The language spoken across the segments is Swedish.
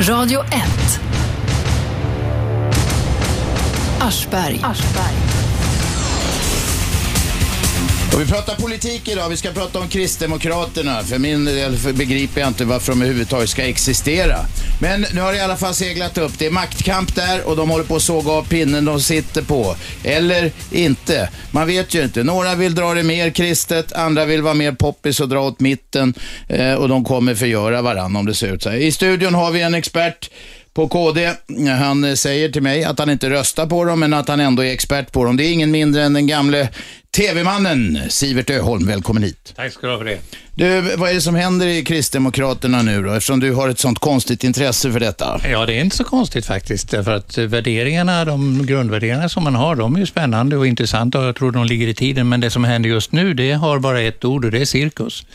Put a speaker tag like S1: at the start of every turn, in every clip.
S1: Radio 1. Aschberg.
S2: Och vi pratar politik idag. Vi ska prata om Kristdemokraterna. För min del begriper jag inte varför de överhuvudtaget ska existera. Men nu har det i alla fall seglat upp. Det är maktkamp där och de håller på att såga av pinnen de sitter på. Eller inte. Man vet ju inte. Några vill dra det mer kristet, andra vill vara mer poppis och dra åt mitten. Eh, och de kommer förgöra varandra om det ser ut så här. I studion har vi en expert på KD. Han eh, säger till mig att han inte röstar på dem, men att han ändå är expert på dem. Det är ingen mindre än den gamle TV-mannen Sivert Öholm. Välkommen hit.
S3: Tack ska du ha för det.
S2: Du, vad är det som händer i Kristdemokraterna nu då? Eftersom du har ett sånt konstigt intresse för detta.
S3: Ja, det är inte så konstigt faktiskt, därför att värderingarna, de grundvärderingar som man har, de är ju spännande och intressanta och jag tror de ligger i tiden, men det som händer just nu, det har bara ett ord och det är cirkus.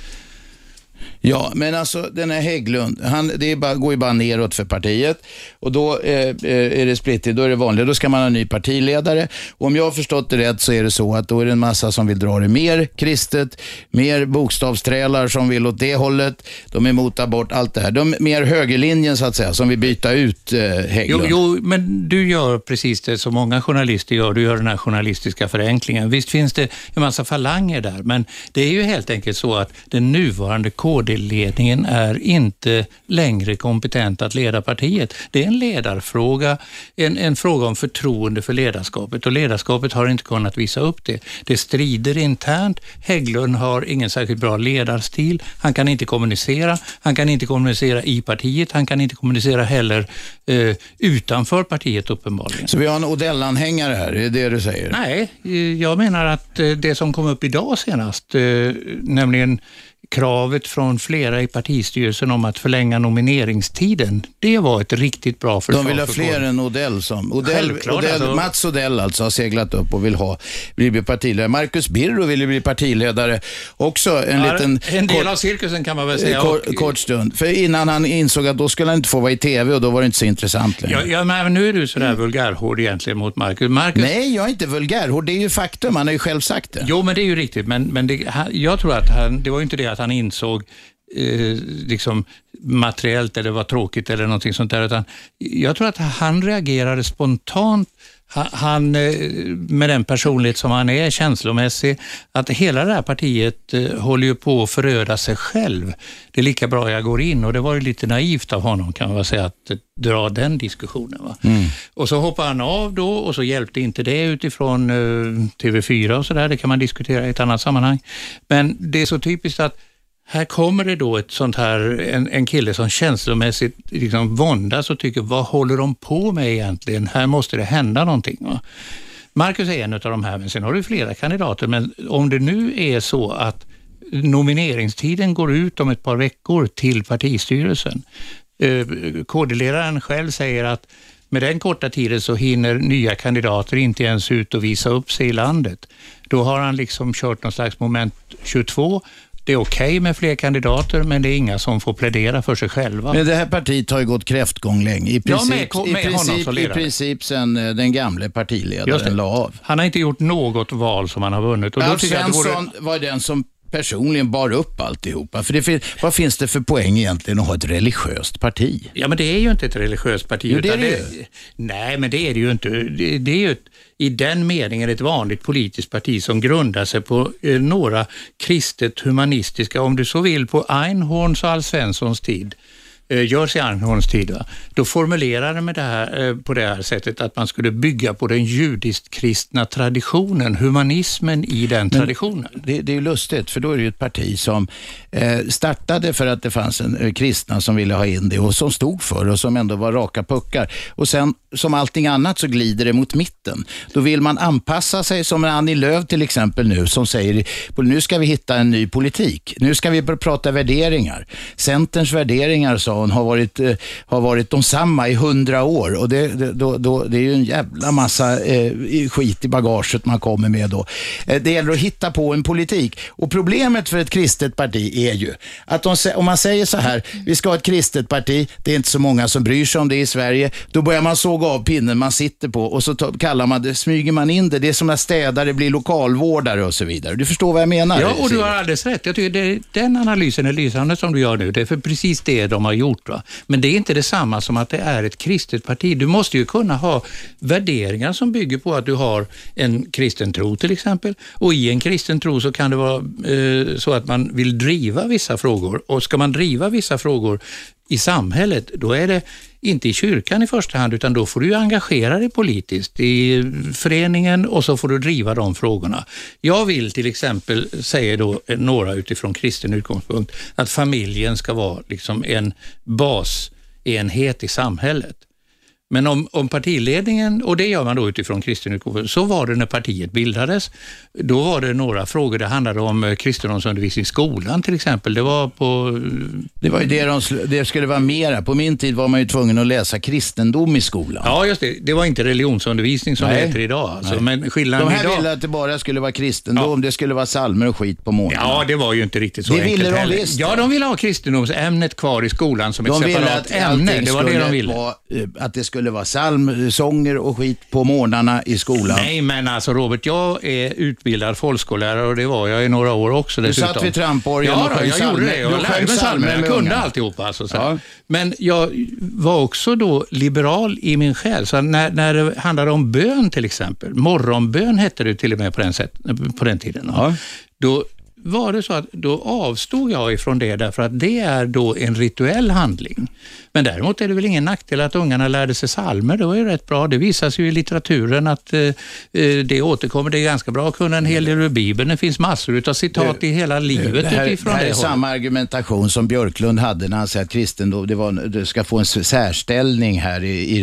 S2: Ja, men alltså den här Hägglund, han, det är bara, går ju bara neråt för partiet och då eh, eh, är det splittigt, då är det vanligt, då ska man ha en ny partiledare. Och om jag har förstått det rätt så är det så att då är det en massa som vill dra det mer kristet, mer bokstavsträlar som vill åt det hållet, de är emot abort, allt det här. De mer högerlinjen så att säga, som vill byta ut eh,
S3: Jo,
S2: Hägglund.
S3: jo, men du gör precis det som många journalister gör, du gör den här journalistiska förenklingen. Visst finns det en massa falanger där, men det är ju helt enkelt så att den nuvarande KD-ledningen är inte längre kompetent att leda partiet. Det är en ledarfråga, en, en fråga om förtroende för ledarskapet och ledarskapet har inte kunnat visa upp det. Det strider internt, Hägglund har ingen särskilt bra ledarstil, han kan inte kommunicera, han kan inte kommunicera i partiet, han kan inte kommunicera heller eh, utanför partiet uppenbarligen.
S2: Så vi har en Odell-anhängare här, är det det du säger?
S3: Nej, eh, jag menar att eh, det som kom upp idag senast, eh, nämligen kravet från flera i partistyrelsen om att förlänga nomineringstiden, det var ett riktigt bra förslag.
S2: De vill ha
S3: för
S2: fler
S3: kåren.
S2: än Odell som. Odell,
S3: Självklart,
S2: Odell,
S3: alltså.
S2: Mats Odell alltså har seglat upp och vill ha, vill bli partiledare. Marcus Birro ville bli partiledare också en
S3: Ja,
S2: liten
S3: en del
S2: kort, Eh,
S3: av cirkusen kan man väl säga.
S2: kort,
S3: och-
S2: kort stund. För innan han insåg att då skulle han inte få vara i TV och då var det inte så intressant längre.
S3: Ja, ja, men nu är du sådär vulgärhård egentligen mot Marcus. Marcus
S2: Mm. Nej, jag är inte vulgär. Och Det är ju faktum. Han har ju själv sagt det.
S3: Jo, men det är ju riktigt. Men, men det, han, jag tror att han, det var ju inte det att han insåg eh, liksom materiellt eller var tråkigt eller någonting sånt där, utan jag tror att han reagerade spontant Ha- han, eh, med den personlighet som han är, känslomässig, att hela det här partiet eh, håller ju på att föröda sig själv. Det är lika bra jag går in och det var ju lite naivt av honom kan man väl säga att eh, dra den diskussionen. Va?
S2: Mm.
S3: Och så hoppade han av då och så hjälpte inte det utifrån eh, TV4 och sådär, det kan man diskutera i ett annat sammanhang. Men det är så typiskt att här kommer det då ett sånt här, en, en kille som känslomässigt liksom våndas och tycker, vad håller de på med egentligen? Här måste det hända någonting. Va? Marcus är en av de här, men sen har du flera kandidater. Men om det nu är så att nomineringstiden går ut om ett par veckor till partistyrelsen. Eh, KD-ledaren själv säger att med den korta tiden så hinner nya kandidater inte ens ut och visa upp sig i landet. Då har han liksom kört någon slags moment 22. Det är okej med fler kandidater, men det är inga som får plädera för sig själva.
S2: Men det här partiet har ju gått kräftgång länge. I princip,
S3: med- med
S2: i
S3: honom som
S2: princip, i
S3: ledare.
S2: princip sen eh, den gamle
S3: Just det.
S2: partiledaren la av.
S3: Han har inte gjort något val som han har vunnit. Och då
S2: Alf
S3: tycker jag att det vore-
S2: Svensson var den som personligen bar upp alltihopa. För det fin- vad finns det för poäng egentligen att ha ett religiöst parti?
S3: Ja, men det är ju inte ett religiöst parti.
S2: Jo, det är
S3: utan
S2: det
S3: Nej, men det är det ju inte. Det, det är ju ett, i den meningen ett vanligt politiskt parti som grundar sig på eh, några kristet humanistiska, om du så vill, på Einhorns och Alf Svenssons tid. Eh, görs i Einhorns tid. Va? Då formulerade man det här eh, på det här sättet att man skulle bygga på den judiskt kristna traditionen, humanismen i den traditionen.
S2: Det, det är ju lustigt, för då är det ju ett parti som eh, startade för att det fanns en eh, kristna som ville ha in det och som stod för det och som ändå var raka puckar. Och sen, som allting annat, så glider det mot mitten. Då vill man anpassa sig, som Annie Lööf till exempel nu, som säger nu ska vi hitta en ny politik. Nu ska vi börja prata värderingar. Centerns värderingar, sa hon, har varit, eh, har varit de samma i hundra år. Och det, det, då, då, det är ju en jävla massa eh, i- skit i bagaget man kommer med då. Eh, det gäller att hitta på en politik. Och problemet för ett kristet parti är ju att de, sä- om man säger så här, vi ska ha ett kristet parti, det är inte så många som bryr sig om det i Sverige, då börjar man såga såga av pinnen man sitter på och så ta- kallar man det, smyger man in det. Det är som när städare blir lokalvårdare och så vidare. Du förstår vad jag menar?
S3: Ja, och du
S2: Simon?
S3: har alldeles rätt. Jag tycker det, den analysen är lysande som du gör nu. Det är för precis det de har gjort. Va? Men det är inte detsamma som att det är ett kristet parti. Du måste ju kunna ha värderingar som bygger på att du har en kristen tro till exempel. Och i en kristen tro så kan det vara eh, så att man vill driva vissa frågor. Och ska man driva vissa frågor i samhället, då är det inte i kyrkan i första hand, utan då får du ju engagera dig politiskt i föreningen och så får du driva de frågorna. Jag vill till exempel, säger då några utifrån kristen utgångspunkt, att familjen ska vara liksom en basenhet i samhället. Men om, om partiledningen, och det gör man då utifrån kristen utgångspunkt, så var det när partiet bildades. Då var det några frågor, det handlade om eh, kristendomsundervisning i skolan till exempel. Det var på eh,
S2: Det var ju det de sl- det skulle vara mera. På min tid var man ju tvungen att läsa kristendom i skolan.
S3: Ja, just det. Det var inte religionsundervisning som
S2: Nej.
S3: det heter idag. Alltså, men skillnaden
S2: De här
S3: idag...
S2: ville att det bara skulle vara kristendom, det skulle vara salmer och skit på månaderna.
S3: Ja, det var ju inte riktigt så
S2: Det ville
S3: enkelt
S2: de
S3: heller.
S2: visst.
S3: Ja, de ville ha kristendomsämnet kvar i skolan som
S2: De
S3: ett
S2: ville
S3: separat
S2: att
S3: ämne.
S2: allting
S3: Det var det
S2: skulle
S3: de ville.
S2: vara, eh, att det skulle vara psalmsånger och skit på morgnarna i skolan.
S3: Nej, men alltså Robert, jag är utbildad folkskollärare och det var jag i några år också dessutom.
S2: satt vid tramporgeln
S3: ja,
S2: och sjöng
S3: jag gjorde
S2: psalmer.
S3: det. Jag
S2: Du
S3: lärde
S2: sjöng
S3: mig psalmer.
S2: psalmer
S3: Jag
S2: med
S3: kunde
S2: ungarna.
S3: alltihopa. Alltså, så
S2: Ja.
S3: här. Men jag var också då liberal i min själ. Så när, när det handlade om bön till exempel, morgonbön hette det till och med på den, sätt, på den tiden.
S2: Ja.
S3: Då var det så att då avstod jag ifrån det därför att det är då en rituell handling. Men däremot är det väl ingen nackdel att ungarna lärde sig psalmer. Det var ju rätt bra. Det visas ju i litteraturen att eh, eh, det återkommer. Det är ganska bra att kunna en hel del ur Bibeln. Det finns massor av citat i hela
S2: Det
S3: livet
S2: här, det
S3: utifrån
S2: här
S3: det.
S2: är
S3: hållet.
S2: samma argumentation som Björklund hade när han sa att kristendom det var, det ska få en s- särställning här i, i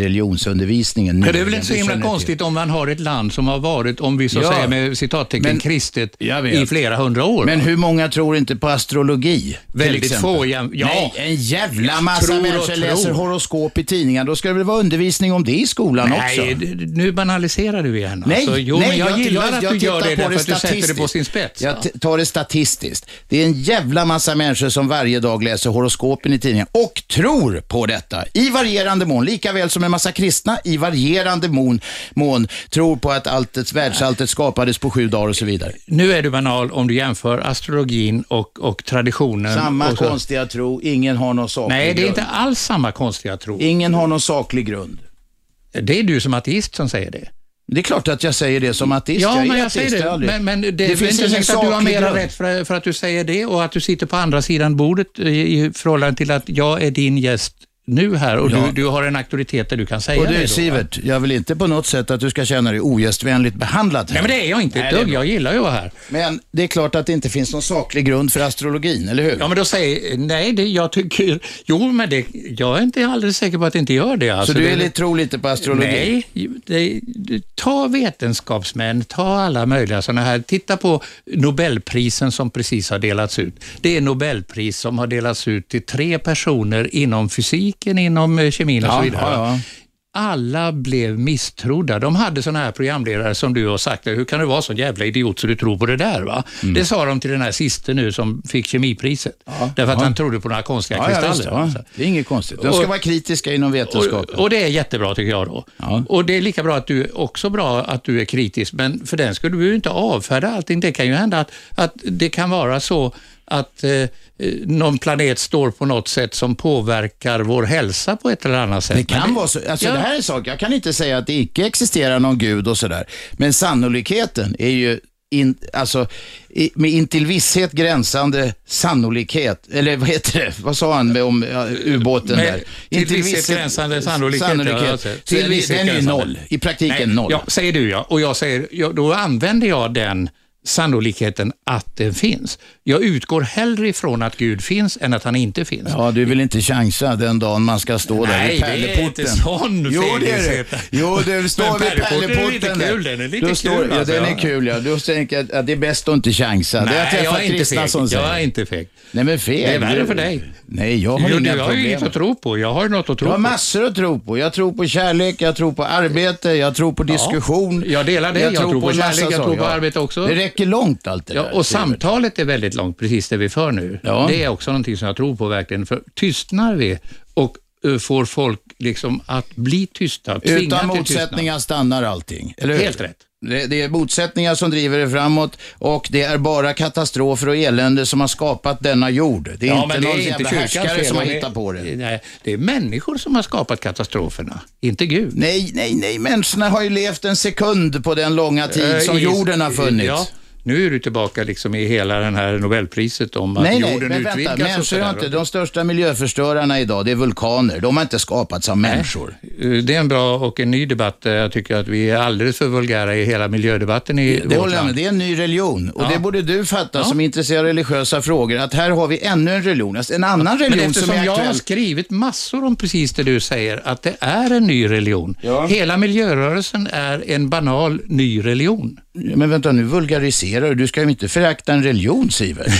S2: religionsundervisningen.
S3: Men det är väl inte så
S2: Du
S3: himla
S2: känner till.
S3: konstigt om man har ett land som har varit, om vi så
S2: Ja.
S3: säger med citattecken,
S2: Men-
S3: kristet
S2: Jag vet.
S3: i flera hundra år.
S2: Men hur många tror inte på astrologi? till
S3: Väldigt
S2: exempel?
S3: få jäm- ja.
S2: Nej, en jävla massa
S3: Tror och
S2: människor
S3: tror.
S2: läser horoskop i tidningar. Då ska det väl vara undervisning om det i skolan också?
S3: Nej, d- d- nu banaliserar du igen.
S2: Nej,
S3: alltså. Jo,
S2: nej,
S3: men jag, gillar att du gör
S2: tittar
S3: det
S2: på
S3: därför att du sätter det på
S2: statistiskt.
S3: sin spets. va?
S2: Jag t- tar det statistiskt. Det är en jävla massa människor som varje dag läser horoskopen i tidningen och tror på detta i varierande mån. Lika väl som en massa kristna i varierande mån, mån tror på att alltet, världsalltet skapades på sju dagar och så vidare.
S3: nu är du banal om du jämför astrologin och, och traditionen.
S2: Samma
S3: och så.
S2: konstiga tro, ingen har någon saklig
S3: Nej, det är
S2: grund.
S3: inte alls samma konstiga tro.
S2: Ingen har någon saklig grund.
S3: Det är du som ateist som säger det.
S2: Det är klart att jag säger det som ateist.
S3: Ja,
S2: är
S3: men jag
S2: ateist,
S3: säger
S2: är
S3: det.
S2: aldrig-
S3: Men, men det,
S2: det
S3: är
S2: finns
S3: inte
S2: ingen
S3: säkert att du har
S2: saklig
S3: mera
S2: grund.
S3: rätt för, för att du säger det och att du sitter på andra sidan bordet i, i förhållande till att jag är din gäst nu här och du, du har en auktoritet där du kan säga
S2: Och
S3: det.
S2: du
S3: då.
S2: Sivert, jag vill inte på något sätt att du ska känna dig ogästvänligt behandlad här.
S3: Nej, men det är jag inte
S2: Nej,
S3: ett
S2: det är
S3: dugg. Jag gillar ju att vara här.
S2: Men det är klart att det inte finns någon saklig grund för astrologin, eller hur?
S3: Ja, men då säger nej, det, jag tycker, jo, men det, jag är inte alldeles säker på att det inte gör det.
S2: så
S3: Alltså,
S2: du
S3: det,
S2: är lite, tror lite på astrologi?
S3: Nej, det, det, ta vetenskapsmän, ta alla möjliga sådana här. Titta på Nobelprisen som precis har delats ut. Det är Nobelpris som har delats ut till tre personer inom fysiken, inom eh, kemin och
S2: Ja,
S3: så vidare.
S2: ja, ja.
S3: Alla blev misstrodda. De hade sådana här programledare som du har sagt, hur kan du vara sån jävla idiot så du tror på det där? Va?
S2: Mm.
S3: Det sa de till den här siste nu som fick kemipriset, därför att han trodde på några konstiga
S2: Ja, ja,
S3: kristaller.
S2: visst, ja.
S3: Alltså.
S2: Det är inget konstigt. De ska
S3: Och-
S2: vara kritiska inom
S3: Och,
S2: vetenskapen.
S3: och det är jättebra tycker jag då. Och det är lika bra att du, också bra att du är kritisk, men för den skulle du ju inte avfärda allting. Det kan ju hända att, att det kan vara så att eh, eh, någon planet står på något sätt som påverkar vår hälsa på ett eller annat sätt.
S2: det kan
S3: Men
S2: vara så. Alltså,
S3: Ja.
S2: Det här är en sak, jag kan inte säga att det icke existerar någon gud och sådär. Men sannolikheten är ju in, alltså, i, med intill visshet gränsande sannolikhet, eller vad heter det, vad sa han med, om ja, ubåten
S3: Med
S2: där?
S3: till visshet gränsande sannolikhet, ja, jag
S2: sannolikhet.
S3: ser.
S2: Så
S3: Till
S2: den, är-
S3: visshet
S2: den är ju
S3: gränsande.
S2: noll, i praktiken
S3: Nej,
S2: noll.
S3: Ja, säger du ja. Och jag säger, ja, då använder jag den sannolikheten att den finns. Jag utgår hellre ifrån att Gud finns än att han inte finns.
S2: Ja, du vill inte chansa den dagen man ska stå där
S3: Nej,
S2: vid
S3: det är
S2: pärleporten.
S3: inte sån
S2: Jo, det är det.
S3: fegis.
S2: Jo, du står
S3: Men
S2: vid
S3: pärleporten är
S2: pärleporten.
S3: lite
S2: där.
S3: kul, den är lite
S2: Då
S3: kul,
S2: Ja,
S3: alltså,
S2: den är
S3: ja.
S2: kul ja. Då tänker jag att det är bäst att inte chansa. det har jag
S3: Nej, jag
S2: träffat
S3: är inte
S2: kristna
S3: feg.
S2: som säger.
S3: Jag är inte feg.
S2: Nej, men fel.
S3: Det är värre
S2: Du-
S3: för dig.
S2: Nej, jag har
S3: Jo,
S2: inga
S3: du har ju
S2: problem.
S3: inget att tro på. Jag har ju något att tro
S2: Jag har
S3: på.
S2: massor att tro på. Jag tror på kärlek, jag tror på arbete, jag tror på diskussion.
S3: jag delar det. Jag tror på
S2: en massa
S3: kärlek, jag tror
S2: saker.
S3: på arbete också.
S2: Det räcker långt allt det
S3: Ja,
S2: där.
S3: och
S2: Sivert.
S3: samtalet är väldigt långt, precis det vi för nu.
S2: Ja.
S3: Det är också någonting som jag tror på verkligen. För tystnar vi och eh, får folk liksom att bli tysta, tvinga
S2: Utan
S3: till tystnad.
S2: motsättningar stannar allting, eller hur?
S3: Helt rätt.
S2: Det, det är motsättningar som driver det framåt och det är bara katastrofer och elände som har skapat denna jord. Det är inte någon jävla härskare som har
S3: Det är-
S2: hittat på det.
S3: Nej, det är människor som har skapat katastroferna, inte Gud.
S2: Nej, nej, nej, människorna har ju levt en sekund på den långa tid som
S3: Eh, i-
S2: jorden har funnits.
S3: Ja, nu är du tillbaka liksom i hela den här Nobelpriset om att
S2: Nej, nej,
S3: jorden
S2: men
S3: utvidgas.
S2: vänta.
S3: och
S2: Människor
S3: sådär.
S2: har inte, de största miljöförstörarna idag, det är vulkaner. De har inte skapats av människor.
S3: Eh, Det är en bra och en ny debatt. där Jag tycker att vi är alldeles för vulgära i hela miljödebatten i
S2: Det
S3: vårt
S2: håller jag
S3: land.
S2: med. Det är en ny religion. Och det borde du fatta som är intresserad av religiösa frågor, att här har vi ännu en religion. Alltså en annan
S3: Men
S2: religion som
S3: eftersom
S2: är
S3: jag har
S2: aktuell.
S3: skrivit massor om precis det du säger, att det är en ny religion. Hela miljörörelsen är en banal ny religion.
S2: Men vänta nu vulgariserar du. Du ska ju inte förakta en religion, Siver.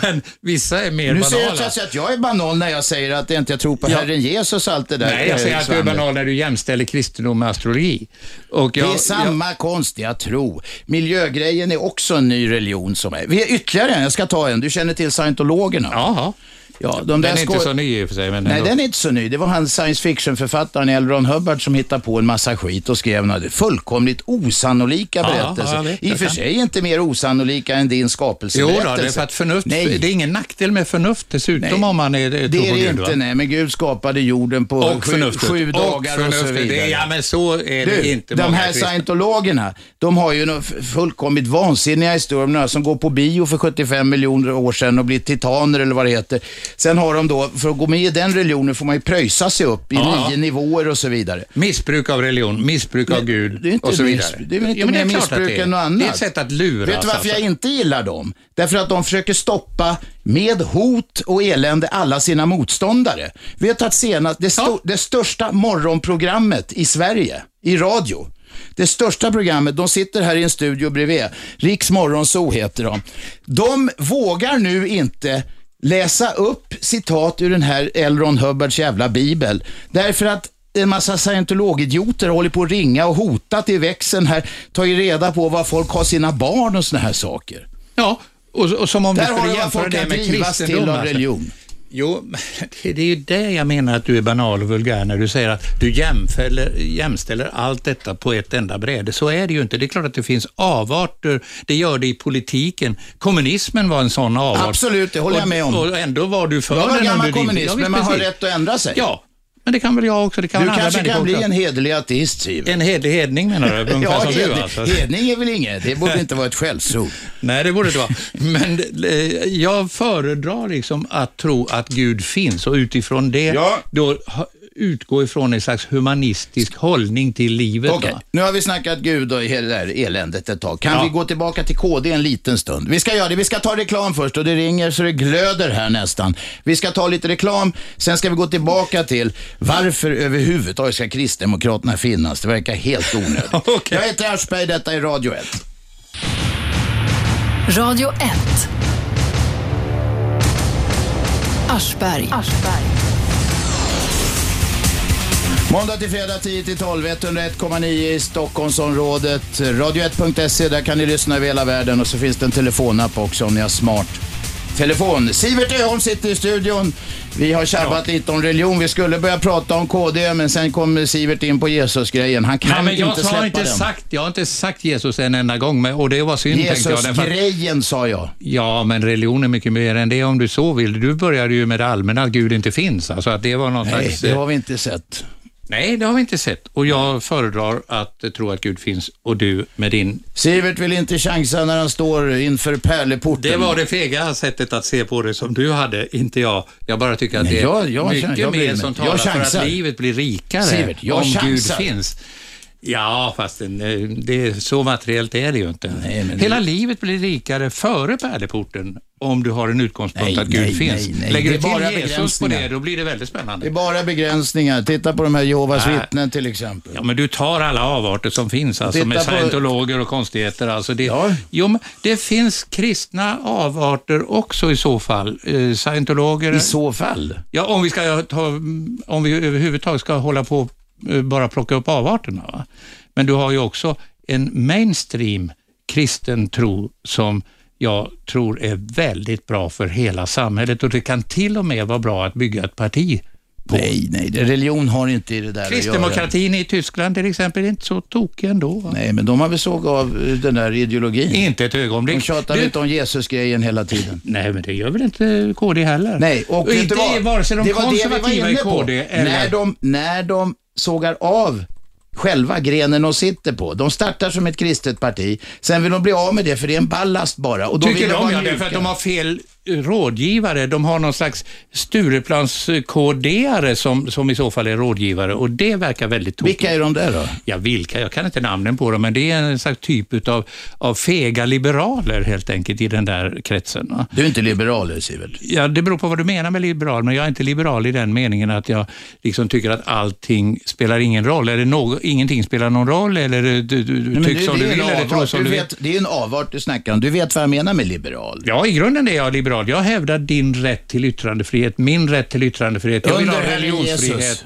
S3: Men vissa är mer
S2: Nu säger jag
S3: banala.
S2: att jag är banal när jag säger att jag inte tror på Herren Jesus och allt det där. eh,
S3: Nej, jag säger att du är
S2: Alexander.
S3: banal när du jämställer kristendom med astrologi. Och jag,
S2: det är samma konstiga tro. Miljögrejen är också en ny religion som är. Vi är ytterligare en, jag ska ta en. Du känner till scientologerna?
S3: Jag, jaha,
S2: Ja, de där
S3: den är inte
S2: skoj-
S3: så ny i och för sig. Men
S2: Nej,
S3: ändå.
S2: den är inte så ny. Det var han science fiction-författaren L. Ron Hubbard som hittade på en massa skit och skrev några fullkomligt osannolika
S3: Ja,
S2: berättelser.
S3: ja, jag vet,
S2: I och
S3: jag
S2: för
S3: kan.
S2: sig inte mer osannolika än din
S3: Jo
S2: skapelseberättelse.
S3: då, det är för att förnuft,
S2: Nej,
S3: det är ingen nackdel med förnuft dessutom
S2: Nej.
S3: om man är, tror
S2: det
S3: på
S2: är det
S3: Gud. va?
S2: inte. Nej, men Gud skapade jorden på
S3: Och
S2: sju,
S3: förnuftet.
S2: sju dagar och, så
S3: förnuftet.
S2: vidare.
S3: Det är, ja, men så är det
S2: Du,
S3: inte
S2: de
S3: många
S2: här
S3: kristna.
S2: scientologerna, de har ju några f- fullkomligt vansinniga historier om några som går på bio för 75 miljoner år sedan och blir titaner eller vad det heter. Sen har de då, för att gå med i den religionen får man ju pröjsa sig upp i
S3: Ja.
S2: nio nivåer och så vidare.
S3: Missbruk av religion, missbruk av Gud
S2: det är inte
S3: och så vidare.
S2: missbruk- det är väl inte
S3: men
S2: mer
S3: klart att
S2: missbruk
S3: det är.
S2: än något annat.
S3: Det är ett sätt att lura.
S2: Vet du varför
S3: alltså.
S2: jag inte gillar dem? Därför att de försöker stoppa med hot och elände alla sina motståndare. Vet att senast, det, sto- det största morgonprogrammet i Sverige, i radio, det största programmet, de sitter här i en studio bredvid, Riks Morgonzoo heter de. De vågar nu inte läsa upp citat ur den här L. Ron Hubbards jävla bibel. Därför att en massa scientologidioter håller på att ringa och hota till växeln här, tar ju reda på var folk har sina barn och såna här saker.
S3: Ja, och, och som om
S2: Där
S3: du
S2: har
S3: skulle
S2: du vad
S3: jämföra
S2: folk
S3: det
S2: kan
S3: med
S2: drivas till
S3: kristendom.
S2: av
S3: alltså.
S2: religion.
S3: Jo, men det det är ju det jag menar att du är banal och vulgär när du säger att du jämfäller, jämställer allt detta på ett enda bräde. Så är det ju inte. Det är klart att det finns avarter. Det gör det i politiken. Kommunismen var en sån avart.
S2: Absolut, det håller jag med om.
S3: Och, och ändå var du för
S2: Jag var
S3: den. om
S2: gammal
S3: du inte- Ja,
S2: kommunist,
S3: visst,
S2: men man har
S3: precis.
S2: rätt att ändra sig.
S3: Ja, men det kan väl jag också. Det kan
S2: du
S3: väl andra
S2: kanske kan
S3: människor
S2: bli
S3: också.
S2: en hederlig ateist, Siver.
S3: En hedlig hedning menar du? Ungefär
S2: Ja,
S3: som
S2: hedning,
S3: du alltså?
S2: hedning är väl inget, det borde inte vara ett skällsord.
S3: Nej, det borde det vara. Men eh, jag föredrar liksom att tro att Gud finns och utifrån det
S2: Ja.
S3: då ha- utgå ifrån en slags humanistisk hållning till livet.
S2: Okej,
S3: va?
S2: nu har vi snackat Gud och hela det här eländet ett tag. Kan
S3: Ja.
S2: vi gå tillbaka till KD en liten stund? Vi ska göra det. Vi ska ta reklam först och det ringer så det glöder här nästan. Vi ska ta lite reklam, sen ska vi gå tillbaka till varför överhuvudtaget ska Kristdemokraterna finnas? Det verkar helt onödigt.
S3: Okej.
S2: Jag heter Aschberg, detta är Radio 1.
S1: Radio 1. Aschberg.
S2: Måndag till fredag 10 till 12, 101,9 i Stockholmsområdet. Radio1.se, där kan ni lyssna över hela världen och så finns det en telefonapp också om ni har smart telefon. Sivert Öholm sitter i studion. Vi har tjabbat lite om religion. Vi skulle börja prata om KD, men sen kom Sivert in på Jesus-grejen. Han kan
S3: Nej, men jag
S2: inte släppa
S3: har inte
S2: den.
S3: sagt, jag har inte sagt Jesus en enda gång men, och det var synd tänkte jag. därför att-
S2: Jesus-grejen sa jag.
S3: Ja, men religion är mycket mer än det om du så vill. Du började ju med det allmänna att Gud inte finns. Alltså att det var någon
S2: Nej,
S3: slags... eh,
S2: det har vi inte sett.
S3: Nej, det har vi inte sett. Och jag föredrar att eh, tro att Gud finns och du med din
S2: Sivert vill inte chansa när han står inför pärleporten.
S3: Det var det fega sättet att se på det som du hade, inte jag. Jag bara tycker att
S2: Nej,
S3: det är
S2: jag- jag
S3: mycket
S2: känner- jag bryr
S3: mer
S2: mig.
S3: som
S2: Jag
S3: talar för
S2: chansar.
S3: att livet blir rikare
S2: Sivert, jag
S3: om
S2: chansar.
S3: Gud finns. Ja, fast det, det, är- så materiellt är det ju inte.
S2: men det-
S3: Hela livet blir rikare före pärleporten om du har en utgångspunkt
S2: Nej,
S3: att Gud
S2: nej,
S3: finns.
S2: nej, nej.
S3: Lägger
S2: Det
S3: du
S2: är
S3: till
S2: bara
S3: Jesus på
S2: begränsningar.
S3: det, då blir det väldigt
S2: Det är
S3: spännande.
S2: bara begränsningar. Titta på de här Jehovas
S3: Nej.
S2: vittnen till exempel.
S3: Ja, men du tar alla avarter som finns, alltså
S2: Titta
S3: med
S2: på-
S3: scientologer och konstigheter. Alltså det,
S2: Ja.
S3: jo, men det finns kristna avarter också i så fall. Eh, Scientologer...
S2: I så fall.
S3: Ja, om vi, ska ta, om vi överhuvudtaget ska hålla på och eh, bara plocka upp avarterna. Va? Men du har ju också en mainstream kristen tro som jag tror är väldigt bra för hela samhället och det kan till och med vara bra att bygga ett parti på.
S2: Nej, nej, det- religion har inte i det där att göra.
S3: Kristdemokratin i Tyskland till exempel är inte så tokig ändå. Va?
S2: Nej, men de har väl såg av eh, den där ideologin.
S3: Inte ett ögonblick.
S2: De tjatar
S3: Du-
S2: lite om Jesus-grejen hela tiden.
S3: Nej, men det gör väl inte KD heller?
S2: Nej, och vet
S3: inte
S2: du vad?
S3: vare sig de
S2: Det var det vi var
S3: konservativa i
S2: inne på.
S3: KD eller...
S2: När de, när de sågar av själva grenen de sitter på. De startar som ett kristet parti, sen vill de bli av med det för det är en ballast bara. Och då
S3: Tycker
S2: vill
S3: de
S2: vara
S3: ja, det
S2: mjuka.
S3: för att de har fel eh, rådgivare. De har någon slags Stureplans-KD-are som, som i så fall är rådgivare och det verkar väldigt tokigt.
S2: Vilka är de där då?
S3: Ja, vilka? Jag kan inte namnen på dem, men det är en slags typ utav, av fega liberaler helt enkelt i den där kretsen. Va?
S2: Du är inte liberal, eh, Sivert.
S3: Ja, det beror på vad du menar med liberal, men jag är inte liberal i den meningen att jag liksom tycker att allting spelar ingen roll. Eller no- ingenting spelar någon roll, eller eh, du, du, du
S2: Nej, men
S3: tycker som
S2: det
S3: du
S2: är
S3: vill
S2: en
S3: eller tror
S2: avart.
S3: som du
S2: du
S3: vill.
S2: vet, Det är en avart du snackar om. Du vet vad jag menar med liberal.
S3: Ja, i grunden är jag liberal. Jag hävdar din rätt till yttrandefrihet, min rätt till yttrandefrihet. Jag vill ha
S2: Under Herren
S3: religionsfrihet.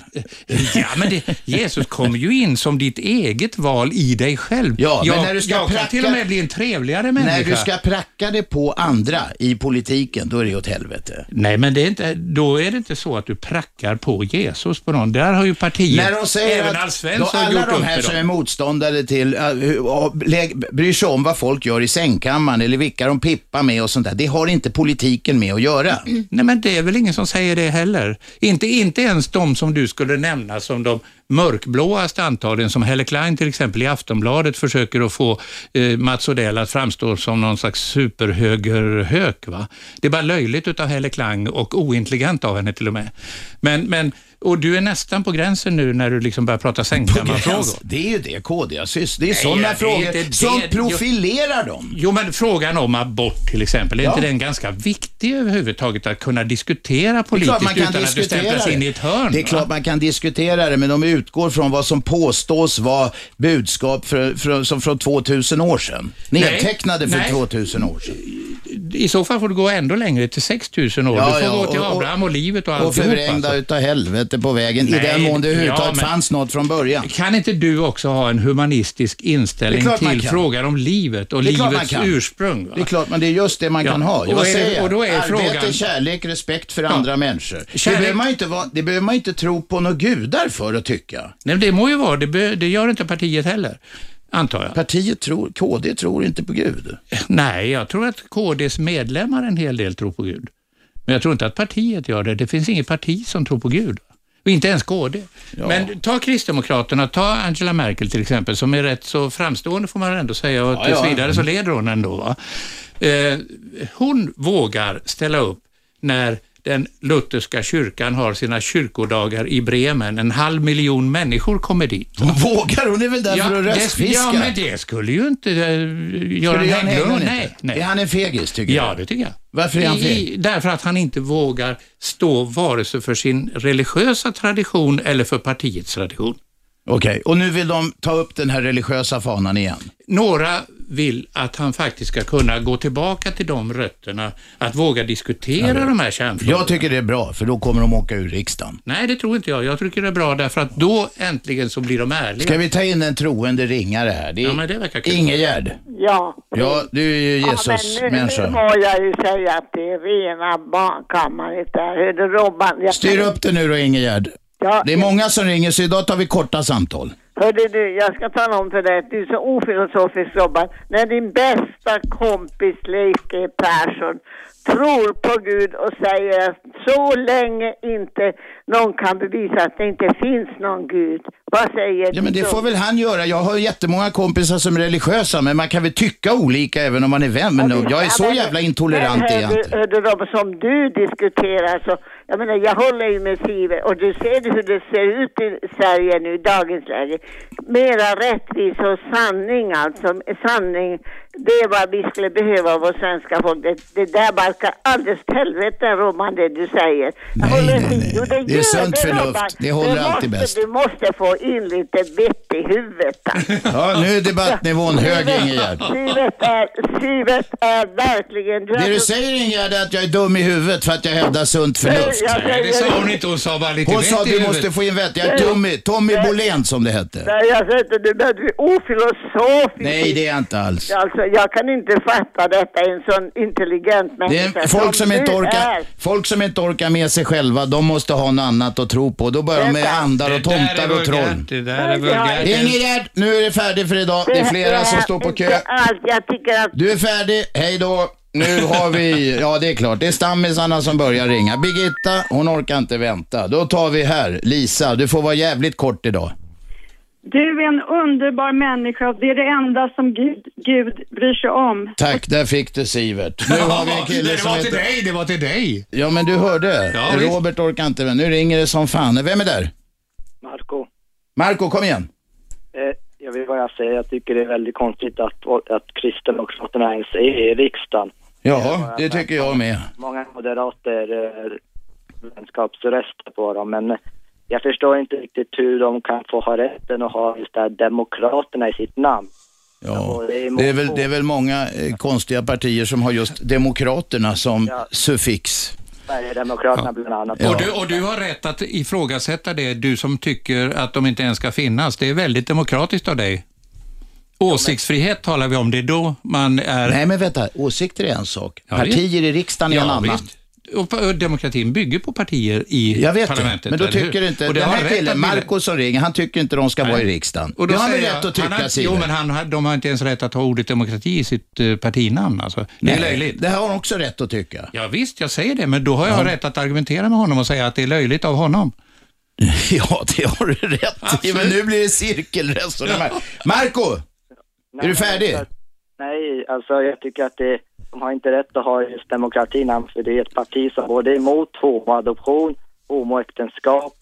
S3: Ja, men det, Jesus kom ju in som ditt eget val i dig själv.
S2: Ja,
S3: jag
S2: men när du ska
S3: jag kan
S2: pracka-
S3: till och med bli en trevligare människa.
S2: När du ska pracka det på andra i politiken, då är det åt helvete.
S3: Nej, men det är inte, då är det inte så att du prackar på Jesus på någon. Där har ju partiet,
S2: När de säger
S3: även
S2: att
S3: Alf
S2: då
S3: Svensson,
S2: alla
S3: gjort upp
S2: de här
S3: med
S2: som
S3: dem.
S2: är motståndare till, äh, hur- och lägg- bryr sig om vad folk gör i sängkammaren eller vilka de pippar med och sånt där. Det har inte politiken med att göra.
S3: Nej, men det är väl ingen som säger det heller. Inte, inte ens de som du skulle nämna som de mörkblåaste antagligen, som Helle Klein till exempel i Aftonbladet försöker att få eh, Mats Odell att framstå som någon slags superhögerhök. Va? Det är bara löjligt utav Helle Klein och ointelligent av henne till och med. Men, men, och du är nästan på gränsen nu när du liksom börjar prata sängkammarfrågor.
S2: Det är ju det KD har syss- Det är
S3: ja,
S2: sådana
S3: det är
S2: frågor
S3: inte det.
S2: som
S3: Jag-
S2: profilerar dem.
S3: Jo, men frågan om abort till exempel, är
S2: Ja.
S3: inte den ganska viktig överhuvudtaget att kunna diskutera
S2: Det är
S3: politiskt
S2: klart man kan
S3: utan att du stämplas
S2: diskutera
S3: in i ett
S2: det.
S3: hörn?
S2: Det är
S3: va?
S2: klart man kan diskutera det, men de utgår från vad som påstås vara budskap för, för, som från 2000 år sedan. Nedtecknade för
S3: nej.
S2: 2000 år sedan.
S3: I så fall får du gå ändå längre, till 6000 år. du får gå till Abraham och, livet
S2: Och
S3: och alltihop.
S2: förvrängda
S3: Alltså.
S2: utav helvete på vägen, i
S3: Nej,
S2: den mån det
S3: ja,
S2: överhuvudtaget
S3: men-
S2: fanns något från början.
S3: Kan inte du också ha en humanistisk
S2: Det är
S3: inställning
S2: klart man
S3: till
S2: kan.
S3: frågan om livet och
S2: Det är klart man
S3: livets
S2: kan.
S3: ursprung? Va?
S2: Det är klart, men det är just det man
S3: Ja,
S2: kan ha.
S3: och
S2: Jag
S3: är det-
S2: säger,
S3: och då är
S2: arbete,
S3: frågan-
S2: kärlek, respekt för andra människor. Det
S3: Kärlek-
S2: behöver, man ju inte vara, det behöver man ju inte tro på några gudar för att tycka.
S3: Nej, men det må ju vara, det, be- det gör inte partiet heller, antar jag.
S2: Partiet tror, KD tror inte på Gud.
S3: Nej, jag tror att KDs medlemmar en hel del tror på Gud. Men jag tror inte att partiet gör det. Det finns inget parti som tror på Gud. Och inte ens KD. Men ta Kristdemokraterna, ta Angela Merkel till exempel, som är rätt så framstående får man ändå säga och
S2: Ja,
S3: tills
S2: ja.
S3: vidare så leder hon ändå. Va? Eh, hon vågar ställa upp när den lutherska kyrkan har sina kyrkodagar i Bremen. En halv miljon människor kommer dit.
S2: Hon vågar, hon är väl där för att
S3: det,
S2: röstfiska.
S3: ja, men det skulle ju inte eh, Göran
S2: Göran
S3: Hägglund.
S2: Hägglund
S3: Nej,
S2: inte.
S3: nej.
S2: Är han en fegis, tycker
S3: Ja,
S2: du?
S3: det tycker jag.
S2: Varför är han
S3: I-
S2: feg?
S3: i- Därför att han inte vågar stå vare sig för sin religiösa tradition eller för partiets tradition.
S2: Okej, och nu vill de ta upp den här religiösa fanan igen.
S3: Några vill att han faktiskt ska kunna gå tillbaka till de rötterna, att våga diskutera de här kärnfrågorna.
S2: Jag tycker det är bra, för då kommer de åka ur riksdagen.
S3: Nej, det tror inte jag. Jag tycker det är bra därför att då äntligen så blir de ärliga.
S2: Ska vi ta in en troende ringare här? Det är
S3: Ja, men det verkar kul.
S2: Ingegärd.
S4: Ja.
S2: Ja, du är ju
S4: ja, men nu, nu
S2: Jesus-människa.
S4: må jag ju säga att det är rena barnkammaret där. Hur det Robban? Jag,
S2: Styr upp det nu då, Ingegärd.
S4: Ja,
S2: Det är många som ringer, så idag tar vi korta samtal.
S4: Hörde du, jag ska tala om för dig att du är så ofilosofisk Robban. När din bästa kompis Leif G. Persson tror på Gud och säger att så länge inte någon kan bevisa att det inte finns någon Gud. Vad säger du
S2: Ja, men det
S4: då?
S2: får väl han göra. Jag har ju jättemånga kompisar som är religiösa, men man kan väl tycka olika även om man är vän. Men
S4: Ja, det-
S2: jag är
S4: ja,
S2: så
S4: men-
S2: jävla intolerant
S4: men, hörde-
S2: egentligen.
S4: hörde de som du diskuterar så, jag menar jag håller ju med Sive och du ser ju hur det ser ut i Sverige nu i dagens läge. Mera rättvisa och sanning alltså, sanning det är vad vi skulle behöva av vårt svenska folk. Det, det där barkar alldeles till helvete Roman det du säger. Jag
S2: Nej,
S4: håller
S2: nej,
S4: med.
S2: nej.
S4: Jo,
S2: Det är
S4: gör
S2: sunt förnuft.
S4: Robban.
S2: Det håller
S4: du
S2: alltid
S4: måste,
S2: bäst.
S4: Du måste få in lite vett i huvudet alltså.
S2: Ja, nu är debattnivån hög, Ingegärd.
S4: Syvet är, syvet är verkligen...
S2: Det du säger, Ingegärd, är att jag är dum i huvudet för att jag hävdar sunt förnuft.
S4: Jag
S3: Nej, det
S4: säger-
S3: sa hon inte. Hon sa bara lite
S2: Hon
S3: vett
S2: sa
S3: i
S2: att du
S3: huvudet.
S2: måste få in vett. Jag är Tommy, Tommy Bolén som det hette.
S4: Nej, jag säger inte det, men du är ofilosofisk.
S2: Nej, det är jag inte alls.
S4: Alltså, jag kan inte fatta detta, en sån intelligent
S2: Det
S4: människa.
S2: är folk, som
S4: du
S2: inte orkar,
S4: är.
S2: folk som inte orkar med sig själva, de måste ha något annat att tro på. Då börjar de med
S4: Vänta.
S2: andar och
S3: Det där är
S2: tomtar och troll.
S3: vulgärt, Det där är vulgärt.
S2: Ingegerd, nu är det färdigt för idag. Det är flera som
S4: här
S2: står på
S4: inte
S2: kö.
S4: Allt. Jag tycker att
S2: Du är färdig, hej då. Nu har vi, ja det är klart, det är stammisarna som börjar ringa. Birgitta, hon orkar inte vänta. Då tar vi här, Lisa, du får vara jävligt kort idag.
S5: Du är en underbar människa. Det är det enda som Gud, Gud bryr sig om.
S2: Tack, där fick du Sivert. Nu har vi en kille
S3: det
S2: som
S3: var till
S2: heter...
S3: dig, det var till dig.
S2: Ja men du hörde,
S3: Ja, visst.
S2: Robert orkar inte vänta. Nu ringer det som fan. Vem är där?
S6: Marco,
S2: Marco, kom igen.
S6: eh, jag vill bara säga jag tycker det är väldigt konstigt att, att Kristdemokraterna ens är i riksdagen.
S2: Ja, det tycker jag med.
S6: Många moderater eh, vänskapsröstar på dem, men jag förstår inte riktigt hur de kan få ha rätten att ha just det här Demokraterna i sitt namn.
S2: Ja. Alltså, Det, är väl, det är väl många eh, konstiga partier som har just Demokraterna som suffix.
S6: Sverigedemokraterna bland annat.
S2: Ja.
S3: Och, du, och du har rätt att ifrågasätta det, du som tycker att de inte ens ska finnas. Det är väldigt demokratiskt av dig. Åsiktsfrihet talar vi om, det är då man är...
S2: Nej men vänta, åsikter är en sak.
S3: Ja, det-
S2: Partier i riksdagen är en annan.
S3: visst. Och, och demokratin bygger på partier i
S2: Jag vet det,
S3: parlamentet.
S2: men då
S3: eller hur?
S2: tycker inte,
S3: Och det
S2: den
S3: har
S2: här
S3: rätt
S2: killen,
S3: att bilda-
S2: Marco som ringer, han tycker inte de ska vara i
S3: Nej.
S2: riksdagen.
S3: Och
S2: Och
S3: då
S2: det har han väl
S3: säger
S2: rätt
S3: jag,
S2: att
S3: han
S2: tycka,
S3: har, Jo,
S2: Sivert.
S3: men han, har- de har inte ens rätt att ha ordet demokrati i sitt eh, partinamn. Alltså. Det är
S2: Nej,
S3: löjligt.
S2: Det har han också rätt att tycka.
S3: Ja, visst, jag säger det, men då har jag rätt att argumentera med honom och säga att det är löjligt av honom. Alltså,
S2: Ja, det har du rätt i, men nu blir det cirkelresonemang. Marco,
S6: Nej,
S2: är du
S6: men
S2: färdig?
S6: alltså, Nej, alltså jag tycker att det, de har inte rätt att ha just demokratin för det är ett parti som både är emot homoadoption, homoäktenskap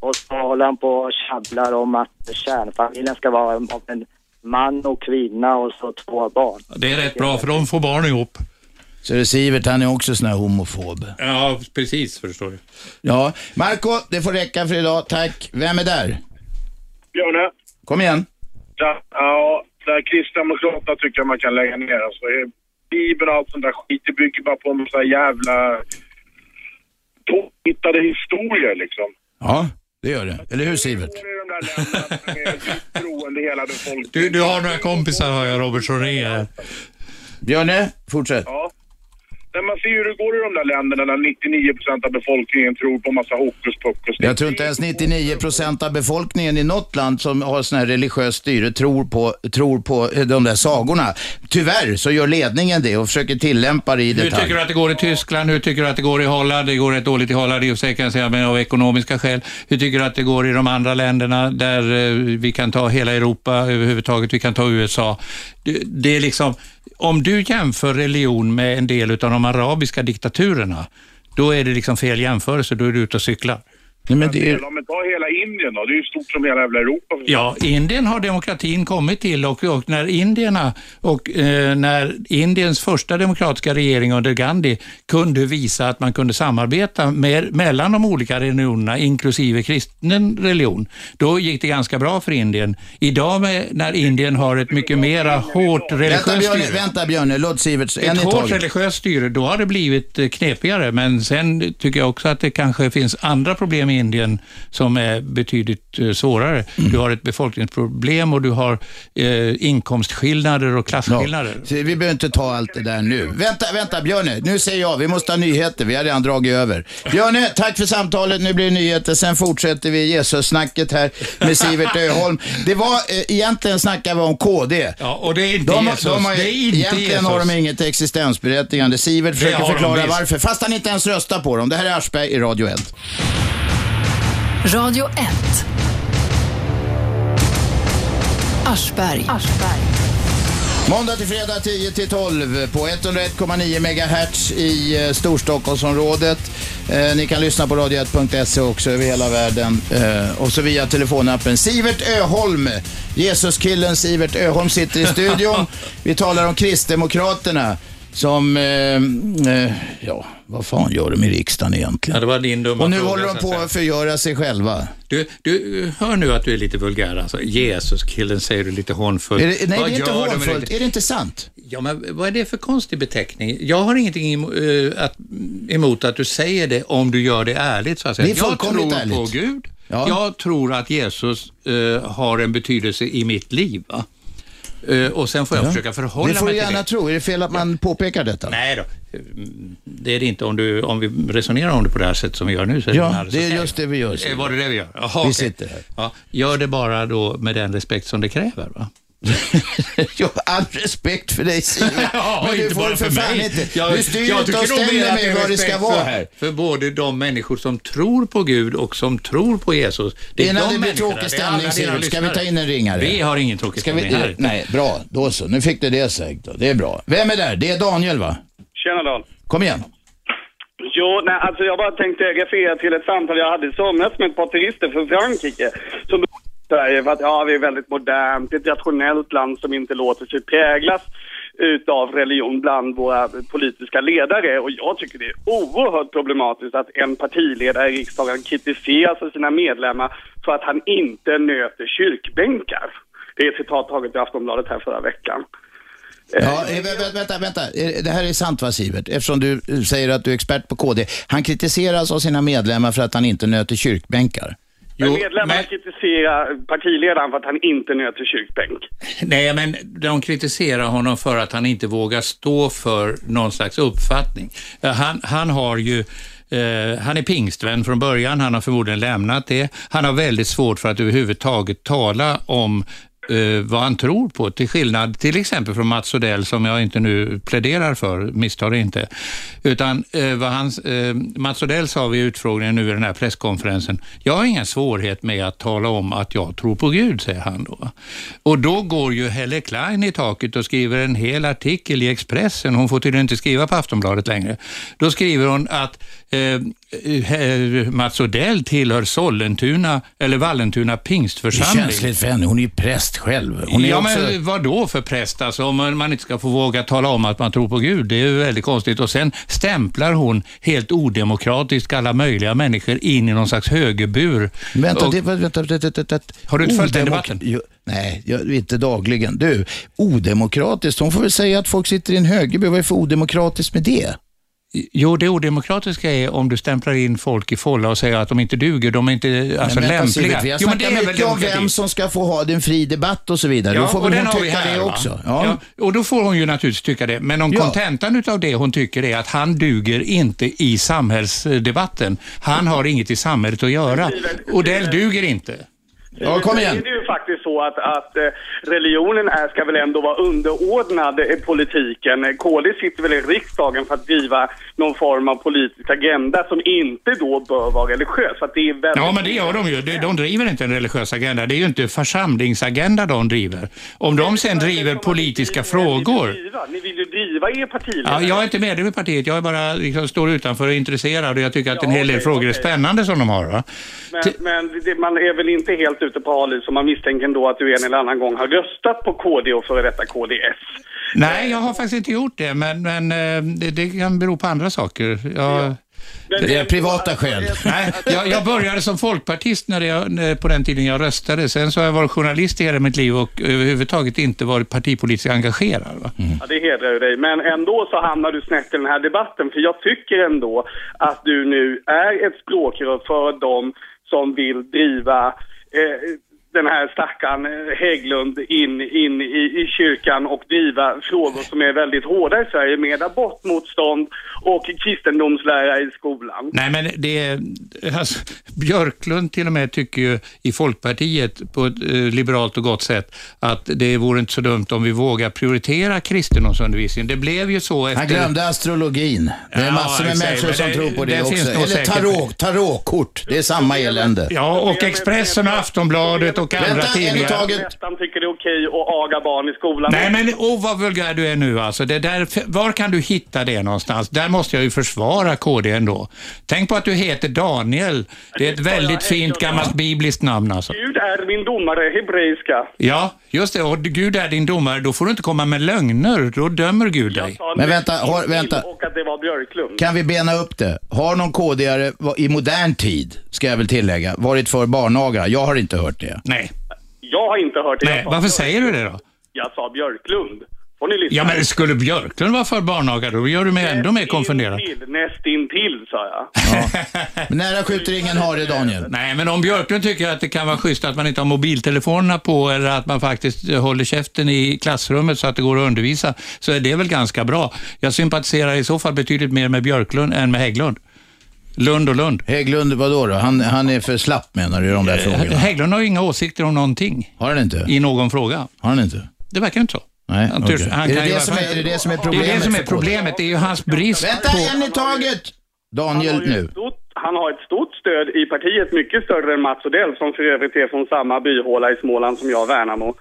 S6: och så håller han på och tjabblar om att kärnfamiljen ska vara av en man och kvinna och så två barn.
S3: Det är rätt bra, för de får barn ihop.
S2: så är det Sivert, han är också sån här homofob.
S3: Ja, precis, förstår du.
S2: Ja, Marco, det får räcka för idag, tack. Vem är där?
S7: Björne,
S2: Kom igen.
S7: där, ja, där Kristdemokraterna tycker jag man kan lägga ner. Alltså, eh, Bibeln och allt sånt där skit, det bygger bara på en massa jävla påhittade historier liksom.
S2: Ja, det gör det. Eller hur Sivert?
S7: Det är de där länderna som är djupt troende hela befolkningen.
S3: Du, du har några kompisar, har jag, Robert, som ringer här.
S2: Björne, fortsätt.
S7: Ja. När man ser hur det går i de där länderna där 99 procent av befolkningen tror på massa hokus pokus.
S2: Jag tror inte ens 99% av befolkningen i något land som har sån här religiöst styre tror på, tror på eh, de där sagorna. Tyvärr så gör ledningen det och försöker tillämpa det i
S3: Hur
S2: detalj.
S3: tycker du att det går i Tyskland? Hur tycker du att det går i Holland? Det går rätt dåligt i Holland, det är ju säkert, kan jag säga, men av ekonomiska skäl. Hur tycker du att det går i de andra länderna där eh, vi kan ta hela Europa överhuvudtaget, vi kan ta USA? Det, det är liksom, om du jämför religion med en del av de arabiska diktaturerna, då är det liksom fel jämförelse, då är du ute och cyklar.
S2: Nej, men det är...
S7: Ja, men ta hela Indien då. Det är ju stort som hela jävla Europa.
S3: Ja, Indien har demokratin kommit till och, och när indierna och eh, när Indiens första demokratiska regering under Gandhi kunde visa att man kunde samarbeta med, mellan de olika religionerna, inklusive kristen religion, då gick det ganska bra för Indien. Idag med, när Indien har ett mycket mera hårt
S2: Vänta
S3: religiöst
S2: Björne,
S3: styre,
S2: vänta Björne, låt Sivert, en i
S3: ett hårt
S2: taget.
S3: religiöst styre, då har det blivit eh, knepigare. Men sen tycker jag också att det kanske finns andra problem i Indien som är betydligt eh, svårare.
S2: Mm.
S3: Du har ett befolkningsproblem och du har eh, inkomstskillnader och
S2: Ja.
S3: klasskillnader.
S2: Så Vi behöver inte ta allt det där nu. Vänta, vänta Björne, nu säger jag, vi måste ha nyheter, vi har redan dragit över. Björne, tack för samtalet, nu blir det nyheter, sen fortsätter vi Jesus-snacket här med Sivert Öholm. Det var, eh, egentligen snackar vi om KD.
S3: Ja, och det är inte
S2: De,
S3: Jesus.
S2: de har,
S3: det är inte E
S2: egentligen
S3: Jesus.
S2: har de inget existensberättigande. Sivert försöker
S3: har de
S2: förklara
S3: visst.
S2: varför, fast han inte ens röstar på dem. Det här är Aschberg i Radio 1.
S1: Radio 1. Aschberg.
S2: Måndag till fredag 10 till 12 på 101,9 MHz i eh, Storstockholmsområdet. Eh, ni kan lyssna på radio1.se också över hela världen eh, och så via telefonappen. Sivert Öholm, Jesuskillen Sivert Öholm sitter i studion. Vi talar om Kristdemokraterna som, eh, eh, ja, vad fan gör de i riksdagen egentligen?
S3: Ja, det var din dumma
S2: Och nu
S3: fråga,
S2: håller
S3: så
S2: de
S3: att
S2: på
S3: säga.
S2: att förgöra sig själva.
S3: Du, du hör nu att du är lite vulgär alltså. Jesus-killen säger du lite hånfullt.
S2: Är det, nej,
S3: Vad
S2: det är inte
S3: gör de med
S2: hånfullt. Är det inte sant?
S3: Ja, men vad är det för konstig beteckning? Jag har ingenting emo- eh, att, emot att du säger det om du gör det ärligt. Så att säga.
S2: Det är
S3: jag
S2: fullkomligt
S3: tror på
S2: ärligt.
S3: Gud.
S2: Ja.
S3: Jag tror att Jesus eh, har en betydelse i mitt liv. Va? Eh, Och sen får jag försöka
S2: Det
S3: förhålla mig till
S2: får
S3: det.
S2: du gärna tro. Är det fel att man påpekar detta?
S3: Nej då, Mm, det är det inte. Om, du, om vi resonerar om det på det här sättet som vi gör nu så är det
S2: Ja,
S3: här
S2: det är
S3: resonemanget.
S2: just det vi gör.
S3: Eh, Var det det vi gör? Jaha,
S2: Vi
S3: okej.
S2: sitter här.
S3: Ja, gör det bara då med den respekt som det kräver. Va?
S2: Jag har all respekt för dig Simon.
S3: Ja,
S2: Men du
S3: inte
S2: får
S3: bara
S2: för
S3: för
S2: fan
S3: mig.
S2: inte.
S3: Jag-
S2: du styr
S3: jag
S2: inte och
S3: tycker nog mer
S2: ställer
S3: att det
S2: med
S3: är
S2: var det
S3: respekt
S2: ska vara
S3: för-
S2: här.
S3: För både de människor som tror på Gud och som tror på Jesus. Det är
S2: Innan
S3: de
S2: det blir
S3: människorna,
S2: tråkig
S3: det är alla
S2: stämning,
S3: dina
S2: Sivert, ska vi
S3: lyssnare.
S2: ta in en ringare?
S3: Vi har ingen tråkig
S2: Ska
S3: stämning
S2: vi,
S3: här.
S2: nej, bra. Då så. Nu fick du det sagt. Då. Det är bra. Vem är där? Det är Daniel va?
S8: Tjena Dan.
S2: Kom igen.
S8: Jo, nej, alltså jag bara tänkte referera till ett samtal jag hade i somras med ett par turister från Frankrike. Som Sverige för att ja, vi är väldigt modernt, ett rationellt land som inte låter sig präglas utav religion bland våra politiska ledare. Och jag tycker det är oerhört problematiskt att en partiledare i riksdagen kritiseras av sina medlemmar för att han inte nöter kyrkbänkar. Det är ett citat taget i Aftonbladet här förra veckan.
S2: Ja, eh, vä- vä- vänta, vänta. Eh, Det här är sant va Sivert? Eftersom du eh, säger att du är expert på KD. Han kritiseras av sina medlemmar för att han inte nöter kyrkbänkar.
S3: Jo,
S8: Medlemmarna
S3: men-
S8: kritiserar partiledaren för att han inte nöter kyrkbänk.
S3: Nej, men de kritiserar honom för att han inte vågar stå för någon slags uppfattning. Eh, Han, han har ju eh, han är pingstvän från början, han har förmodligen lämnat det. Han har väldigt svårt för att överhuvudtaget tala om eh, vad han tror på, till skillnad till exempel från Mats Odell, som jag inte nu pläderar för, misstar inte. Utan eh, vad hans, eh, Mats Odell sa vid utfrågningen nu i den här presskonferensen, jag har inga svårighet med att tala om att jag tror på Gud, säger han då. Och då går ju Helle Klein i taket och skriver en hel artikel i Expressen, hon får tydligen inte skriva på Aftonbladet längre. Då skriver hon att eh, eh, Mats Odell tillhör Sollentuna, eller Vallentuna
S2: Det är
S3: pingstförsamling.
S2: känsligt för henne. Hon är ju präst själv. Hon är
S3: ja,
S2: också...
S3: men vad då för präst? Alltså, om man man inte ska få våga tala om att man tror på Gud, det är ju väldigt konstigt. Och sen stämplar hon helt odemokratiskt alla möjliga människor in i någon slags högerbur.
S2: Vänta,
S3: och,
S2: det, vänta, vänta, vänta, vänta.
S3: Har du inte följt den
S2: Odemok-
S3: debatten?
S2: Jo, nej, jag, inte dagligen. Du, odemokratiskt. Hon får väl säga att folk sitter i en högerby. Vad är det för odemokratiskt med det?
S3: Jo, det odemokratiska är om du stämplar in folk i folla och säger att de inte duger, de är inte alltså,
S2: Men vänta,
S3: lämpliga.
S2: Sivert, vi har
S3: jo, men det
S2: snackat
S3: är väl
S2: mycket om
S3: demokrati.
S2: vem som ska få ha det, en fri debatt och så vidare. då får
S3: och
S2: väl hon
S3: den har vi
S2: tycka
S3: här,
S2: det
S3: va?
S2: också. Mm. Ja.
S3: Ja. Och då får hon ju naturligtvis tycka det. Men om
S2: Ja.
S3: kontentan utav det hon tycker är att han duger inte i samhällsdebatten. Han har inget i samhället att göra. Odell duger inte.
S2: Ja, kom igen.
S8: Det är ju faktiskt så att, att eh, religionen är, ska väl ändå vara underordnad eh, politiken. Eh, KD sitter väl i riksdagen för att driva någon form av politisk agenda som inte då bör vara religiös. För att det är väldigt...
S3: Ja, men det gör de ju. De, de driver inte en religiös agenda. Det är ju inte församlingsagenda de driver. Om de sen driver politiska frågor.
S8: Ni vill ju driva- Ni vill ju driva er partiledare.
S3: Ja, jag är inte medlem i partiet, jag är bara liksom, står utanför och är intresserad och jag tycker att en
S8: Ja,
S3: hel del
S8: okej,
S3: frågor är
S8: okej.
S3: spännande som de har. Va?
S8: Men,
S3: Ti-
S8: men det, man är väl inte helt ute på hal is om man misstänker ändå att du en eller annan gång har röstat på KD och före detta KDS.
S3: Nej, jag har faktiskt inte gjort det, men, men eh, det, det kan bero på andra saker. Jag,
S8: Men-
S2: Det är privata skäl.
S3: nej, jag, jag började som folkpartist när jag, när- på den tiden jag röstade. Sen så har jag varit journalist i hela mitt liv och överhuvudtaget inte varit partipolitiskt engagerad. Va?
S2: Mm.
S8: Ja, det hedrar ju dig. Men ändå så hamnar du snett i den här debatten. För jag tycker ändå att du nu är ett språkrör för dem som vill driva eh, den här stackaren eh, Hägglund in, in i, i kyrkan och driva frågor som är väldigt hårda i Sverige med abortmotstånd och kristendomslära i skolan.
S3: Nej, men det är, alltså, Björklund till och med tycker ju i Folkpartiet på ett eh, liberalt och gott sätt att det vore inte så dumt om vi vågar prioritera kristendomsundervisningen. Det blev ju så efter...
S2: Han glömde astrologin. Det är
S3: Ja,
S2: massor med
S3: exakt,
S2: människor
S3: men
S2: som
S3: det-
S2: tror på det,
S3: det
S2: också.
S3: finns nog
S2: Eller
S3: säkert-
S2: tarot, tarotkort. Det är samma elände.
S3: Ja, och Expressen och Aftonbladet och andra
S2: Vänta, en i
S3: tidningar.
S2: taget.
S8: Nästan tycker det är okej att aga barn i skolan.
S3: Nej men åh vad vulgär du är nu alltså. Det där, var kan du hitta det någonstans? Där måste jag ju försvara KD ändå. Tänk på att du heter Daniel. Det är ett väldigt fint gammalt bibliskt namn alltså.
S8: Gud är min domare, hebreiska.
S3: Ja, just det. Och Gud är din domare. Då får du inte komma med lögner. Då dömer Gud dig.
S8: Sa
S2: Men vänta,
S8: Nixon
S2: har- vänta.
S8: Och att det var Björklund.
S2: Kan vi bena upp det? Har någon KD-are va- i modern tid, ska jag väl tillägga, varit för barnaga? Jag har inte hört det.
S3: Nej,
S8: Jag har inte hört det.
S3: nej.
S8: Jag sa
S3: Varför säger du det då?
S8: Jag sa Björklund. Har ni lyssnat?
S3: Ja, men skulle Björklund vara för barnaga, då gör du mig ändå mer konfunderad.
S8: Till, näst intill, sa jag.
S2: Nära skjuter ingen hare, Daniel.
S3: Nej, men om Björklund tycker att det kan vara schysst att man inte har mobiltelefonerna på eller att man faktiskt eh, håller käften i klassrummet så att det går att undervisa, så är det väl ganska bra. Jag sympatiserar i så fall betydligt mer med Björklund än med Hägglund. Lund och Lund.
S2: Hägglund, vadå då? Han, han är för slapp menar du i de där
S3: Eh,
S2: frågorna?
S3: Hägglund har ju inga åsikter om någonting
S2: Har han inte?
S3: i någon fråga.
S2: Har han inte?
S3: Det verkar inte så.
S2: Nej,
S3: Han
S2: okej.
S3: törs- han
S2: är, det
S3: kan ju i
S2: det
S3: alla
S2: som
S3: fall-
S2: är, är det det som är
S3: Det
S2: problemet?
S3: är det som
S2: för
S3: är
S2: KD?
S3: problemet, det är ju hans brist
S2: Vänta,
S3: på...
S2: en i taget!
S8: Han
S2: Daniel
S8: har ju
S2: nu.
S8: ett stort, han har ett stort stöd i partiet, mycket större än Mats Odell som för övrigt är från samma byhåla i Småland som jag, Värnamo.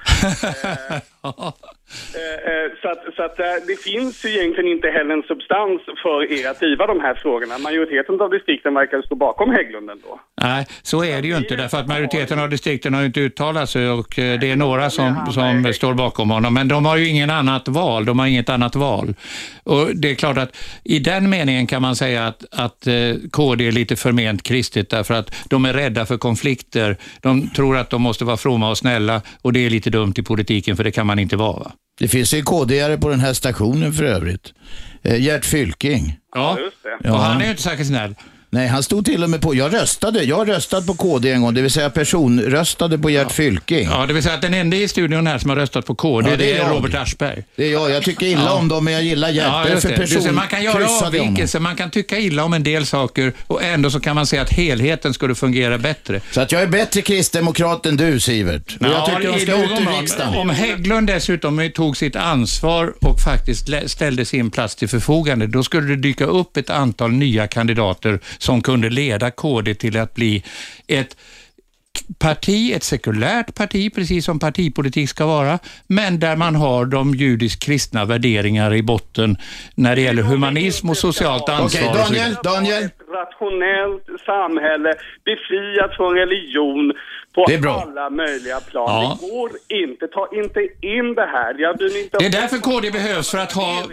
S8: Eh, eh, så att, så att eh, det finns ju egentligen inte heller en substans för er att driva de här frågorna. Majoriteten av distrikten verkar stå bakom Hägglund ändå.
S3: Nej, så är det ju inte därför att majoriteten av distrikten har ju inte uttalat sig och eh, det är några som, som står bakom honom. Men de har ju ingen annat val, de har inget annat val. Och det är klart att i den meningen kan man säga att, att eh, KD är lite förment kristet därför att de är rädda för konflikter. De tror att de måste vara fromma och snälla och det är lite dumt i politiken för det kan man inte vara. va?
S2: Det finns ju kd på den här stationen för övrigt. Eh, Gert Fylking.
S3: Ja,
S8: Just det.
S2: Ja.
S3: och han är ju inte särskilt snäll.
S2: Nej, han stod till och med på, jag röstade, jag har röstat på KD en gång, det vill säga personröstade på Gert Fylking.
S3: Ja, det vill säga att den enda i studion här som har röstat på KD,
S2: Ja, det är
S3: det är
S2: jag.
S3: Robert Aschberg.
S2: Det är jag, jag tycker illa om dem men jag gillar Gert.
S3: Ja, just
S2: Därför
S3: det. Du ser,
S2: person-
S3: man kan göra
S2: kryssade jag honom.
S3: avvikelser, man kan tycka illa om en del saker och ändå så kan man säga att helheten skulle fungera bättre.
S2: Så att jag är bättre kristdemokrat än du Sivert. Och jag
S3: Ja,
S2: tycker de
S3: i
S2: ska ut
S3: någon
S2: ur
S3: mån.
S2: riksdagen.
S3: Om Hägglund dessutom tog sitt ansvar och faktiskt lä- ställde sin plats till förfogande, då skulle det dyka upp ett antal nya kandidater som kunde leda KD till att bli ett parti, ett sekulärt parti, precis som partipolitik ska vara, men där man har de judisk-kristna värderingar i botten när det gäller humanism och socialt ansvar.
S2: Okej,
S3: och så vidare.
S2: Daniel, Daniel.
S8: Ett rationellt samhälle befriat från religion på
S2: Det är bra.
S8: alla möjliga plan.
S3: Ja.
S8: Det går inte. Ta inte in det här. Jag bryr mig inte
S3: Det är
S8: om-
S3: därför KD behövs, för att ha-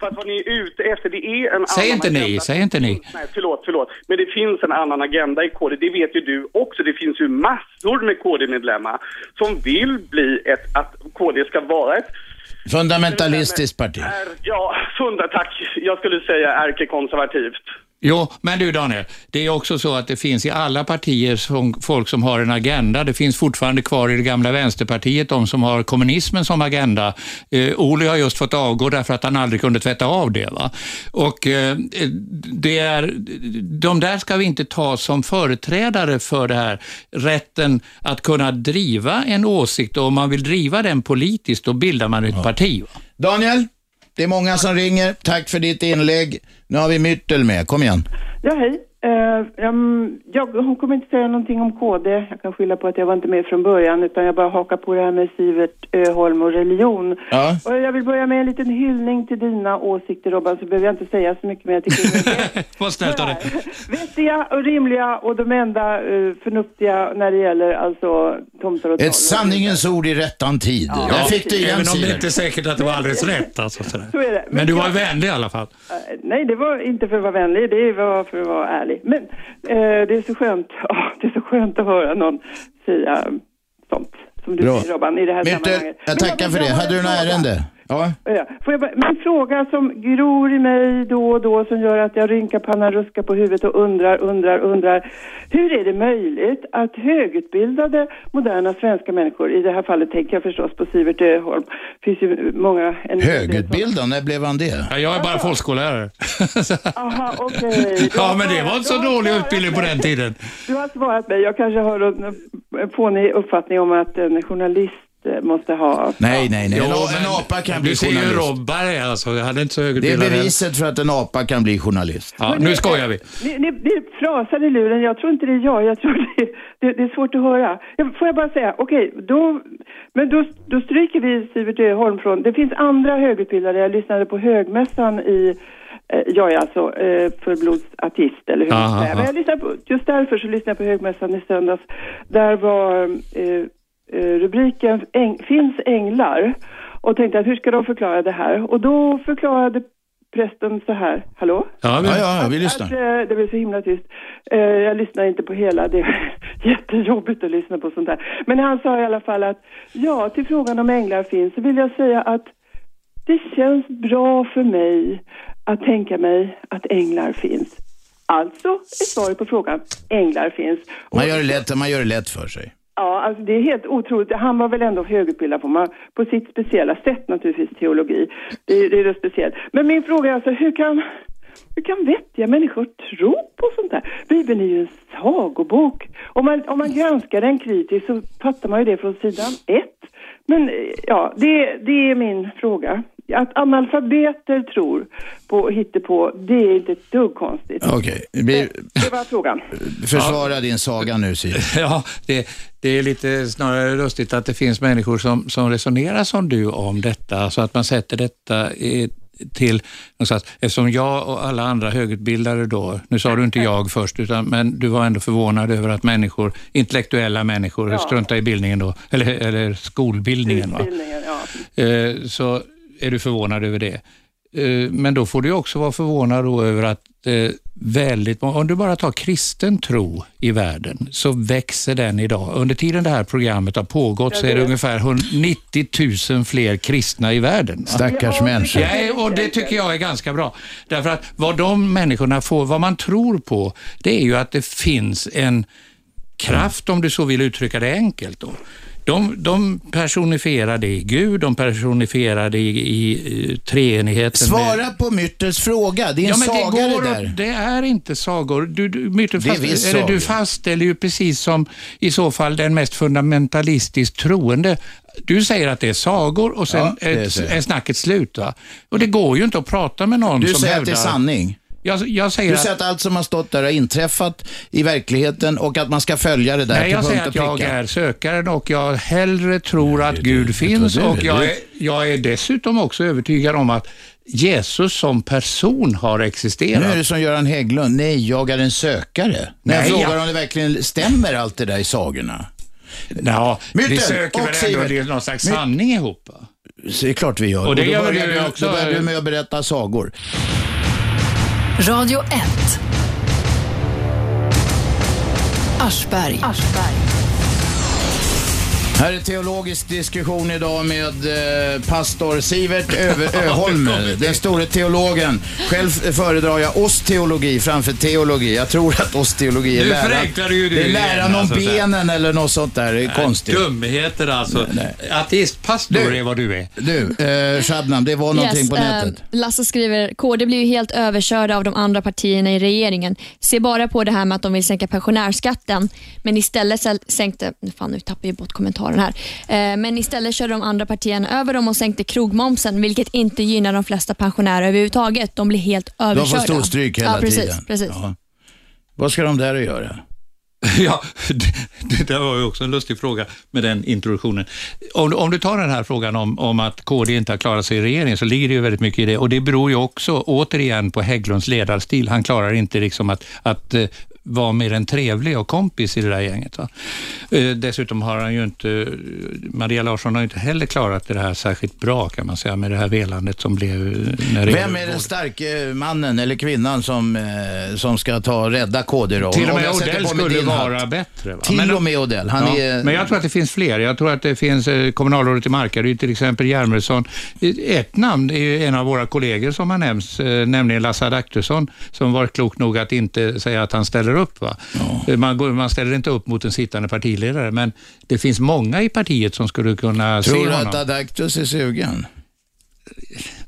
S8: För att vad ni är ute efter, det är en
S3: Säg
S8: annan
S3: inte ni,
S8: agenda.
S3: säg inte ni.
S8: Nej, förlåt, förlåt. Men det finns en annan agenda i KD, det vet ju du också. Det finns ju massor med KD-medlemmar som vill bli ett, att KD ska vara ett
S2: Fundamentalistiskt parti.
S8: är, ja, funda, tack. Jag skulle säga ärkekonservativt.
S3: Jo, men du Daniel, det är också så att det finns i alla partier som, folk som har en agenda. Det finns fortfarande kvar i det gamla Vänsterpartiet de som har kommunismen som agenda. Eh, Ohly har just fått avgå därför att han aldrig kunde tvätta av det. Va? Och eh, det är, De där ska vi inte ta som företrädare för det här. Rätten att kunna driva en åsikt och om man vill driva den politiskt, då bildar man ett parti. Va?
S2: Daniel, det är många som ringer. Tack för ditt inlägg. Nu har vi Myrtel med, kom igen.
S9: Ja, hej. Eh, ehm, jag hon kommer inte säga någonting om KD. Jag kan skylla på att jag var inte med från början utan jag bara hakar på det här med Sivert Öholm och religion.
S2: Ja.
S9: Och jag vill börja med en liten hyllning till dina åsikter Robban så behöver jag inte säga så mycket men jag tycker det är
S3: Vad snällt av dig.
S9: vettiga och rimliga och de enda eh, förnuftiga när det gäller alltså tomtar och
S2: Ett
S9: troll.
S2: sanningens ord i rättan tid. Där fick du igen
S3: Även om det
S2: Sivert.
S3: inte är säkert att det var alldeles rätt. Alltså, sådär.
S9: Så är det.
S3: Men du var vänlig i alla fall.
S9: Eh, Nej, det var inte för att vara vänlig, det var för att vara ärlig. Men eh, det är så skönt, ah, det är så skönt att höra någon säga sånt som du
S2: Bra.
S9: säger Robban i det här
S2: Myrtel,
S9: sammanhanget. Men
S2: jag tackar
S9: vill
S2: för det.
S9: bara
S2: Hade du något
S9: fråga.
S2: ärende? Ja.
S9: Ja, Får jag bara, min fråga som gror i mig då och då som gör att jag rynkar pannan, ruskar på huvudet och undrar, undrar, undrar. Hur är det möjligt att högutbildade moderna svenska människor, i det här fallet tänker jag förstås på Sivert Öholm, finns ju många... en-
S2: Högutbildad, när blev han det?
S3: Ja, jag är bara folkskollärare.
S9: Aha, okej.
S3: Ja, men det var inte så dålig utbildning på den tiden.
S9: Du har svarat mig. Jag kanske har en en fånig uppfattning om att en journalist eh, måste ha...
S2: Nej, nej, nej. en,
S3: Jo,
S2: a- en
S3: men
S2: apa kan
S3: du
S2: bli
S3: ser ju
S2: journalist.
S3: Robberg alltså. Jag hade inte så
S2: Det är
S3: högutbildad.
S2: beviset för att en apa kan bli journalist.
S3: Ja, nu skojar vi.
S9: Ni, ni, ni frasar i luren. Jag tror inte det är jag. jag tror det, det, det är svårt att höra. Ja, Får jag bara säga, okej, då, men då, då stryker vi Sivert Öholm från... Det finns andra högutbildade. Jag lyssnade på högmässan i... eh, Jag är alltså eh, förblodsartist, eller hur man
S3: Aha,
S9: ska säga. Men
S3: aha.
S9: jag lyssnade på, just därför så lyssnade jag på högmässan i söndags. Där var eh, eh, rubriken Äng, Finns änglar? Och tänkte att hur ska de förklara det här? Och då förklarade prästen så här, hallå?
S3: Ja,
S2: Ja,
S3: vi...
S2: ja, ja, vi
S9: Att,
S2: lyssnar.
S9: eh, det blev så himla tyst. Eh, jag lyssnar inte på hela, det är jättejobbigt att lyssna på sånt här. Men han sa i alla fall att ja, till frågan om änglar finns så vill jag säga att Det känns bra för mig att tänka mig att änglar finns. Alltså är svaret på frågan, änglar finns.
S2: Man gör det lätt, man gör det lätt för sig.
S9: Ja, alltså det är helt otroligt. Han var väl ändå högutbildad på, man, på sitt speciella sätt naturligtvis, teologi. Det, är- det är det speciellt. Men min fråga är alltså, hur kan, hur kan vettiga människor tro på sånt här? Bibeln är ju en sagobok. Om man, om man granskar den kritiskt så fattar man ju det från sidan ett. Men eh, ja, det, det är min fråga. Att analfabeter tror på hittepå, det är inte ett dugg konstigt.
S2: Okej, vi
S9: Det var frågan.
S2: försvarar din saga nu Siv.
S3: Ja, det, det är lite snarare lustigt att det finns människor som, som resonerar som du om detta, så att man sätter detta i, till någonstans. Eftersom jag och alla andra högutbildade då, nu sa du inte jag först, utan, men du var ändå förvånad över att människor, intellektuella människor,
S9: Ja.
S3: struntar i bildningen då, eller, eller skolbildningen. Va?
S9: Utbildningen, ja.
S3: Eh, så är du förvånad över det. Eh, Men då får du ju också vara förvånad då över att eh, väldigt många, om du bara tar kristen tro i världen, så växer den idag. Under tiden det här programmet har pågått så är det ungefär 190 000 fler kristna i världen. va?
S2: Stackars människor.
S3: Nej, och det tycker jag är ganska bra. Därför att vad de människorna får, vad man tror på, det är ju att det finns en kraft, om du så vill uttrycka det enkelt. Då. De, de personifierar det i Gud, de personifierar det i, i eh, treenigheten. med-
S2: Svara på Myrtels fråga, det är en
S3: men
S2: saga det
S3: att-
S2: där.
S3: det är inte sagor. Du, du, Myrtle,
S2: Det är
S3: fast,
S2: visst
S3: eller
S2: sagor.
S3: du fastställer ju precis som i så fall den mest fundamentalistiskt troende. Du säger att det är sagor och sen
S2: Ja,
S3: är,
S2: det säger jag.
S3: är snacket slut. Va? Och det går ju inte att prata med någon
S2: Du
S3: som
S2: säger att det
S3: hävdar...
S2: är sanning.
S3: Jag, jag säger
S2: Du
S3: att...
S2: säger att allt som har stått där har inträffat i verkligheten och att man ska följa det där
S3: Nej,
S2: till
S3: jag
S2: punkt
S3: säger
S2: och
S3: att jag
S2: pricka.
S3: är sökaren och jag hellre tror att Gud finns
S2: tror du,
S3: och jag
S2: du-
S3: är, jag är dessutom också övertygad om att Jesus som person har existerat.
S2: Nu är det som Göran Hägglund, nej jag är en sökare. När jag
S3: Nej,
S2: frågar
S3: jag-
S2: om det verkligen stämmer allt det där i sagorna.
S3: Ja, vi
S2: Myten
S3: söker
S2: och
S3: väl ändå
S2: Sivert.
S3: det är någon slags sanning ihop. va?
S2: Så det är klart vi gör.
S3: Och det
S2: då
S3: gör väl
S2: börjar
S3: du
S2: du
S3: också,
S2: Då börjar
S3: eh?
S2: du med att berätta sagor.
S1: Radio 1. Aschberg.
S2: Här är teologisk diskussion idag med eh, pastor Sivert Över- Öholm, den store teologen. Själv föredrar jag osteologi framför teologi. Jag tror att osteologi är
S10: Nu
S2: läran,
S10: förenklar du ju det
S2: det är
S10: igen,
S2: läran om
S10: alltså, så här.
S2: benen eller något sånt där. Det är konstigt.
S10: Dumheter alltså.
S3: Ateistpastor
S2: Du-
S3: är vad du är.
S2: Du, eh, Shabnam, det var någonting
S11: Yes,
S2: på
S11: eh,
S2: nätet.
S11: Lasse skriver, KD blir ju helt överkörda av de andra partierna i regeringen. Se bara på det här med att de vill sänka pensionärsskatten, men istället säl- sänkte, fan nu tappar jag bort kommentaren här, eh, men istället körde de andra partierna över dem och sänkte krogmomsen, vilket inte gynnar de flesta pensionärer överhuvudtaget. De blir helt
S2: De får
S11: överkörda.
S2: storstryk hela
S11: ja, precis,
S2: tiden.
S11: Precis.
S2: Ja. Vad ska de där att göra?
S3: Ja, det, det där var ju också en lustig fråga med den introduktionen. Om, du- om du tar den här frågan om, om att KD inte har klarat sig i regeringen så ligger det ju väldigt mycket i det och det beror ju också återigen på Hägglunds ledarstil. Han klarar inte liksom att, att eh, vara mer än trevlig och kompis i det där gänget. Va? Eh, Dessutom har han ju inte, eh, Maria Larsson har ju inte heller klarat det här särskilt bra kan man säga med det här velandet som blev eh, när
S2: Vem är den starke mannen eller kvinnan som, eh, som ska ta rädda KD då?
S3: Till och
S2: Om
S3: med
S2: jag sätter
S3: Odell
S2: på mig
S3: skulle
S2: din
S3: vara
S2: hatt.
S3: bättre. Va?
S2: Till och med Odell. Han
S3: Ja,
S2: är...
S3: Men jag tror att det finns fler. Jag tror att det finns eh, kommunalrådet i Markaryd, till exempel Hjalmarsson. Ett namn är ju en av våra kollegor som har nämnts, eh, nämligen Lasse Adaktusson, som var klok nog att inte säga att han ställer upp. Va? Eh, Man, går, man ställer inte upp mot en sittande partiledare, men det finns många i partiet som skulle kunna
S2: Tror
S3: se
S2: du
S3: honom.
S2: att Adaktus är sugen?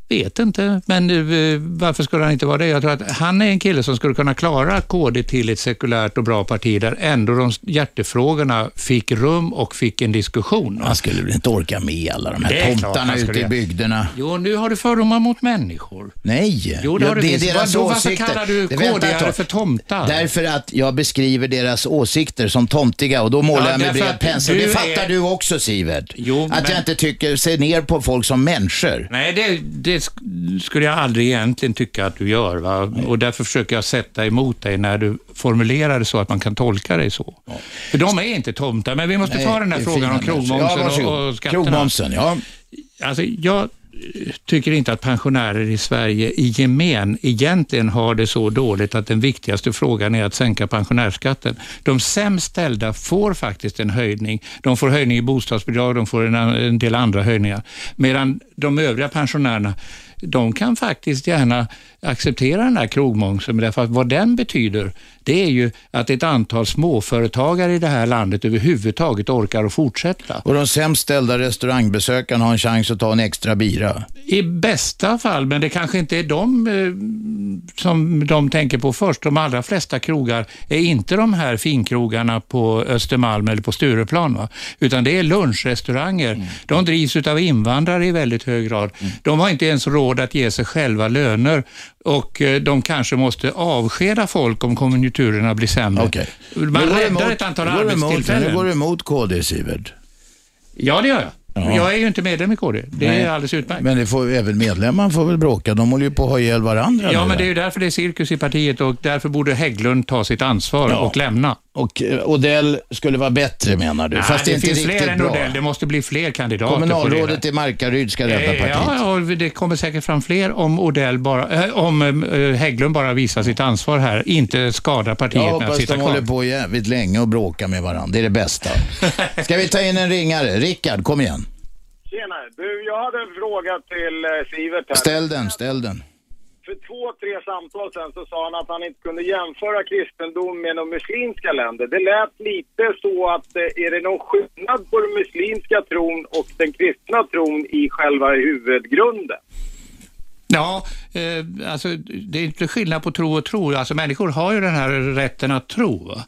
S3: Vet inte, men eh, varför skulle han inte vara det? Jag tror att han är en kille som skulle kunna klara KD till ett sekulärt och bra parti där ändå de hjärtefrågorna fick rum och fick en diskussion.
S2: Han skulle väl inte orka med alla de
S3: Det
S2: här
S3: är klart
S2: tomtarna
S3: han
S2: ute
S3: skulle
S2: i
S3: göra.
S2: bygderna.
S3: Jo, nu har du fördomar mot människor.
S2: Nej,
S3: Jo, det har
S2: Ja,
S3: du
S2: det är
S3: visst.
S2: deras
S3: Vadå, varför
S2: åsikter.
S3: kallar du
S2: Det- vänta ett
S3: KD-are
S2: tag.
S3: för tomtar?
S2: Därför att jag beskriver deras åsikter som tomtiga och då målar
S3: Ja,
S2: jag med
S3: därför
S2: bred
S3: att
S2: pensel. Det
S3: du
S2: fattar
S3: är-
S2: du också Sivert.
S3: Jo,
S2: att jag
S3: men-
S2: inte tycker, ser ner på folk som människor.
S3: Nej, det, det sk- skulle jag aldrig egentligen tycka att du gör. Va? Och därför försöker jag sätta emot dig när du formulerar det så att man kan tolka dig så. För de är inte tomtar, men vi måste ta den här
S2: det är
S3: frågan
S2: fina
S3: om
S2: människor.
S3: krogmomsen
S2: ja,
S3: och,
S2: varsågod.
S3: och skatterna.
S2: Krogmomsen, ja.
S3: Alltså, jag tycker inte att pensionärer i Sverige i gemen egentligen har det så dåligt att den viktigaste frågan är att sänka pensionärsskatten. De sämst ställda får faktiskt en höjning. De får höjning i bostadsbidrag, de får en, an- en del andra höjningar. Medan de övriga pensionärerna, de kan faktiskt gärna acceptera den här krogmomsen, därför att vad den betyder, det är ju att ett antal småföretagare i det här landet överhuvudtaget orkar att fortsätta.
S2: Och de sämst ställda restaurangbesökarna har en chans att ta en extra bira.
S3: I bästa fall, men det kanske inte är de eh, som de tänker på först. De allra flesta krogar är inte de här finkrogarna på Östermalm eller på Stureplan, va? utan det är lunchrestauranger.
S2: Mm.
S3: De drivs av invandrare i väldigt hög grad. De har inte ens råd att ge sig själva löner och eh, de kanske måste avskeda folk om konjunkturerna blir sämre. Man
S2: Nu går du
S3: räddar
S2: emot-
S3: ett antal
S2: nu går du emot-
S3: arbetstillfällen.
S2: Nu går du emot KD, Sivert.
S3: Ja, det gör jag.
S2: Ja.
S3: Jag är ju inte medlem i KD. Det
S2: Nej.
S3: är alldeles utmärkt.
S2: Men det får, även medlemmarna får väl bråka. De håller ju på att ha ihjäl varandra
S3: Ja,
S2: nu.
S3: men det är ju därför det är cirkus i partiet och därför borde Hägglund ta sitt ansvar och lämna.
S2: Och eh, Odell skulle vara bättre menar du?
S3: Nej,
S2: Fast det är inte
S3: finns
S2: riktigt
S3: fler än
S2: bra.
S3: Odell. Det måste bli fler kandidater. på det där.
S2: Kommunalrådet i Markaryd ska rädda
S3: Eh,
S2: partiet.
S3: Ja, och det kommer säkert fram fler om, Odell bara, eh, om eh, Hägglund bara visar sitt ansvar här, inte skadar partiet
S2: Jag
S3: med att
S2: hoppas
S3: sitta
S2: de
S3: kvar.
S2: håller på jävligt länge och bråkar med varandra. Det är det bästa. Ska vi ta in en ringare? Rickard, kom igen.
S7: Tjena! Du, jag hade en fråga till eh, Sivert här.
S2: Ställ den, ställ den.
S7: För två, tre samtal sen så sa han att han inte kunde jämföra kristendom med de muslimska länder. Det lät lite så att eh, är det någon skillnad på den muslimska tron och den kristna tron i själva huvudgrunden?
S3: Ja, eh, alltså det är inte skillnad på tro och tro. Alltså människor har ju den här rätten att tro. Va?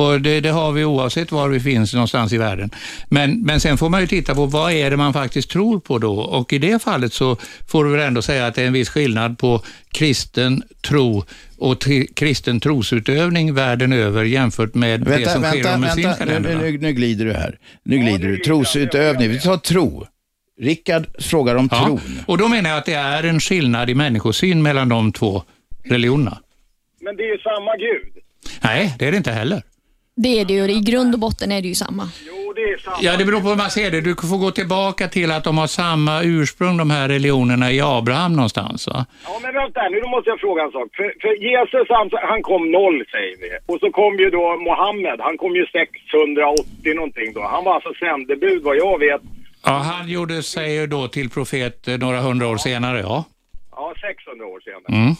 S3: Och det, det har vi oavsett var vi finns någonstans i världen. Men, men sen får man ju titta på vad är det man faktiskt tror på då? Och i det fallet så får du väl ändå säga att det är en viss skillnad på kristen tro och t- kristen trosutövning världen över jämfört med det
S2: Vänta,
S3: som sker i
S2: vänta,
S3: de
S2: vänta.
S3: muslimska
S2: Nu,
S3: länderna.
S2: nu, nu glider du här. Nu glider du. Trosutövning. Vi tar tro. Rickard frågar om
S3: Ja,
S2: tron.
S3: Och då menar jag att det är en skillnad i människosyn mellan de två religionerna.
S7: Men det är ju samma gud.
S3: Nej, det är det inte heller.
S11: Det är det ju. I grund och botten är det ju samma.
S3: Ja, det beror på hur man ser det. Du får gå tillbaka till att de har samma ursprung, de här religionerna, i Abraham någonstans. Va?
S7: Ja, men vänta här, nu då måste jag fråga en sak. För, för Jesus, han, han kom noll säger vi. Och så kom ju då Mohammed, han kom ju 680 någonting då. Han var alltså sändebud vad jag vet.
S3: Ja, han gjorde sig ju då till profet eh, några hundra år senare, ja.
S7: Ja, 600 år senare.
S3: Mm.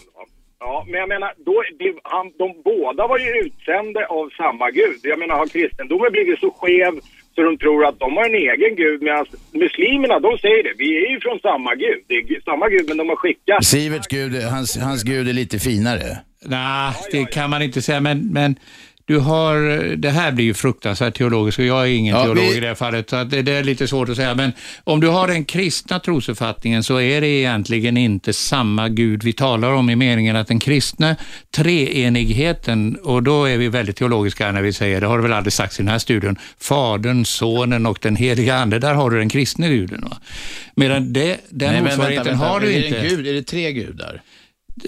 S7: Ja, men jag menar, då, det, han, de båda var ju utsända av samma gud. Jag menar, har kristendomen blivit så skev så de tror att de har en egen gud medan muslimerna, de säger det. Vi är ju från samma gud. Det är gu- samma gud, men de har skickat...
S2: Siverts gud, hans, hans gud är lite finare.
S3: Nej, det kan man inte säga, men, men du har, det här blir ju fruktansvärt teologiskt och jag är ingen
S2: Ja,
S3: teolog
S2: vi-
S3: i det här fallet, så att det, det är lite svårt att säga. Men om du har den kristna trosuppfattningen så är det egentligen inte samma Gud vi talar om i meningen att den kristna treenigheten, och då är vi väldigt teologiska när vi säger, det har det väl aldrig sagts i den här studien, Fadern, Sonen och den heliga Ande, där har du den kristne guden. Va? Medan det, den
S2: Nej, men vänta,
S3: motsvarigheten
S2: vänta.
S3: har du
S2: är
S3: inte.
S2: Det en gud? Är det tre gudar?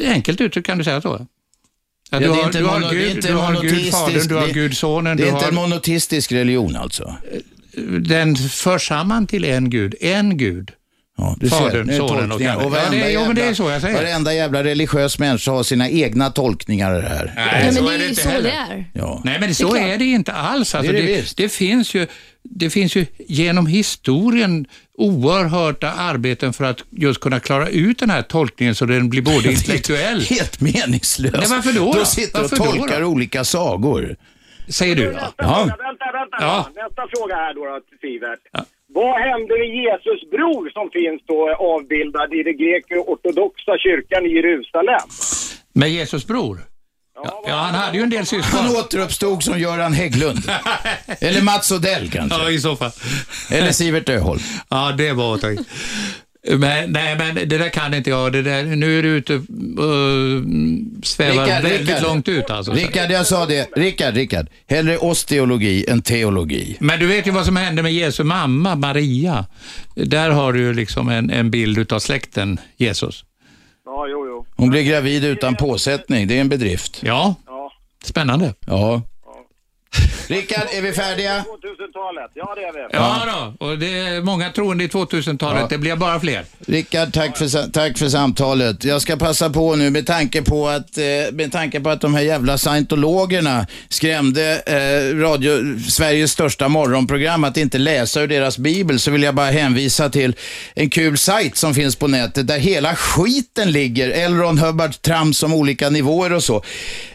S3: Enkelt uttryckt kan du säga så.
S2: Ja,
S3: Ja, du,
S2: det är
S3: har,
S2: inte
S3: du har
S2: mono- det är
S3: Gud,
S2: inte
S3: du har Gud
S2: monoteistisk-
S3: Fadern, du har
S2: det-
S3: Gud Sonen,
S2: Det är
S3: du
S2: inte en
S3: har... Eh,
S2: monoteistisk religion alltså?
S3: Den förs samman till en Gud, en Gud.
S2: Du ser,
S3: Fadern,
S2: nu är
S3: Sonen och
S2: tolkningar.
S3: Anden. Ja,
S2: varenda
S3: det, jo, men det är så jag
S2: jävla-
S3: säger.
S2: Varenda jävla religiös människa har sina egna tolkningar av det här.
S3: Nej, så är det inte heller. Nej, men så
S2: Det är
S3: är det inte alls. Alltså,
S2: Det
S3: det,
S2: är det
S3: det,
S2: visst.
S3: finns ju, det finns ju genom historien oerhörda arbeten för att just kunna klara ut den här tolkningen så den blir både intellektuell...
S2: Helt meningslöst.
S3: Nej, varför då?
S2: De
S3: då?
S2: sitter och
S3: varför då,
S2: tolkar
S3: då?
S2: olika sagor.
S3: Säger du, ja.
S2: ja.
S3: Ja.
S7: Nästa fråga här då, då till Sivert. Vad hände med Jesus bror som finns då avbildad i den grekisk-ortodoxa kyrkan i Jerusalem?
S3: Med Jesus bror? Ja, ja, han hade ju en del syskon.
S2: Han återuppstod som Göran Hägglund. Eller Mats Odell kanske.
S3: Ja, i så fall.
S2: Eller Sivert Öholm.
S3: Ja, det var tänkt. Men, nej, men det där kan inte jag. Det där, nu är du ute och svävar
S2: Rickard,
S3: väldigt
S2: Rickard.
S3: långt ut. Alltså.
S2: Rickard, jag sa det. Rickard, Rickard. Hellre osteologi än teologi.
S3: Men du vet ju vad som hände med Jesu mamma, Maria. Där har du ju liksom en, en bild utav släkten Jesus.
S7: Ja, jo, jo.
S2: Hon blev gravid utan påsättning. Det är en bedrift.
S3: Ja, spännande.
S2: Ja. Rickard, är vi färdiga?
S7: 2000-talet. Ja, det är vi.
S3: Ja, då. och det är många troende i 2000-talet.
S2: Ja.
S3: Det blir bara fler.
S2: Rickard, tack för, sa- tack för samtalet. Jag ska passa på nu med tanke på att, eh, med tanke på att de här jävla scientologerna skrämde eh, radio, Sveriges största morgonprogram att inte läsa ur deras bibel så vill jag bara hänvisa till en kul sajt som finns på nätet där hela skiten ligger. Elron Hubbard trams om olika nivåer och så.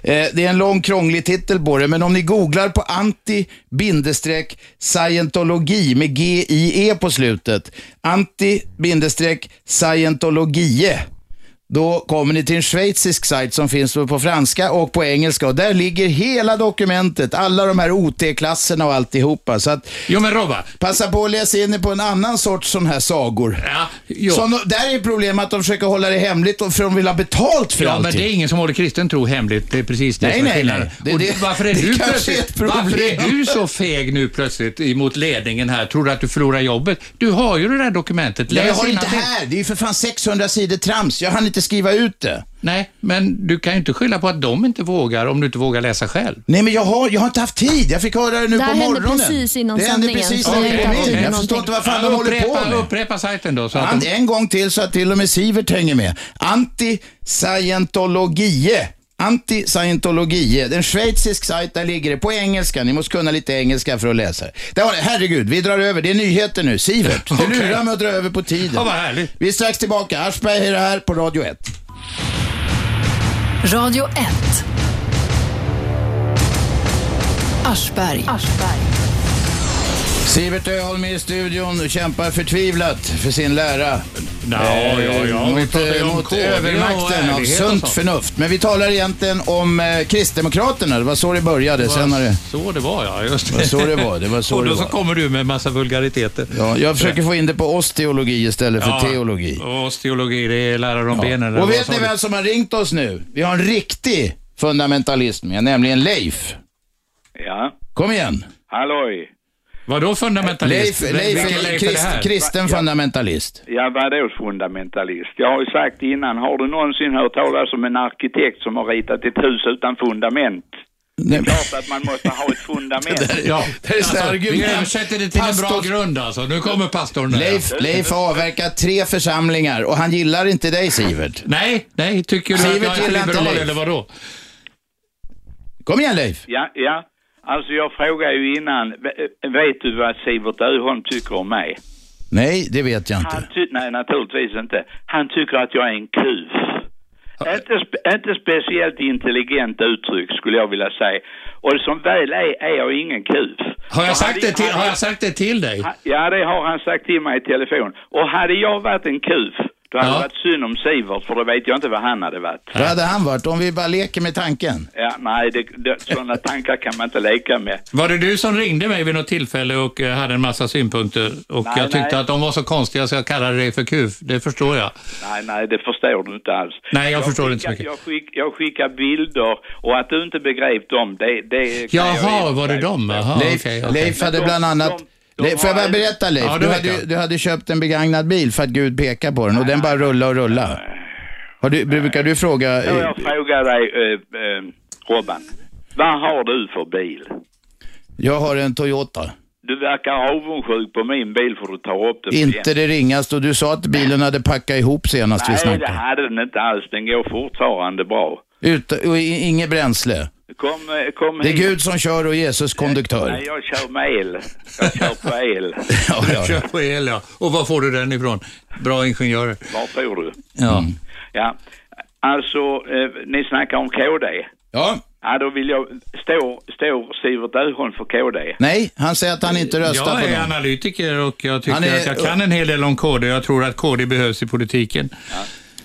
S2: Eh, det är en lång krånglig titel på det men om ni googlar på anti-scientologi med G-I-E på slutet. Anti-scientologie. Då kommer ni till en schweizisk sajt som finns på franska och på engelska. Och där ligger hela dokumentet, alla de här OT-klasserna och alltihopa. Så att,
S3: jo, men Robba.
S2: Passa på att läsa in er på en annan sorts sån här sagor.
S3: jo.
S2: Som, där är problemet att de försöker hålla det hemligt och- för de vill ha betalt för
S3: ja,
S2: allting.
S3: men det är ingen som håller kristen tro hemligt. Det är precis det
S2: Nej,
S3: som är
S2: nej,
S3: skillnaden.
S2: nej. Det-
S3: och
S2: det-
S3: varför, är
S2: det
S3: du
S2: kanske är
S3: plötsligt-
S2: ett problem.
S3: varför är du så feg nu plötsligt emot ledningen här? Tror du att du förlorar jobbet? Du har ju det där dokumentet.
S2: Nej, jag har inte
S3: innantill.
S2: här. Det är ju för fan 600 sidor trams. Jag hann inte skriva ut det.
S3: Nej, men du kan ju inte skylla på att de inte vågar om du inte vågar läsa själv.
S2: Nej, men jag har, jag har inte haft tid. Jag fick höra det nu
S11: Det här
S2: på
S11: hände
S2: morgonen.
S11: precis innan
S2: det hände
S11: sändningen,
S2: precis
S11: så
S2: när
S11: jag
S2: jag
S11: har
S2: kom
S11: inte haft
S2: in.
S11: tid
S2: Jag förstår inte
S11: någonting.
S2: vad fan
S3: Ja,
S2: de håller på
S3: upprepa,
S2: med.
S3: upprepa sajten då. Så
S2: Han,
S3: att de...
S2: En gång till så att till och med Sivert hänger med. Anti-scientologie. Anti-scientologie. Det är en schweizisk sajt, där ligger det på engelska. Ni måste kunna lite engelska för att läsa det. Där var det. Herregud, vi drar över. Det är nyheter nu. Sivert, du
S3: Okej.
S2: lurar mig att dra över på tiden.
S3: Ja, vad härligt.
S2: Vi är strax tillbaka. Aschberg är det här på Radio 1.
S1: Radio 1. Aschberg.
S2: Sivert Öholm är i studion och kämpar förtvivlat för sin lära.
S3: ja, ja, ja. Vi
S2: Mot,
S3: pratar ju
S2: eh,
S3: om
S2: mot
S3: KD och
S2: övermakten av
S3: ärlighet och
S2: sunt
S3: sånt.
S2: förnuft. Men vi talar egentligen om eh, Kristdemokraterna. Det var så det började. Sen har det...
S3: Så det var ja, just
S2: Det var så det var, det var så
S3: och då
S2: det
S3: så
S2: var.
S3: kommer du med massa vulgariteter.
S2: Ja, jag försöker få in det på oss teologi istället för
S3: Ja,
S2: teologi.
S3: och Osteologi, det är lärare om benen. eller
S2: Och
S3: vad
S2: vet
S3: sa
S2: ni
S3: du?
S2: vem som har ringt oss nu? Vi har en riktig fundamentalist med, nämligen Leif.
S10: Ja,
S2: Kom igen.
S10: halloj.
S3: Vadå fundamentalist?
S2: Leif,
S3: Vem-
S2: Leif
S3: vilken
S2: är
S3: Leif är det här?
S2: krist, kristen fundamentalist.
S10: Ja, vadå fundamentalist? Jag har ju sagt innan, har du någonsin hört talas om en arkitekt som har ritat ett hus utan fundament?
S2: Det är
S10: klart att man måste ha ett fundament.
S3: Ja,
S2: Det är så
S3: alltså,
S2: här
S3: vi
S2: argument.
S3: översätter det till en bra
S2: Pastor-
S3: grund alltså. Nu kommer pastorn där.
S2: Leif, Leif har avverkat tre församlingar och han gillar inte dig Sivert.
S3: Nej, nej, tycker du
S2: Sivert
S3: att jag är
S2: gillar inte
S3: liberal
S2: Leif.
S3: eller vadå?
S2: Kom igen Leif.
S10: Ja, ja. Alltså jag frågade ju innan, v- vet du vad Sivert Öholm tycker om mig?
S2: Nej, det vet jag inte.
S10: Han ty- nej, naturligtvis inte. Han tycker att jag är en kuf.
S3: eh.
S10: Inte, spe- inte speciellt intelligent uttryck skulle jag vilja säga. Och som väl är, är jag ingen kuf.
S3: Har jag,
S10: Och
S3: sagt
S10: hade-
S3: det till,
S10: hade-
S3: har jag sagt det till dig?
S10: Ja, det har han sagt till mig i telefon. Och hade jag varit en kuf, då hade
S3: Ja.
S10: det varit synd om Sivert, för då vet jag inte vad han hade varit.
S2: Vad hade han varit om vi bara leker med tanken?
S10: Ja, nej, det, det, sådana tankar kan man inte leka med.
S3: Var det du som ringde mig vid något tillfälle och eh, hade en massa synpunkter och
S10: Nej,
S3: jag tyckte
S10: nej.
S3: att de var så konstiga så jag kallade dig för kuf? Det förstår jag.
S10: Nej, nej, det förstår du inte alls.
S3: Nej, jag förstår inte så mycket.
S10: Jag, skick, jag skickar bilder och att du inte begrep dem, det... det kan jag
S3: Jaha,
S10: inte
S3: var det
S10: säga.
S3: dem? Jaha, okej.
S2: Leif,
S3: Ah, okej.
S2: Leif hade
S10: Men de-
S2: bland annat...
S10: de- de
S2: Leif, får jag
S10: har
S2: bara
S10: en-
S2: berätta Leif?
S3: Ja, det
S2: du,
S3: vet
S2: hade, ju-
S3: jag.
S2: du hade köpt en begagnad bil för att Gud pekar på den och den bara rullar och rullar. Har du, brukar du fråga...
S10: Då jag frågar dig, eh, eh, Robban, vad har du för bil?
S2: Jag har en Toyota.
S10: Du verkar avundsjuk på min bil för du tar upp den på jämt.
S2: Inte det ringaste och du sa att bilen hade packat ihop senast vi
S10: Nej, det
S2: snackade.
S10: hade den inte alls. Den går fortfarande bra.
S2: Ut, och i- inget bränsle.
S10: Kom, eh, kom
S2: Det är
S10: hit.
S2: Gud som kör och Jesus konduktör.
S10: Nej, jag kör med el. Jag kör på el.
S2: Ja, ja, ja.
S3: Kör på el ja. Och var får du den ifrån? Bra ingenjörer.
S10: Var bor du?
S3: Ja.
S10: Ja. Alltså, eh, ni snackar om KD.
S2: ja.
S10: Ja, då vill jag... Står står Sivert Öholm för KD?
S2: Nej, han säger att han inte röstar
S3: Jag
S2: på
S3: är
S2: dem.
S3: analytiker och jag
S2: Han
S3: tycker
S2: är-
S3: att jag kan en hel del om KD. Jag tror att KD behövs i politiken.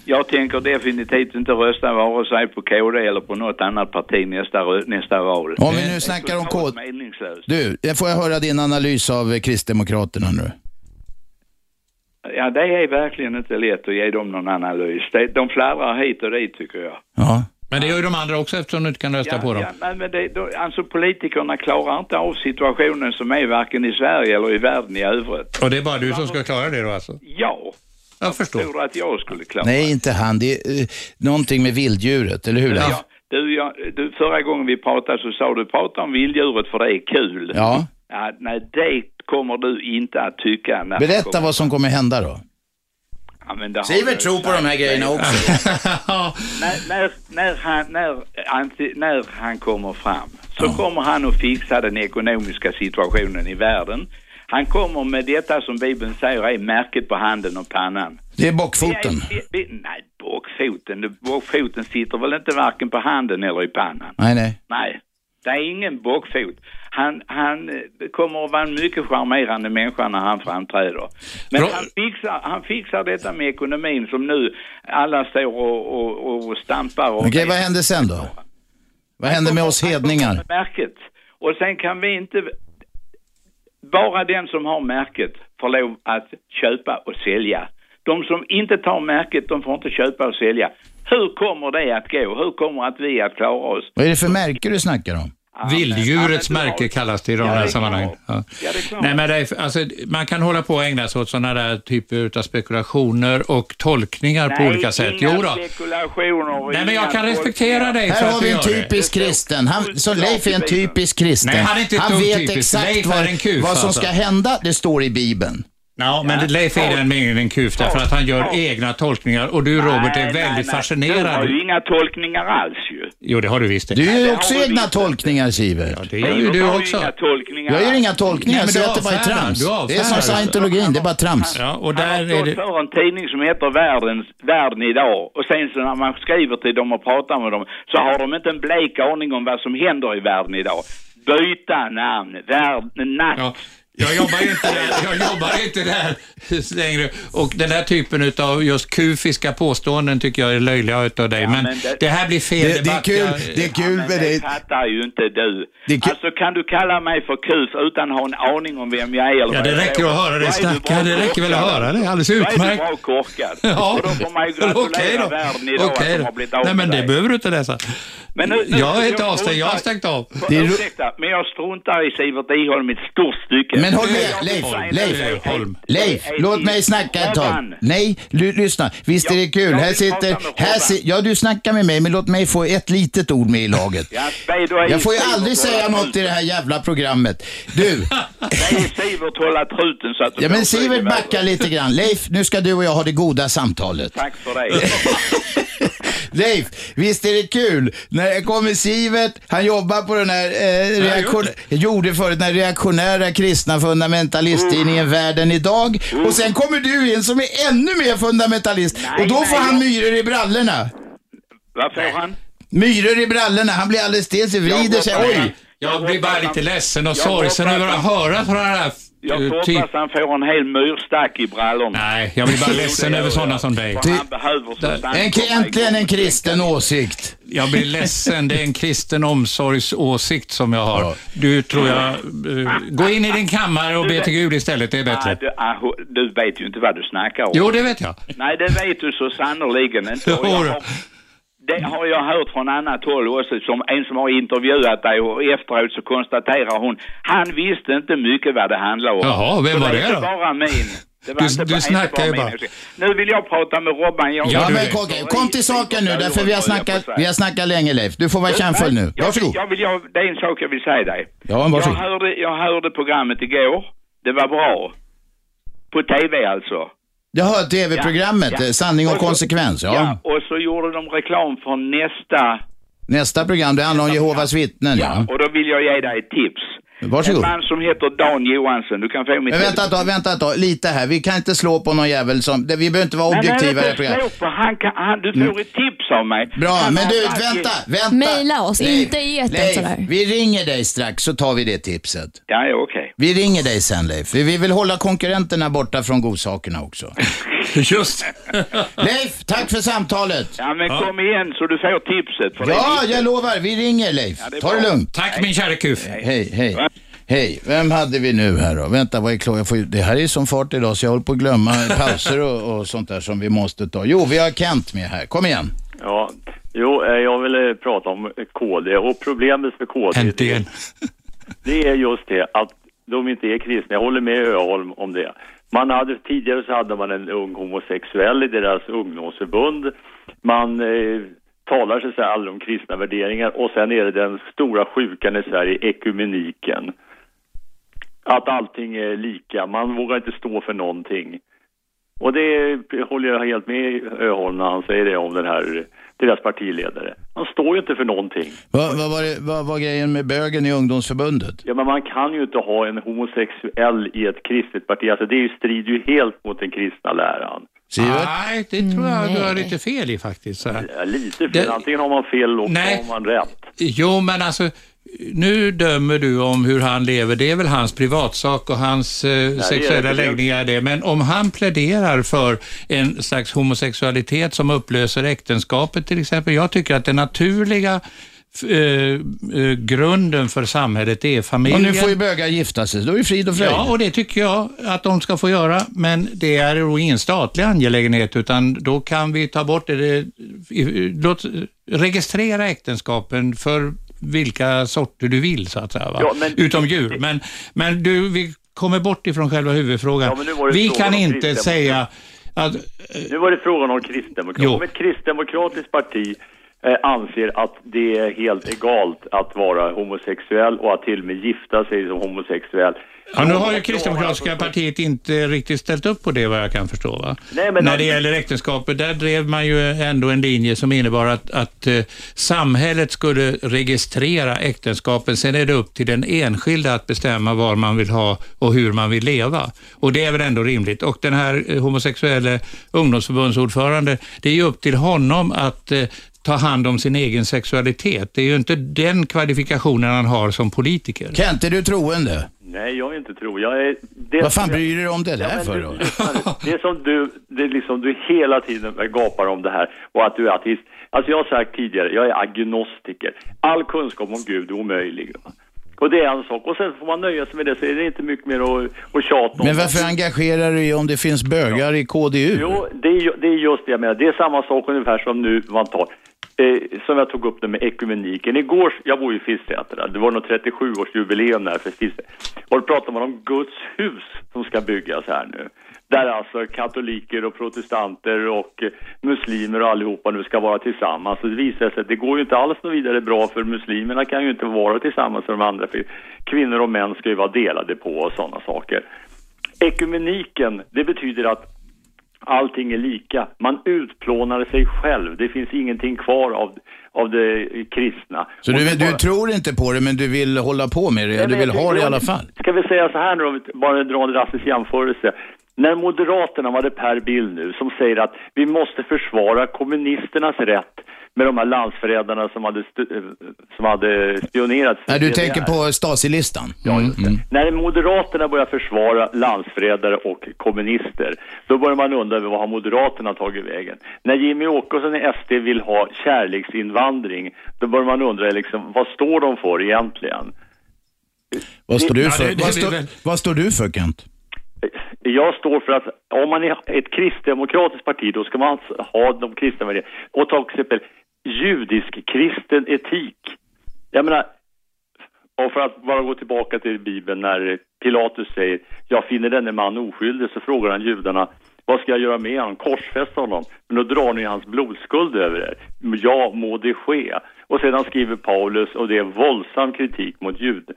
S10: Jag tänker definitivt inte rösta vare sig på KD eller på något annat parti nästa, rö- nästa val.
S2: Om vi nu snackar om
S10: Totalt
S2: kod.
S10: meningslöst.
S2: Du, jag får jag höra din analys av eh, Kristdemokraterna nu?
S10: Eh, Ja, det är verkligen inte lätt att ge dem någon analys. De, de flarrar hit och dit tycker jag.
S2: Ja.
S3: Men det gör ju de andra också eftersom du inte kan rösta
S10: Ja,
S3: på dem.
S10: ja, nej, men det, då, alltså politikerna klarar inte av situationen som är varken i Sverige eller i världen i övrigt.
S3: Och det är bara du som ska klara det då alltså?
S10: Ja,
S3: Jag förstår.
S10: tror du att jag skulle klara
S2: Nej, inte han. Det är eh, någonting med vilddjuret, eller hur?
S10: Ja, du, jag, du, förra gången vi pratade så sa du prata om vilddjuret för det är kul.
S2: Ja.
S10: Ja, nej, det kommer du inte att tycka. När
S2: Berätta vad som kommer hända då.
S10: Ja, men det har
S2: Sivert
S10: jag
S2: tror på
S10: sagt.
S2: de här grejerna också.
S10: när, när, när, han, när, anti- när han kommer fram så kommer han att fixa den ekonomiska situationen i världen. Han kommer med detta som Bibeln säger är märket på handen och pannan.
S2: Det är bockfoten.
S10: Vi- vi- Nej, bockfoten, bockfoten sitter väl inte varken på handen eller i pannan.
S2: Nej, nej.
S10: Nej, det är ingen bockfot. Han, han eh, kommer att vara en mycket charmerande människa när han framträder. Men han fixar, han fixar detta med ekonomin som nu alla står och, och, och stampar och
S2: Okej, vad hände sen då? Vad hände med oss hedningar?
S10: märket. Och sen kan vi inte... Bara den som har märket får lov att köpa och sälja. De som inte tar märket, de får inte köpa och sälja. Hur kommer det att gå? Hur kommer att vi att klara oss?
S2: Vad är det för märke du snackar om?
S3: Vilddjurets märke kallas det i de
S10: Ja, det
S3: här
S10: är
S3: sammanhangen. Ja. Nej, men det är, alltså, man kan hålla på och ägna sig åt sådana där typer av spekulationer och tolkningar på olika sätt.
S10: inga
S3: Jo då.
S10: spekulationer. och
S3: Nej, men jag
S10: inga
S3: kan respektera dig för
S2: Här har
S3: att du
S2: vi en
S3: gör det.
S2: typisk kristen. Han, så Leif är en typisk kristen.
S3: Nej, han är inte ett dugg
S2: vet
S3: typisk.
S2: exakt
S3: Leif är en
S2: vad,
S3: kuf,
S2: vad som
S3: alltså.
S2: ska hända. Det står i Bibeln.
S3: Ja, men Leif är i den meningen en kuf därför att han gör egna tolkningar och du Robert är väldigt
S10: Du har
S3: fascinerad.
S10: ju inga tolkningar alls ju.
S3: Jo, det har du visst. det.
S2: Du gör ju också egna tolkningar, Sivert. Ja, det
S3: gör ju du också.
S10: Inga tolkningar.
S2: Jag gör inga tolkningar,
S10: Nej,
S2: jag
S10: men
S2: säger
S10: du
S2: att det bara är
S10: avfärdar,
S2: trams.
S10: du
S2: Det är
S10: avfärdar
S2: som
S10: det.
S2: scientologin, det är bara trams.
S3: alltså. Ja, och
S10: Han har stått för en tidning som heter Världens, Världen idag och sen så när man skriver till dem och pratar med dem så har de inte en blek aning om vad som händer i världen idag. Byta namn, världen, natt.
S3: Jag jobbar ju inte där, jag jobbar inte där längre. Och den här typen av just kufiska påståenden tycker jag är löjliga utav dig. men,
S10: men
S3: det,
S10: det-
S3: här blir fel
S10: Det- det är
S3: debatt.
S10: kul.
S3: Jag-
S10: Det är kul
S3: Ja, men
S10: med Det fattar ju inte du. Alltså kan du kalla mig för kuf utan att ha en aning om vem jag är eller
S3: Ja,
S10: vad
S3: det
S10: jag
S3: räcker
S10: gör?
S3: att höra
S10: Då
S3: dig
S10: är du
S3: snacka.
S10: bra
S3: Det räcker väl att
S10: korkad.
S3: höra det. Alldeles
S10: Då är du
S3: utmärkt.
S10: bra korkad.
S3: Ja.
S10: Och då får man ju
S3: Okej
S10: gratulera
S3: då.
S10: världen idag
S3: Okej
S10: att de
S3: då.
S10: har blivit av
S3: Nej, men det
S10: med dig.
S3: behöver du inte läsa.
S10: Men nu- nu-
S3: jag är inte
S10: jag
S3: avstängd, jag har
S10: struntar-
S3: stängt av.
S10: För, Ursäkta, men jag struntar i Sivert Iholm i ett stort stycke.
S2: Men håll med,
S10: Jag
S2: Leif,
S10: vill säga det.
S2: Leif, Leif, låt mig snacka ett tag. Nej, ly- lyssna, visst är det kul. Här sitter, här si- ja du snackar med mig, men låt mig få ett litet ord med i laget.
S10: Ja, nej, då är
S2: Jag får ju
S10: Sivert
S2: aldrig
S10: hålla
S2: säga något i det här jävla programmet. Du,
S10: Nej, Sivert hålla truten så att du
S2: ja
S10: får
S2: men
S10: följa
S2: Sivert
S10: med.
S2: backa lite grann. Leif, nu ska du och jag ha det goda samtalet.
S10: Tack för det.
S2: Leif, visst är det kul? När det kommer Sivert, han jobbar på den här eh, reaktion... gjorde förut den här reaktionära kristna fundamentalisttidningen Världen idag. Och sen kommer du in som är ännu mer fundamentalist. och då får han myror i brallorna.
S10: Vad får han?
S2: Myror i brallorna, han blir alldeles stel, sig vrider sig. Oj!
S3: Jag blir bara lite ledsen och
S10: Jag
S3: sorgsen
S10: hoppas
S3: över att
S10: han-
S3: höra sådana här
S10: Jag
S3: eh,
S10: hoppas
S3: typ...
S10: han får en hel myrstack i brallorna.
S3: Nej, jag blir bara ledsen över sådana som dig.
S10: För han behöver substans.
S2: En, äntligen en kristen åsikt.
S3: Jag blir ledsen, det är en kristen omsorgsåsikt som jag har. Du tror jag... eh, Gå in i din kammare och be till Gud istället, det är
S10: Ah,
S3: bättre.
S10: du, ah, du vet ju inte vad du snackar om.
S3: Jo, det vet jag.
S10: Nej, det vet du så sannerligen inte. Och jag
S3: Jodå.
S10: har, det har jag hört från annat håll också, som en som har intervjuat dig och efteråt så konstaterar hon, han visste inte mycket vad det handlade om.
S3: Jaha, vem
S10: så
S3: var
S10: det
S3: det
S10: är
S3: då?
S10: inte bara min. Det var
S3: Du-
S10: inte,
S3: du
S10: inte
S3: snackar ju
S10: min
S3: bara.
S10: ursäkt. Nu vill jag prata med Robban. Jag,
S2: Ja, men kom, kom till saken nu, därför vi har snackat, vi har snackat länge Leif. Du får vara kärnfull nu.
S10: Jag,
S2: Varsågod.
S10: jag vill, jag, det är en sak jag vill säga dig.
S2: Ja, men
S10: jag,
S2: varsågod.
S10: hörde, jag hörde programmet igår. Det var bra. På TV alltså.
S2: Jag hör tv-programmet,
S10: Ja, ja.
S2: eh, Sanning och konsekvens. Ja.
S10: Och så gjorde de reklam för nästa.
S2: Nästa program, det handlar om Jehovas vittnen. Ja.
S10: Och då vill jag ge dig ett tips.
S2: Varsågod.
S10: En man som heter Dan Johansson. Du kan få mitt...
S2: Men vänta ett tag, vänta ett tag, lite här. Vi kan inte slå på någon jävel som... det- Vi behöver inte vara objektiva i det här
S10: programmet.
S2: programmet.
S10: Han kan, han, du får ett tips av mig.
S2: Bra,
S10: han
S2: men
S10: har
S2: du,
S10: varit-
S2: vänta, vänta.
S11: Maila oss,
S2: Leif,
S11: inte i etern
S2: Leif,
S11: sådär.
S2: vi ringer dig strax så tar vi det tipset.
S10: Ja, ja, okej.
S2: Vi ringer dig sen Leif. Vi vi vill hålla konkurrenterna borta från godsakerna också.
S3: Just
S2: Leif, tack för samtalet.
S10: Ja, men kom igen så du får tipset. För det är
S2: Ja,
S10: viktigt.
S2: jag lovar. Vi ringer Leif.
S10: Ja, det är
S2: Ta det
S10: bra.
S2: lugnt.
S3: Tack min kära kuf.
S2: Hej, hej. Hej, vem hade vi nu här då? Vänta, vad är klockan? Jag får ju- Det här är ju som fart idag så jag håller på att glömma pauser och, och sånt där som vi måste ta. Jo, vi har Kent med här. Kom igen.
S12: Ja, jo, eh, jag ville prata om KD och problemet för KD. Äntligen. Det är just det att de inte är kristna. Jag håller med Öholm om det. Man hade, tidigare så hade man en ung homosexuell i deras ungdomsförbund. Man eh, talar så att säga aldrig om kristna värderingar och sen är det den stora sjukan i Sverige, ekumeniken. Att allting är lika. Man vågar inte stå för någonting. Och det håller jag helt med Öholm när han säger det om den här, deras partiledare. Han står ju inte för någonting.
S2: Vad vad var, det- vad var grejen med bögen i ungdomsförbundet?
S12: Ja, men man kan ju inte ha en homosexuell i ett kristet parti. Alltså det är ju- strider ju helt mot den kristna läran.
S3: Nej, det tror jag du har lite fel i faktiskt. Så här.
S12: Ja, Lite fel. Antingen har man fel och
S3: Nej.
S12: har man rätt.
S3: Jo, men alltså, nu dömer du om hur han lever. Det är väl hans privatsak och hans eh,
S12: det
S3: sexuella
S12: är det.
S3: läggning är det. Men om han pläderar för en slags homosexualitet som upplöser äktenskapet till exempel. Jag tycker att det naturliga f- eh, eh, grunden för samhället är familjen.
S2: Och nu får ju bögar gifta sig, då är det frid och fröjd.
S3: Ja, och det tycker jag att de ska få göra, men det är ju ingen statlig angelägenhet, utan då kan vi ta bort det. det i- låt, registrera äktenskapen för vilka sorter du vill, så att säga. Va?
S12: Ja, men-
S3: Utom djur. Men, men du, vi kommer bort ifrån själva huvudfrågan.
S12: Ja, men nu var det
S3: vi
S12: frågan
S3: kan
S12: om
S3: inte
S12: kristdemokrati.
S3: säga att...
S12: Nu var det frågan om kristdemokrat.
S3: Eh, Jo.
S12: Om ett kristdemokratiskt parti eh, anser att det är helt egalt att vara homosexuell och att till och med gifta sig som homosexuell.
S3: Ja, nu har ju Kristdemokratiska partiet inte riktigt ställt upp på det, vad jag kan förstå. Va?
S12: Nej, men-
S3: När det gäller äktenskapet, där drev man ju ändå en linje som innebar att, att eh, samhället skulle registrera äktenskapen. Sen är det upp till den enskilda att bestämma var man vill ha och hur man vill leva. Och det är väl ändå rimligt. Och den här eh, homosexuelle ungdomsförbundsordförande, det är ju upp till honom att eh, ta hand om sin egen sexualitet. Det är ju inte den kvalifikationen han har som politiker.
S2: Kent, är du troende?
S12: Nej, jag är inte tro. Jag är... Det...
S2: Vad fan bryr du dig om det där
S12: men
S2: för
S12: du-
S2: då?
S12: Det är som du, det är liksom du hela tiden gapar om det här och att du är ateist. Alltså jag har sagt tidigare, jag är agnostiker. All kunskap om Gud är omöjlig. Och det är en sak. Och sen får man nöja sig med det så är det inte mycket mer att, att tjata om.
S2: Men varför engagerar du dig om det finns bögar i KDU?
S12: Jo, det är, ju- det är just det jag menar. Det är samma sak ungefär som nu man tar, eh, som jag tog upp det med ekumeniken. Igår, jag bor ju i Fisksätra, det var nog 37-årsjubileum där för Fisksätra. Och då pratar man om Guds hus som ska byggas här nu. Där alltså katoliker och protestanter och eh, muslimer och allihopa nu ska vara tillsammans. Och det visar sig att det går ju inte alls något vidare bra för muslimerna kan ju inte vara tillsammans med de andra. För kvinnor och män ska ju vara delade på och sådana saker. Ekumeniken, det betyder att Allting är lika. Man utplånar sig själv. Det finns ingenting kvar av, av det kristna.
S2: Så du, du tror inte på det, men du vill hålla på med det? Du vill ha det i alla fall?
S12: Ska vi säga så här nu om vi bara drar en drastisk jämförelse. När Moderaterna var det Per Bill nu som säger att vi måste försvara kommunisternas rätt med de här landsförrädarna som hade, stu- eh, som hade spionerat.
S2: Nej, du
S12: DDR.
S2: tänker på Stasi-listan? Mm. Ja, just det.
S12: När Moderaterna börjar försvara landsförrädare och kommunister, då börjar man undra över vad har Moderaterna tagit vägen? När Jimmy Åkesson i SD vill ha kärleksinvandring, då börjar man undra liksom, vad står de för egentligen?
S2: Vad står
S12: Ja,
S2: du för,
S12: det-
S2: vad
S12: det blir
S2: står,
S12: väl-
S2: vad står du för Kent?
S12: Jag står för att om man är ett kristdemokratiskt parti, då ska man alltså ha de kristna värderingarna. Och ta till exempel judisk-kristen etik. Jag menar, och för att bara gå tillbaka till Bibeln när Pilatus säger jag finner denne man oskyldig, så frågar han judarna vad ska jag göra med honom? Korsfästa honom? Men då drar ni hans blodskuld över er. Ja, må det ske. Och sedan skriver Paulus, och det är våldsam kritik mot jud,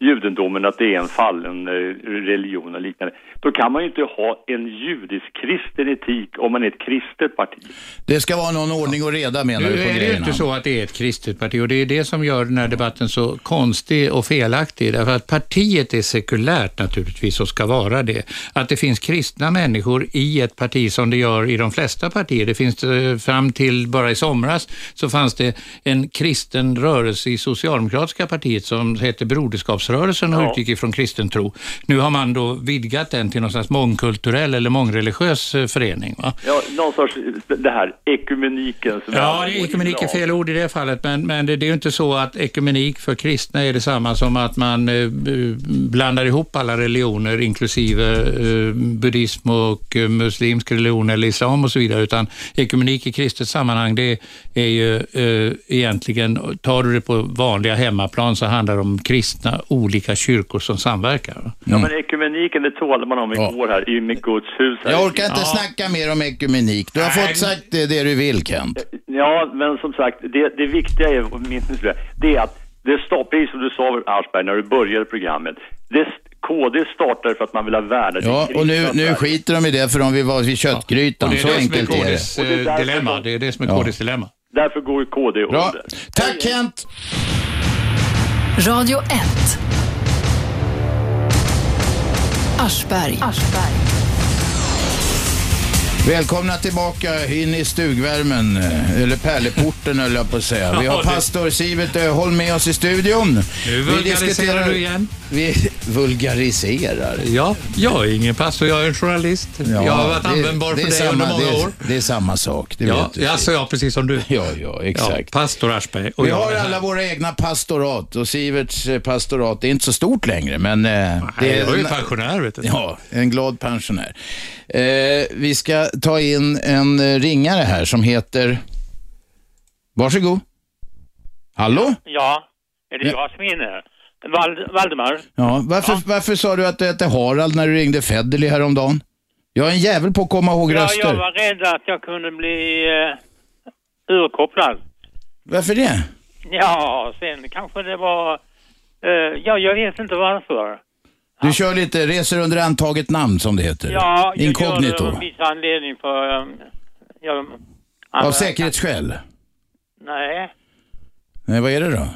S12: judendomen, att det är en fallen eh, religion och liknande. Då kan man ju inte ha en judisk-kristen etik om man är ett kristet parti.
S2: Det ska vara någon ordning och reda menar du
S3: Nu
S2: på
S3: är det ju
S2: grejerna?
S3: inte så att det är ett kristet parti och det är det som gör den här debatten så konstig och felaktig. Därför att partiet är sekulärt naturligtvis och ska vara det. Att det finns kristna människor i ett parti som det gör i de flesta partier. Det finns eh, fram till bara i somras så fanns det en kristen rörelse i socialdemokratiska partiet som hette Broderskapsrörelsen och
S12: Ja.
S3: utgick ifrån kristen tro. Nu har man då vidgat den till någon slags mångkulturell eller mångreligiös eh, förening. Va?
S12: Ja, någon sorts, det här ekumeniken. Som
S3: Ja, det är ekumenik är fel ord i det fallet, men, men det, det är ju inte så att ekumenik för kristna är detsamma som att man eh, b- blandar ihop alla religioner, inklusive eh, buddhism och eh, muslimsk religion eller islam och så vidare, utan ekumenik i kristet sammanhang, det är ju eh, egentligen, tar du det på vanliga hemmaplan så handlar det om kristna olika kyrkor som samverkar.
S12: Ja, men ekumeniken, det talade man om igår här, i med Guds hus. Här.
S2: Jag orkar inte snacka mer om ekumenik. Du har fått sagt det, det du vill Kent.
S12: Ja, men som sagt, det, det viktiga är, åtminstone tror jag, det är att det stopp, precis som du sa Aschberg när du började programmet, det st- KD startade för att man vill ha värdet
S2: Ja, och nu, nu skiter de i det för de vill vara vid köttgrytan.
S3: Och det är
S2: Så
S3: det som är
S2: enkelt är
S3: KDs
S2: det.
S3: eh, dilemma. Det är det som är
S2: Ja.
S3: KDs dilemma.
S12: Därför går ju KD
S2: Bra.
S12: under.
S2: Tack Kent!
S1: Radio 1. Aschberg.
S2: Välkomna tillbaka in i stugvärmen, eh, eller pärleporten höll jag på att säga. Vi har
S13: Ja, det-
S2: pastor Sivert Öholm med oss i studion.
S3: Nu vulgariserar du igen.
S2: Vi vulgariserar.
S3: Ja, jag är ingen pastor, jag är en journalist. jag har varit
S2: det-
S3: användbar
S2: det
S3: för
S2: är
S3: dig
S2: samma-
S3: under många
S2: det är-
S3: år.
S2: Det är samma sak, det
S3: ja,
S2: vet du.
S3: ja, alltså, ja, precis som du.
S2: Ja, ja exakt.
S3: pastor Aschberg.
S2: Vi
S3: jag
S2: har
S3: är här.
S2: alla våra egna pastorat och Siverts eh, pastorat är inte så stort längre, men... eh,
S3: Nej, jag är ju
S2: en-
S3: pensionär, vet du.
S2: Ja, en glad pensionär. Eh, vi ska ta in en eh, ringare här som heter... Varsågod. Hallå?
S14: Ja, är det
S2: Ja.
S14: jag som är inne? Val- Valdemar?
S2: Ja, varför, varför sa du att du hette Harald när du ringde Federley häromdagen? Jag är en jävel på att komma ihåg
S14: Ja,
S2: röster.
S14: jag var rädd att jag kunde bli eh, urkopplad.
S2: Varför det?
S14: Ja, sen kanske det var... Eh, ja, jag vet inte varför.
S2: Du kör lite reser under antaget namn som det heter.
S14: Ja, jag gör det
S2: Inkognito.
S14: av viss anledning för... eh, jag,
S2: Av säkerhetsskäl.
S14: Nej.
S2: Nej, vad är det då?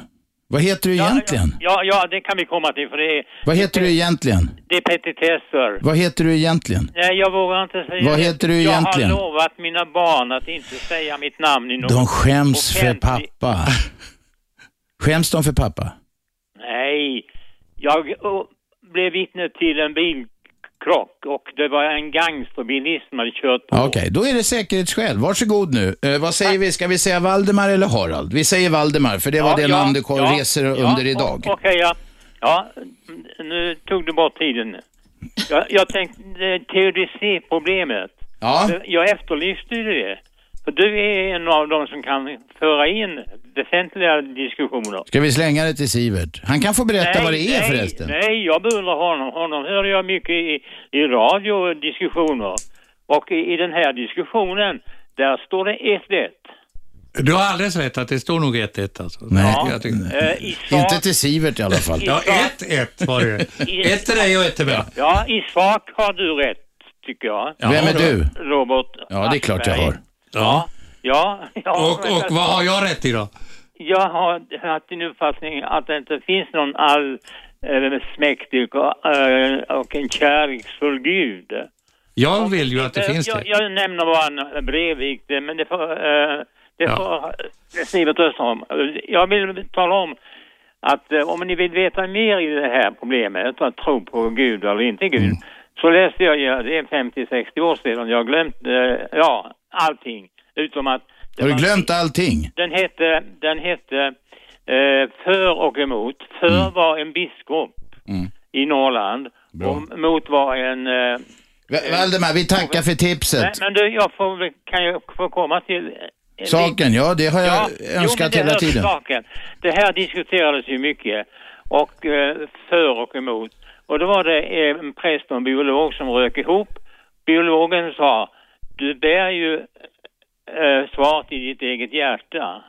S2: Vad heter du egentligen?
S14: Ja, ja, det kan vi komma till för det är,
S2: Vad heter du egentligen?
S14: det är petitesser.
S2: Vad heter du egentligen?
S14: Nej, jag vågar inte säga
S2: Vad
S14: det.
S2: heter du egentligen?
S14: Jag har lovat mina barn att inte säga mitt namn i något...
S2: De skäms för
S14: offentligt-
S2: pappa. Skäms de för pappa?
S14: Nej, jag ö, blev vittne till en bilkrock och det var en gangsterbilist som hade kört på.
S2: Ja, Okej, då är det säkerhetsskäl. Varsågod nu. Eh, vad säger vi? Ska vi säga Valdemar eller Harald? Vi säger Valdemar, för det var
S14: Ja,
S2: det
S14: ja,
S2: namn du kom-
S14: ja,
S2: reser
S14: ja,
S2: under idag.
S14: o- Okej, ja. ja. mm, Nu tog du bort tiden. Jag, jag tänkte eh, TDC-problemet.
S2: Ja.
S14: Jag efterlyste ju det. För du är en av dem som kan föra in väsentliga diskussioner.
S2: Ska vi slänga det till Sivert? Han kan få berätta
S14: nej,
S2: vad det är
S14: nej,
S2: förresten.
S14: Nej, jag beundrar honom. Honom hörde jag mycket i, i radio och diskussioner. Och i, i den här diskussionen, där står det 1-1.
S3: Du har alldeles rätt att det står nog 1-1 alltså.
S2: Nej.
S3: Ja, jag tycker-
S14: Eh, i sak,
S2: Inte till Sivert i alla fall.
S14: Ja, ett-
S3: Ett var det. Ett till dig och ett till mig.
S14: ja, i sak har du rätt, tycker jag.
S2: Ja, Vem är då. du?
S14: Robert
S2: Ja, det är klart jag har.
S3: Ja.
S14: Ja, ja.
S3: Och, och vad har jag rätt i då?
S14: Jag har haft en uppfattning att det inte finns någon allsmäktig och, eh, och en kärleksfull gud.
S3: Jag vill ju att det
S14: Eh,
S3: finns
S14: jag,
S3: det.
S14: jag nämner bara en Breivik, det- men det får, eh, det
S3: Ja.
S14: får eh, Sivert Österholm. Jag vill tala om att eh, om ni vill veta mer i det här problemet, att tro på Gud eller inte Gud,
S3: Mm.
S14: så läste jag, ju- det är 50-60 år sedan, jag har glömt, eh, ja, allting, utom att
S2: Har du glömt allting?
S14: den hette, den hette eh, För och emot. För
S3: Mm.
S14: var en biskop i Norrland och mot var en... Eh,
S2: Va- Valdemar, vi tackar för
S14: nej,
S2: tipset.
S14: men du, jag får, väl- kan jag få komma till... eh,
S2: Saken, ja det har jag
S14: men
S2: önskat
S14: det
S2: hela
S14: hör till
S2: tiden.
S14: Saken. Det här diskuterades ju mycket och eh, för och emot. Och då var det eh, en präst och en biolog som rök ihop. Biologen sa, du bär ju eh, svaret i ditt eget hjärta.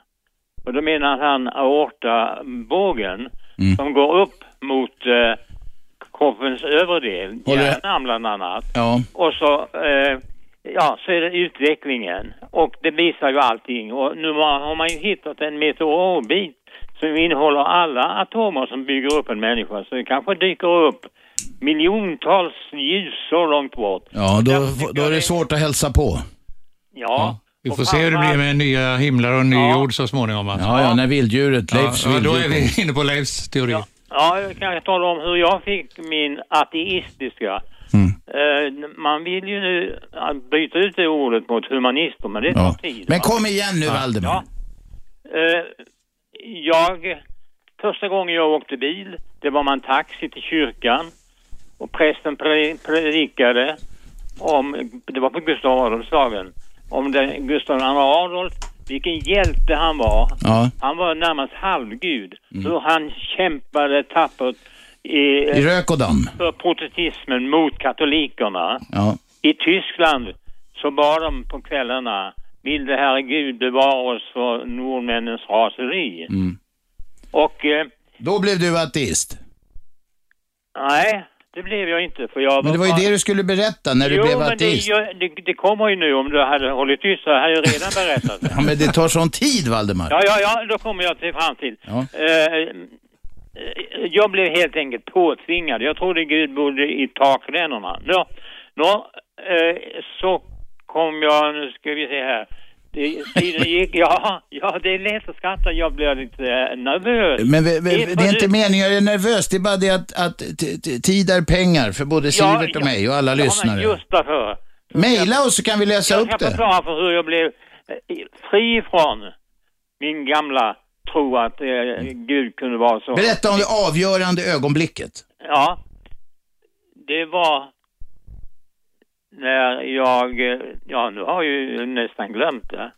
S14: Och då menar han aortabågen
S2: Mm.
S14: som går upp mot eh, kroppens överdel,
S2: Håller-
S14: hjärnan bland annat.
S2: Ja.
S14: Och så, eh, ja, så är det utvecklingen. Och det visar ju allting. Och nu har har man ju hittat en meteorbit som innehåller alla atomer som bygger upp en människa. Så det kanske dyker upp miljontals ljusår långt bort.
S2: Ja, då, då är det svårt att hälsa på.
S14: Ja.
S3: Vi får se hur det blir med nya himlar och ny jord så småningom. Alltså.
S2: Ja, ja, när vilddjuret, Leifs
S3: ja, Då är
S2: vilddjur
S3: vi inne på Leifs teori.
S14: Ja, jag kan tala om hur jag fick min ateistiska.
S2: Mm.
S14: Eh, man vill ju nu eh, byta ut det ordet mot humanister, men det tar
S2: Ja.
S14: tid.
S2: Men
S14: va?
S2: kom igen nu Valdemar.
S14: Eh, jag, första gången jag åkte bil, det var man taxi till kyrkan och prästen pre- predikade om, det var på Gustav Adolfsdagen, om den, Gustav II Adolf, vilken hjälte han var.
S2: Ja.
S14: Han var närmast halvgud.
S2: Mm.
S14: Hur han kämpade tappert i,
S2: I rök och damm.
S14: för protestantismen mot katolikerna.
S2: Ja.
S14: I Tyskland så bad de på kvällarna Vilde Herre Gud bevara oss för nordmännens raseri.
S2: Mm.
S14: Och eh,
S2: Då blev du ateist.
S14: nej, det blev jag inte för jag
S2: Men det var ju det du skulle berätta när du
S14: jo,
S2: blev
S14: men det,
S2: ateist.
S14: gör- det, det kommer ju nu om du hade hållit tyst så hade jag redan berättat det.
S2: Ja, men det tar sån tid, Valdemar.
S14: Ja, ja, ja, då kommer jag till fram till.
S2: Ja.
S14: Eh, eh, jag blev helt enkelt påtvingad. Jag trodde Gud bodde i takländerna. Nå, nå eh, så kom jag, nu ska vi se här. Det, tiden gick, ja, ja, det är lätt att skratta. Jag blev lite eh, nervös.
S2: Men vi, vi,
S14: för
S2: det är inte
S14: du-
S2: meningen, jag är nervös. Det är bara det att, att t- t- tid är pengar för både Sivert och mig och alla
S14: ja,
S2: lyssnare.
S14: Men just därför.
S2: Maila oss så kan vi läsa
S14: jag
S2: upp
S14: ska
S2: det.
S14: förklara för hur jag blev eh, fri från min gamla tro att eh, Gud kunde vara så.
S2: Mm. Berätta om det avgörande ögonblicket.
S14: Ja, det var när jag, eh, ja nu har jag ju nästan glömt det.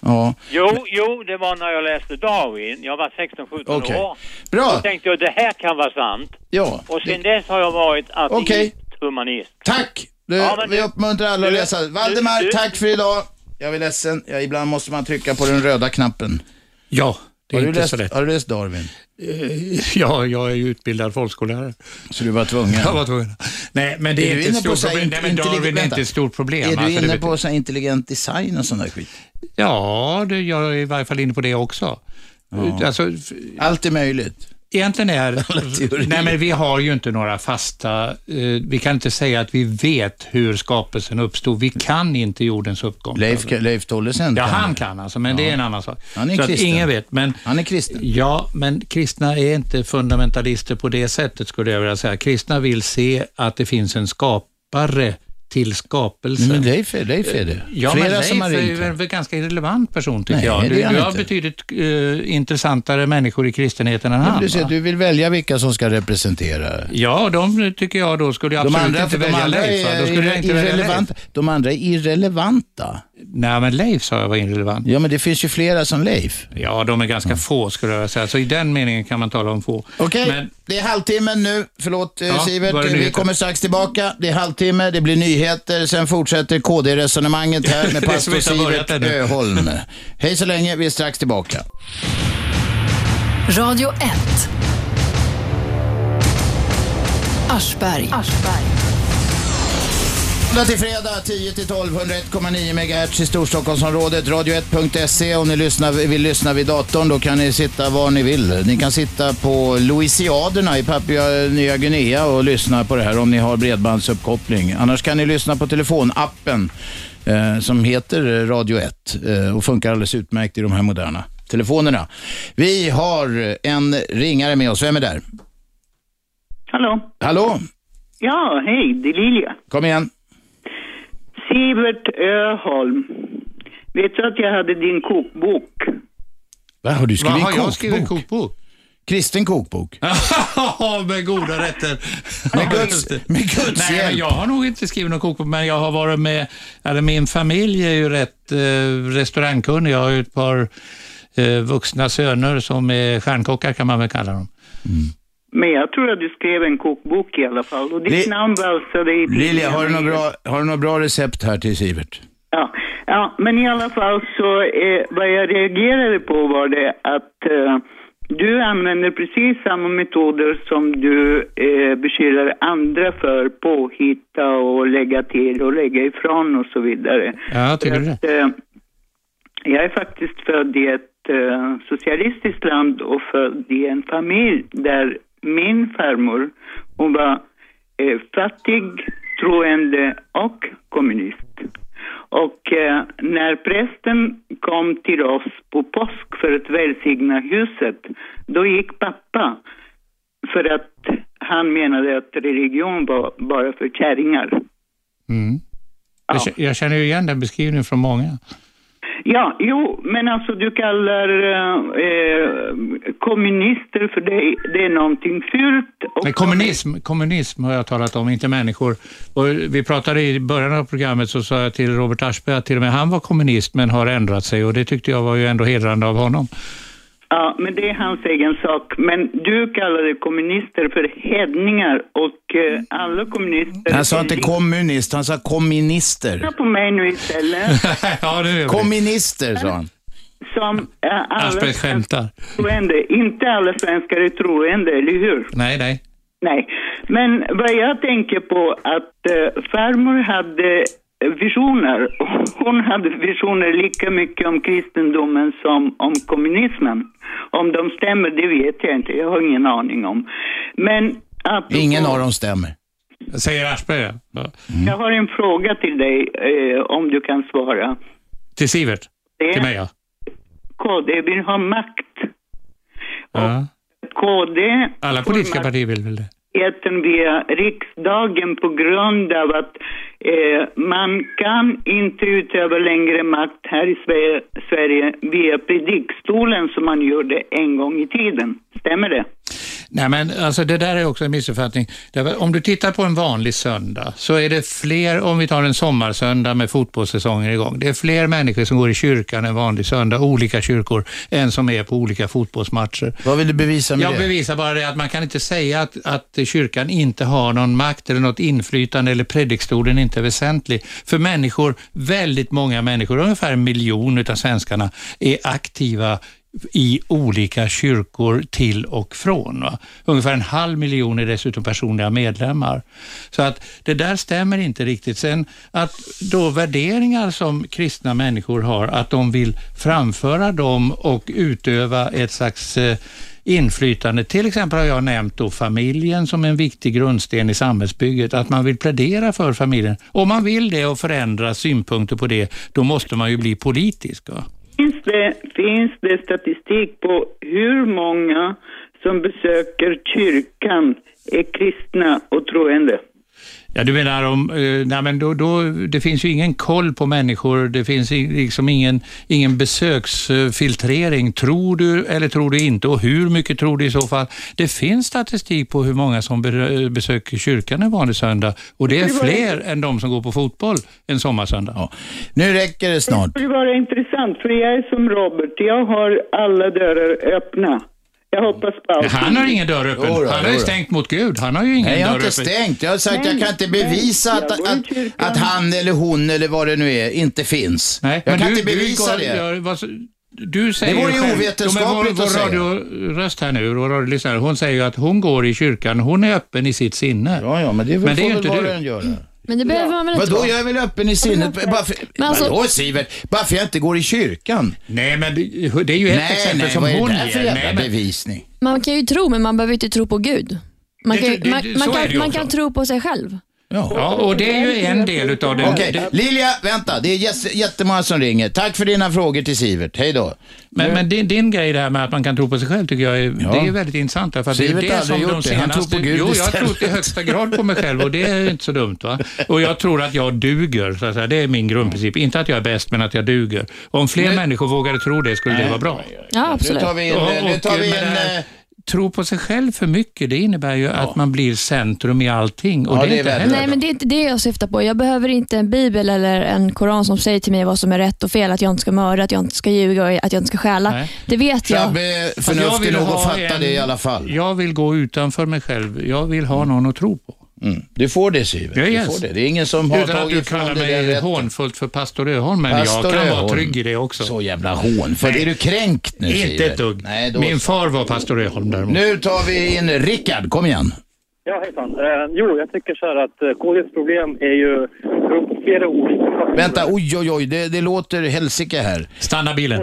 S2: Ja.
S14: Jo, jo, det var när jag läste Darwin. Jag var 16-17
S2: Okej.
S14: år.
S2: Bra.
S14: Då tänkte jag det här kan vara sant.
S2: Ja,
S14: Och sen dess har jag varit ateist,
S2: Okej.
S14: humanist.
S2: tack! Du, vi uppmuntrar alla att
S14: du-
S2: läsa. Valdemar,
S14: du- du-
S2: tack för idag. Jag är ledsen, ja, ibland måste man trycka på den röda knappen.
S3: Ja, det är
S2: har du
S3: inte
S2: läst,
S3: så lätt.
S2: Har du läst Darwin?
S3: Eh, Ja, jag är ju utbildad folkskollärare.
S2: Så du var tvungen?
S3: Jag var tvungen. Nej, men det är, inte ett stort problem. Nej, men Darwin är inte ett stort problem.
S2: Är
S3: Alltså,
S2: du
S3: det
S2: inne
S3: vet-
S2: på så här intelligent design och sån där skit?
S3: Ja, det, jag är i varje fall inne på det också.
S2: Ja.
S3: Alltså,
S2: Allt är möjligt.
S3: Egentligen är... Nej, men vi har ju inte några fasta... eh, vi kan inte säga att vi vet hur skapelsen uppstod. Vi kan inte jordens uppgång.
S2: Leif, Leif Tollesen
S3: Ja,
S2: kan
S3: han kan alltså, men det är en annan sak.
S2: Han är
S3: så
S2: kristen.
S3: Att ingen vet. Men,
S2: han är kristen.
S3: Ja, men kristna är inte fundamentalister på det sättet, skulle jag vilja säga. Kristna vill se att det finns en skapare till skapelsen.
S2: Nej, men Leif är- Leif är det.
S3: Ja,
S2: Flera
S3: men Leif
S2: som har
S3: är
S2: ringt
S3: ju
S2: här.
S3: en en ganska irrelevant person, tycker
S2: Nej,
S3: jag.
S2: det är
S3: Du,
S2: han
S3: du har
S2: inte.
S3: betydligt eh, intressantare människor i kristenheten än
S2: Ja, men
S3: han.
S2: Du, ser,
S3: va?
S2: du vill välja vilka som ska representera.
S3: Ja, de tycker jag då skulle jag
S2: De
S3: absolut
S2: andra, för
S3: inte
S2: de
S3: välja
S2: andra
S3: Leif. va? Då skulle jag
S2: är
S3: inte välja Leif.
S2: irrelevanta. De andra är irrelevanta.
S3: Nej, men Leif sa jag var irrelevant.
S2: Ja, men det finns ju flera som Leif.
S3: Ja, de är ganska få skulle jag säga, så i den meningen kan man tala om få.
S2: Okej,
S3: Men
S2: det är halvtimmen nu. Förlåt eh,
S3: Ja, var
S2: Sivert,
S3: det
S2: vi
S3: nyheter?
S2: kommer strax tillbaka. Det är halvtimme, det blir nyheter, sen fortsätter KD-resonemanget här
S3: Det är
S2: med
S3: som
S2: pastor
S3: inte har börjat
S2: Sivert
S3: ännu.
S2: Öholm. Hej så länge, vi är strax tillbaka.
S1: Radio 1. Aschberg.
S2: Måndag till fredag 10 till 12, 101,9 MHz i Storstockholmsområdet. Radio1.se om ni lyssnar, vill lyssna vid datorn då kan ni sitta var ni vill. Ni kan sitta på Louisiaderna i Papua Nya Guinea och lyssna på det här om ni har bredbandsuppkoppling. Annars kan ni lyssna på telefonappen eh, som heter eh, Radio 1 eh, och funkar alldeles utmärkt i de här moderna telefonerna. Vi har en ringare med oss. Vem är där?
S13: Hallå?
S2: Hallå?
S13: Ja, hej, det är Lilja.
S2: Kom igen.
S13: Sivert Öholm. Vet du att jag hade din kokbok?
S2: Va, har du skrivit
S3: Vad har
S2: kokbok?
S3: jag skrivit kokbok?
S2: Kristen kokbok?
S3: Ja, med goda rätter. Med Guds,
S2: med Guds
S3: Nej,
S2: hjälp.
S3: Men jag har nog inte skrivit någon kokbok, men jag har varit med, eller min familj är ju rätt eh, restaurangkunnig. Jag har ju ett par eh, vuxna söner som är stjärnkockar kan man väl kalla dem.
S13: Men jag tror att du skrev en kokbok i alla fall. Och ditt
S2: Li-
S13: namn alltså valsade i
S2: Lilja, har du något
S13: tidningarna.
S2: bra, har du något bra recept här till Sivert?
S13: Ja, ja, men i alla fall så eh, vad jag reagerade på var det att eh, du använder precis samma metoder som du eh, beskyller andra för, påhitta och lägga till och lägga ifrån och så vidare.
S3: Ja, tycker du det?
S13: Att, eh, jag är faktiskt född i ett eh, socialistiskt land och född i en familj där min farmor, hon var eh, fattig, troende och kommunist. Och eh, när prästen kom till oss på påsk för att välsigna huset, då gick pappa för att han menade att religion var bara för kärringar.
S3: Mm. Jag, kä- jag känner ju igen den beskrivningen från många.
S13: Ja, jo, men alltså du kallar eh, eh, kommunister för det, det är någonting fult. Och
S3: Men kommunism, kommunism har jag talat om, inte människor. Och vi pratade i början av programmet så sa jag till Robert Aschberg att till och med han var kommunist men har ändrat sig och det tyckte jag var ju ändå hedrande av honom.
S13: Ja, men det är hans egen sak. Men du kallar det kommunister för hedningar och eh, alla kommunister...
S2: Han sa inte
S13: är-
S2: kommunist, han sa kommunister.
S13: Lyssna på mig nu istället.
S3: ja, det
S2: Kommunister, sa han.
S13: Som eh, alla
S3: skämtar.
S13: troende. Inte alla svenskar är troende, eller hur?
S3: Nej, nej.
S13: Nej, men vad jag tänker på att eh, farmor hade visioner. Hon hade visioner lika mycket om kristendomen som om kommunismen. Om de stämmer, det vet jag inte. Jag har ingen aning om. Men att...
S2: Ingen av dem stämmer.
S3: Säger Aschberg. Ja.
S13: Mm. Jag har en fråga till dig, eh, om du kan svara.
S3: Till Sivert?
S13: Det-
S3: Till mig ja.
S13: KD vill ha makt.
S3: ja.
S13: KD
S3: Alla politiska partier vill väl det?
S13: rätten via riksdagen på grund av att eh, man kan inte utöva längre makt här i Sve- Sverige via predikstolen som man gjorde en gång i tiden. Stämmer det?
S3: Nej, men alltså det där är också en missuppfattning. Därför, Om du tittar på en vanlig söndag så är det fler, om vi tar en sommarsöndag med fotbollssäsongen igång, det är fler människor som går i kyrkan en vanlig söndag, olika kyrkor, än som är på olika fotbollsmatcher.
S2: Vad vill du bevisa med
S3: Jag
S2: det?
S3: bevisar bara det att man kan inte säga att, att kyrkan inte har någon makt eller något inflytande eller predikstolen inte är väsentlig. För människor, väldigt många människor, ungefär en miljon utav svenskarna, är aktiva i olika kyrkor till och från. Va? Ungefär en halv miljon är dessutom personliga medlemmar. Så att det där stämmer inte riktigt. Sen att då värderingar som kristna människor har, att de vill framföra dem och utöva ett slags eh, inflytande. Till exempel har jag nämnt då familjen som en viktig grundsten i samhällsbygget, att man vill plädera för familjen. Om man vill det och förändra synpunkter på det, då måste man ju bli politisk. Va?
S13: Finns det, finns det statistik på hur många som besöker kyrkan är kristna och troende?
S3: Ja, du menar om, eh, nej men då, då, det finns ju ingen koll på människor, det finns i- liksom ingen, ingen besöksfiltrering. Tror du eller tror du inte och hur mycket tror du i så fall? Det finns statistik på hur många som be- besöker kyrkan en vanlig söndag och det är
S13: Det var ju-
S3: fler än de som går på fotboll en sommarsöndag.
S2: Nu räcker det snart.
S13: Det skulle vara intressant, för jag är som Robert. Jag har alla dörrar öppna. Jag hoppas på allt.
S3: Han har ingen dörr öppen.
S2: Jodå,
S3: han har ju
S2: jodå.
S3: stängt mot Gud. Han har ju ingen
S2: Nej, jag har
S3: dörr
S2: inte
S3: öppen.
S2: stängt. Jag har sagt jag kan inte bevisa att, att, att han eller hon eller vad det nu är inte finns.
S3: Nej,
S2: jag
S3: men
S2: kan
S3: du-
S2: inte
S3: du
S2: bevisa
S3: går-
S2: det.
S3: gör- vad s- Du säger
S2: Det vore ju
S3: själv-
S2: ovetenskapligt
S3: Jo, men
S2: att säga.
S3: vår, vår röst här nu, vår radiolyssnare, hon säger ju att hon går i kyrkan, hon är öppen i sitt sinne.
S2: Ja, ja, men det,
S3: men det är
S2: får
S3: ju
S2: väl
S3: inte
S2: var
S3: du.
S2: och en göra.
S11: Men det behöver man väl inte
S2: Vadå,
S11: vara?
S2: jag är väl öppen i sinnet? Bara för,
S11: Men alltså-
S2: Vadå Sivert? Bara för jag inte går i kyrkan?
S3: Nej, men det, är ju
S11: ett
S2: nej,
S11: exempel
S2: nej,
S11: som
S2: vad är
S11: hon
S2: det där för
S11: ger.
S2: jävla
S11: Nej, men-
S2: bevisning?
S11: Man kan ju tro, men man behöver ju inte tro på Gud. Man
S2: Det-
S11: kan,
S2: det-
S11: man,
S2: det-
S11: man
S2: så är det
S11: kan,
S2: ju
S11: man
S2: också.
S11: kan tro på sig själv.
S3: Ja, och det är ju en del utav det.
S2: Okej, Lilja, vänta. Det är jätte- jättemånga som ringer. Tack för dina frågor till Sivert. Hej då.
S3: Men, men din, din grej där med att man kan tro på sig själv tycker jag är,
S2: Ja.
S3: det är ju väldigt intressant. Därför att det är ju
S2: Sivert har
S3: det
S2: aldrig
S3: som de
S2: gjort
S3: senaste,
S2: det. Han tror på Gud
S3: Jo, jag
S2: istället.
S3: tror i högsta grad på mig själv och det är inte så dumt. va Och jag tror att jag duger, så att säga. det är min grundprincip. Inte att jag är bäst, men att jag duger. Om fler människor vågade tro det skulle det vara bra.
S11: Ja,
S2: Nu
S11: absolut.
S2: tar vi in, nu tar vi in eh,
S3: Tro på sig själv för mycket, det innebär ju att man blir centrum i allting. Och
S2: Ja,
S3: det är
S2: det är
S3: inte
S2: väldigt
S3: heller
S11: Nej, men det är inte det jag syftar på. Jag behöver inte en bibel eller en koran som säger till mig vad som är rätt och fel, att jag inte ska mörda, att jag inte ska ljuga och att jag inte ska stjäla. Det vet jag.
S2: Shabbe
S3: Fast jag
S2: förnuftig
S3: vill
S2: nog att
S3: ha
S2: fatta
S3: en-
S2: det i alla fall.
S3: Jag vill gå utanför mig själv. Jag vill ha någon att tro på.
S2: Mm. Du får det Sivert.
S3: Ja,
S2: Du
S3: yes.
S2: får det. det är ingen som har
S3: Utan att
S2: tagit
S3: du
S2: ifrån
S3: kallar
S2: dig den
S3: mig
S2: rätten.
S3: hånfullt för pastor Öholm, men
S2: Pastor
S3: jag kan
S2: Öholm.
S3: vara trygg i det också. Så
S2: jävla hån. För är du kränkt nu
S3: Inte
S2: Sivert?
S3: ett dugg.
S2: Nej, då
S3: Min
S2: så.
S3: far var pastor Öholm däremot.
S2: Nu tar vi in Rickard, kom igen.
S15: Ja, hejsan. Eh, jo, jag tycker så här att eh, KDs problem är ju från flera olika faktorer.
S2: Vänta, oj oj oj, det, det låter helsike här.
S3: Stanna bilen.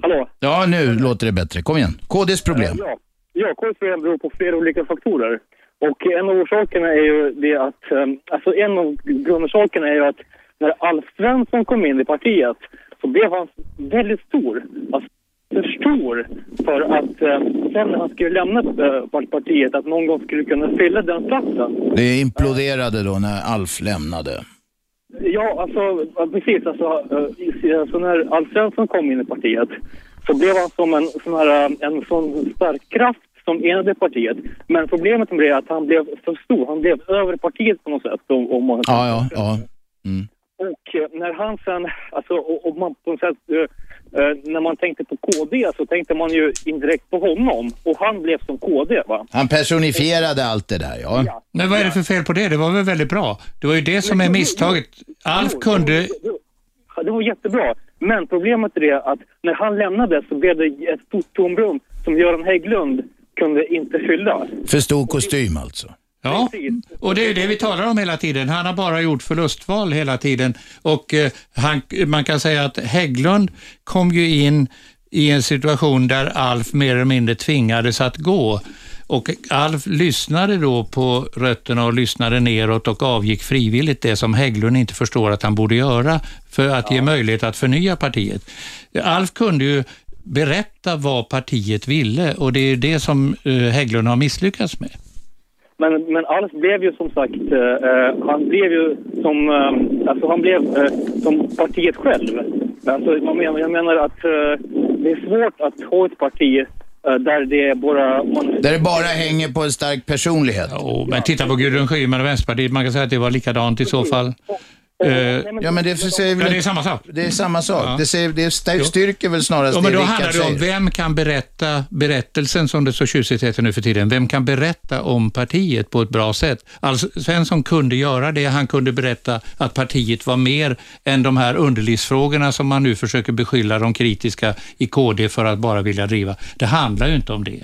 S15: Hallå?
S2: Ja, nu låter det bättre. Kom igen. KDs problem.
S15: Eh, ja, ja KDs problem beror på flera olika faktorer. Och en av orsakerna är ju det att, eh, alltså en av grundorsakerna är ju att när Alf Svensson kom in i partiet så blev han väldigt stor. Alltså för stor för att eh, sen när han skulle lämna eh, partiet att någon gång skulle kunna fylla den platsen.
S2: Det imploderade då när Alf lämnade.
S15: Ja, alltså ja, precis. Alltså, eh, så när Alf Svensson kom in i partiet så blev han som en sån, här, eh, en sån stark kraft som enade partiet. Men problemet med det är att han blev för stor. Han blev över partiet på något sätt. Om, om man,
S2: Ja, ja, ja.
S15: Och eh, när han sen, alltså och, och man på något sätt, eh, eh, när man tänkte på KD så tänkte man ju indirekt på honom. Och han blev som KD va?
S2: Han personifierade allt det där, ja.
S3: Men vad är det för fel på det? Det var väl väldigt bra? Det var ju det som är misstaget. Alf kunde...
S15: Ja, Det var jättebra. Men problemet är det att när han lämnade så blev det ett stort tomrum som Göran Hägglund kunde inte fylla.
S2: För stor kostym alltså.
S3: Ja, och det är ju det vi talar om hela tiden. Han har bara gjort förlustval hela tiden. Och eh, han, man kan säga att Hägglund kom ju in i en situation där Alf mer eller mindre tvingades att gå. Och Alf lyssnade då på rötterna och lyssnade neråt och avgick frivilligt det som Hägglund inte förstår att han borde göra för att ge möjlighet att förnya partiet. Alf kunde ju berätta vad partiet ville och det är det som eh, Hägglund har misslyckats med.
S15: Men, men Alf blev ju som sagt, eh, han blev ju som, eh, alltså han blev eh, som partiet själv. Alltså, jag, menar, jag menar att eh, det är svårt att ha ett parti eh, där det är bara... Man,
S2: Där det bara hänger på en stark personlighet.
S3: Men titta på Gudrun Schyman och Vänsterpartiet, man kan säga att det var likadant i så fall. Eh,
S2: ja, men det säger väl...
S3: Ja, det är samma sak.
S2: Det är samma sak.
S3: Ja.
S2: Det, säger, det st- styrker väl snarast
S3: Ja, men då
S2: det
S3: handlar
S2: Rickard
S3: det
S2: säger.
S3: om vem kan berätta berättelsen som det så tjusigt heter nu för tiden. Vem kan berätta om partiet på ett bra sätt? Alf Svensson kunde göra det. Han kunde berätta att partiet var mer än de här underlivsfrågorna som man nu försöker beskylla de kritiska i KD för att bara vilja driva. Det handlar ju inte om det.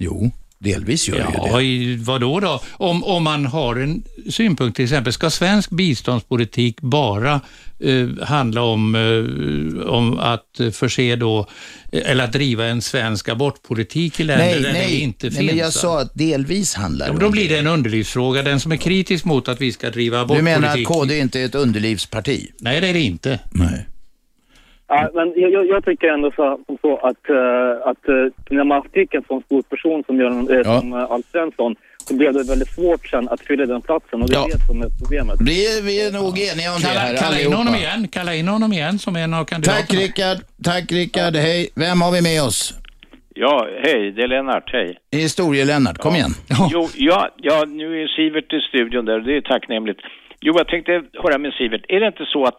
S2: Jo, delvis gör det ju
S3: Ja, i- vadå då? Om, om man har en synpunkt till exempel, ska svensk biståndspolitik bara eh, handla om, eh, om att förse då, eh, eller att driva en svensk abortpolitik i länder
S2: Nej,
S3: där det
S2: nej,
S3: inte
S2: nej,
S3: finns?
S2: men jag
S3: va?
S2: sa att delvis handlar
S3: Ja,
S2: det
S3: men
S2: om
S3: då blir det en underlivsfråga. Den som är kritisk mot att vi ska driva
S2: Du
S3: abortpolitik...
S2: menar att KD inte är ett underlivsparti?
S3: Nej, det är det inte.
S15: Ja, men jag, jag, jag tycker ändå så, som så att, eh, att eh, när man fick en sån stor person som, Göran, eh,
S2: Ja.
S15: som eh, Alf Svensson så blev det väldigt svårt sen att fylla den platsen och det är
S2: Ja.
S15: det som är problemet.
S2: Det är, vi är nog eniga om det här
S3: Kalla, kalla in
S2: allihopa.
S3: honom igen, kalla in honom igen som en av kandidaterna.
S2: Tack Rickard, tack Rickard, hej. Vem har vi med oss?
S16: Ja, hej, det är Lennart, hej.
S2: Historie-Lennart, kom igen.
S16: Jo, ja, ja, nu är Sivert i studion där, det är tacknämligt. Jo, jag tänkte höra med Sivert, är det inte så att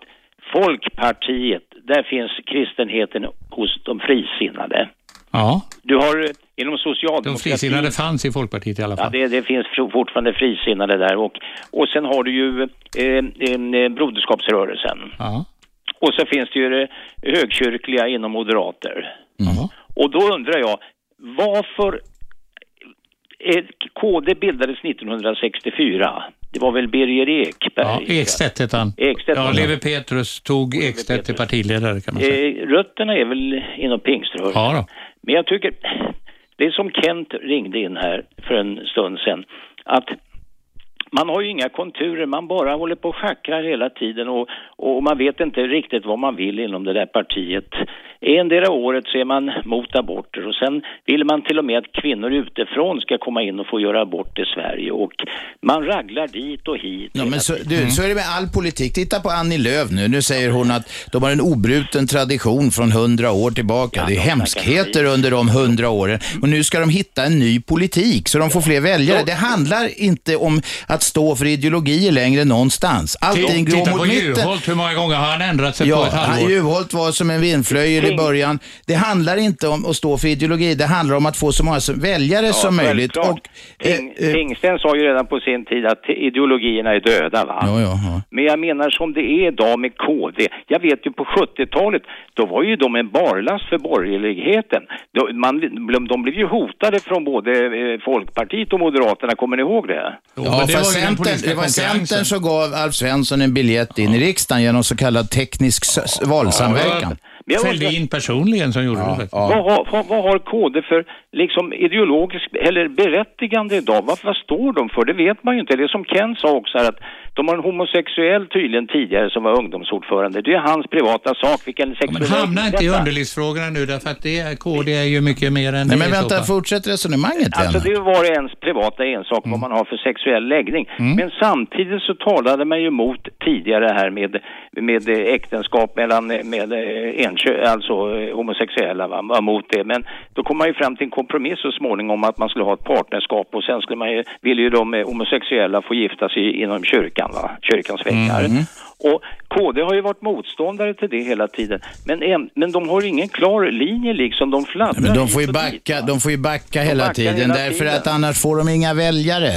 S16: Folkpartiet, där finns kristenheten hos de frisinnade?
S3: Ja,
S16: Du har eh, inom
S3: de
S16: socialdemokratin...
S3: frisinnade fanns i Folkpartiet i alla fall.
S16: Ja, det, det finns fro- fortfarande frisinnade där. Och, och sen har du ju eh, eh, Broderskapsrörelsen.
S3: Ja.
S16: Och så finns det ju det högkyrkliga inom moderater. Och då undrar jag, varför eh, KD bildades 1964? Det var väl Birger Ekberg?
S3: Ja, Ekstedt hette han.
S16: Ekstedt
S3: ja,
S16: var det.
S3: Lewi Petrus tog Ekstedt till partiledare kan man säga.
S16: Eh, rötterna är väl inom pingströrelsen?
S3: Ja, då.
S16: Men jag tycker, det är som Kent ringde in här för en stund sedan, att man har ju inga konturer, man bara håller på och schackrar hela tiden och, och man vet inte riktigt vad man vill inom det där partiet. Endera året så är man mot aborter och sen vill man till och med att kvinnor utifrån ska komma in och få göra abort i Sverige och man raglar dit och hit.
S2: Ja, men så,
S3: Mm.
S2: du, så är det med all politik. Titta på Annie Lööf nu. Nu säger hon att de har en obruten tradition från hundra år tillbaka. det är hemskheter under de hundra åren. Och nu ska de hitta en ny politik så de får fler väljare. Det handlar inte om att stå för ideologier längre någonstans. Allting går
S3: Titta på
S2: mot mitten.
S3: Juholt, hur många gånger har han ändrat sig på
S2: Ja,
S3: ett halvår?
S2: han- Juholt var som en vindflöjel i början. Det handlar inte om att stå för ideologi, det handlar om att få så många som- väljare som möjligt.
S16: självklart.
S2: Och, eh,
S16: Ting, Tingsten sa ju redan på sin tid att ideologierna är döda va?
S2: ja, ja, ja.
S16: Men jag menar som det är idag med KD. Jag vet ju på 70-talet, då var ju de en barlast för borgerligheten. De, man, de blev ju hotade från både eh, Folkpartiet och Moderaterna, kommer ni ihåg det?
S2: Ja, för centern, det var Centern som gav Alf Svensson en biljett in i riksdagen genom så kallad teknisk s- s- valsamverkan.
S16: Men jag undrar-
S3: Fälldin personligen som gjorde det. faktiskt.
S16: Vad, har, vad, vad har KD för liksom ideologisk eller berättigande idag? Vad, vad står de för? Det vet man ju inte. Det är som Ken sa också här att de har en homosexuell tydligen tidigare som var ungdomsordförande. Det är hans privata sak. Vilken sexuell...
S3: Hamna inte i
S16: Detta.
S3: underlivsfrågorna nu därför att det är, KD är ju mycket mer än
S2: Nej,
S3: det
S2: men
S3: i så
S2: vänta,
S3: fall.
S2: fortsätt resonemanget.
S16: Alltså det är ju var och ens privata ensak
S2: Mm.
S16: vad man har för sexuell läggning. Men samtidigt så talade man ju emot tidigare här med, med eh, äktenskap mellan eh, med eh, enkö, alltså eh, homosexuella va, var mot det. Men då kom man ju fram till en kompromiss så småningom att man skulle ha ett partnerskap och sen skulle man ju, ville ju de eh, homosexuella få gifta sig inom kyrkan va, kyrkans väggar.
S2: Mm.
S16: Och KD har ju varit motståndare till det hela tiden. Men, en- men de har ju ingen klar linje liksom, de fladdrar.
S2: Men de
S16: hit
S2: får ju
S16: och dit.
S2: backa, de får ju backa hela
S16: backar
S2: tiden
S16: hela
S2: därför
S16: tiden.
S2: att annars får de inga väljare.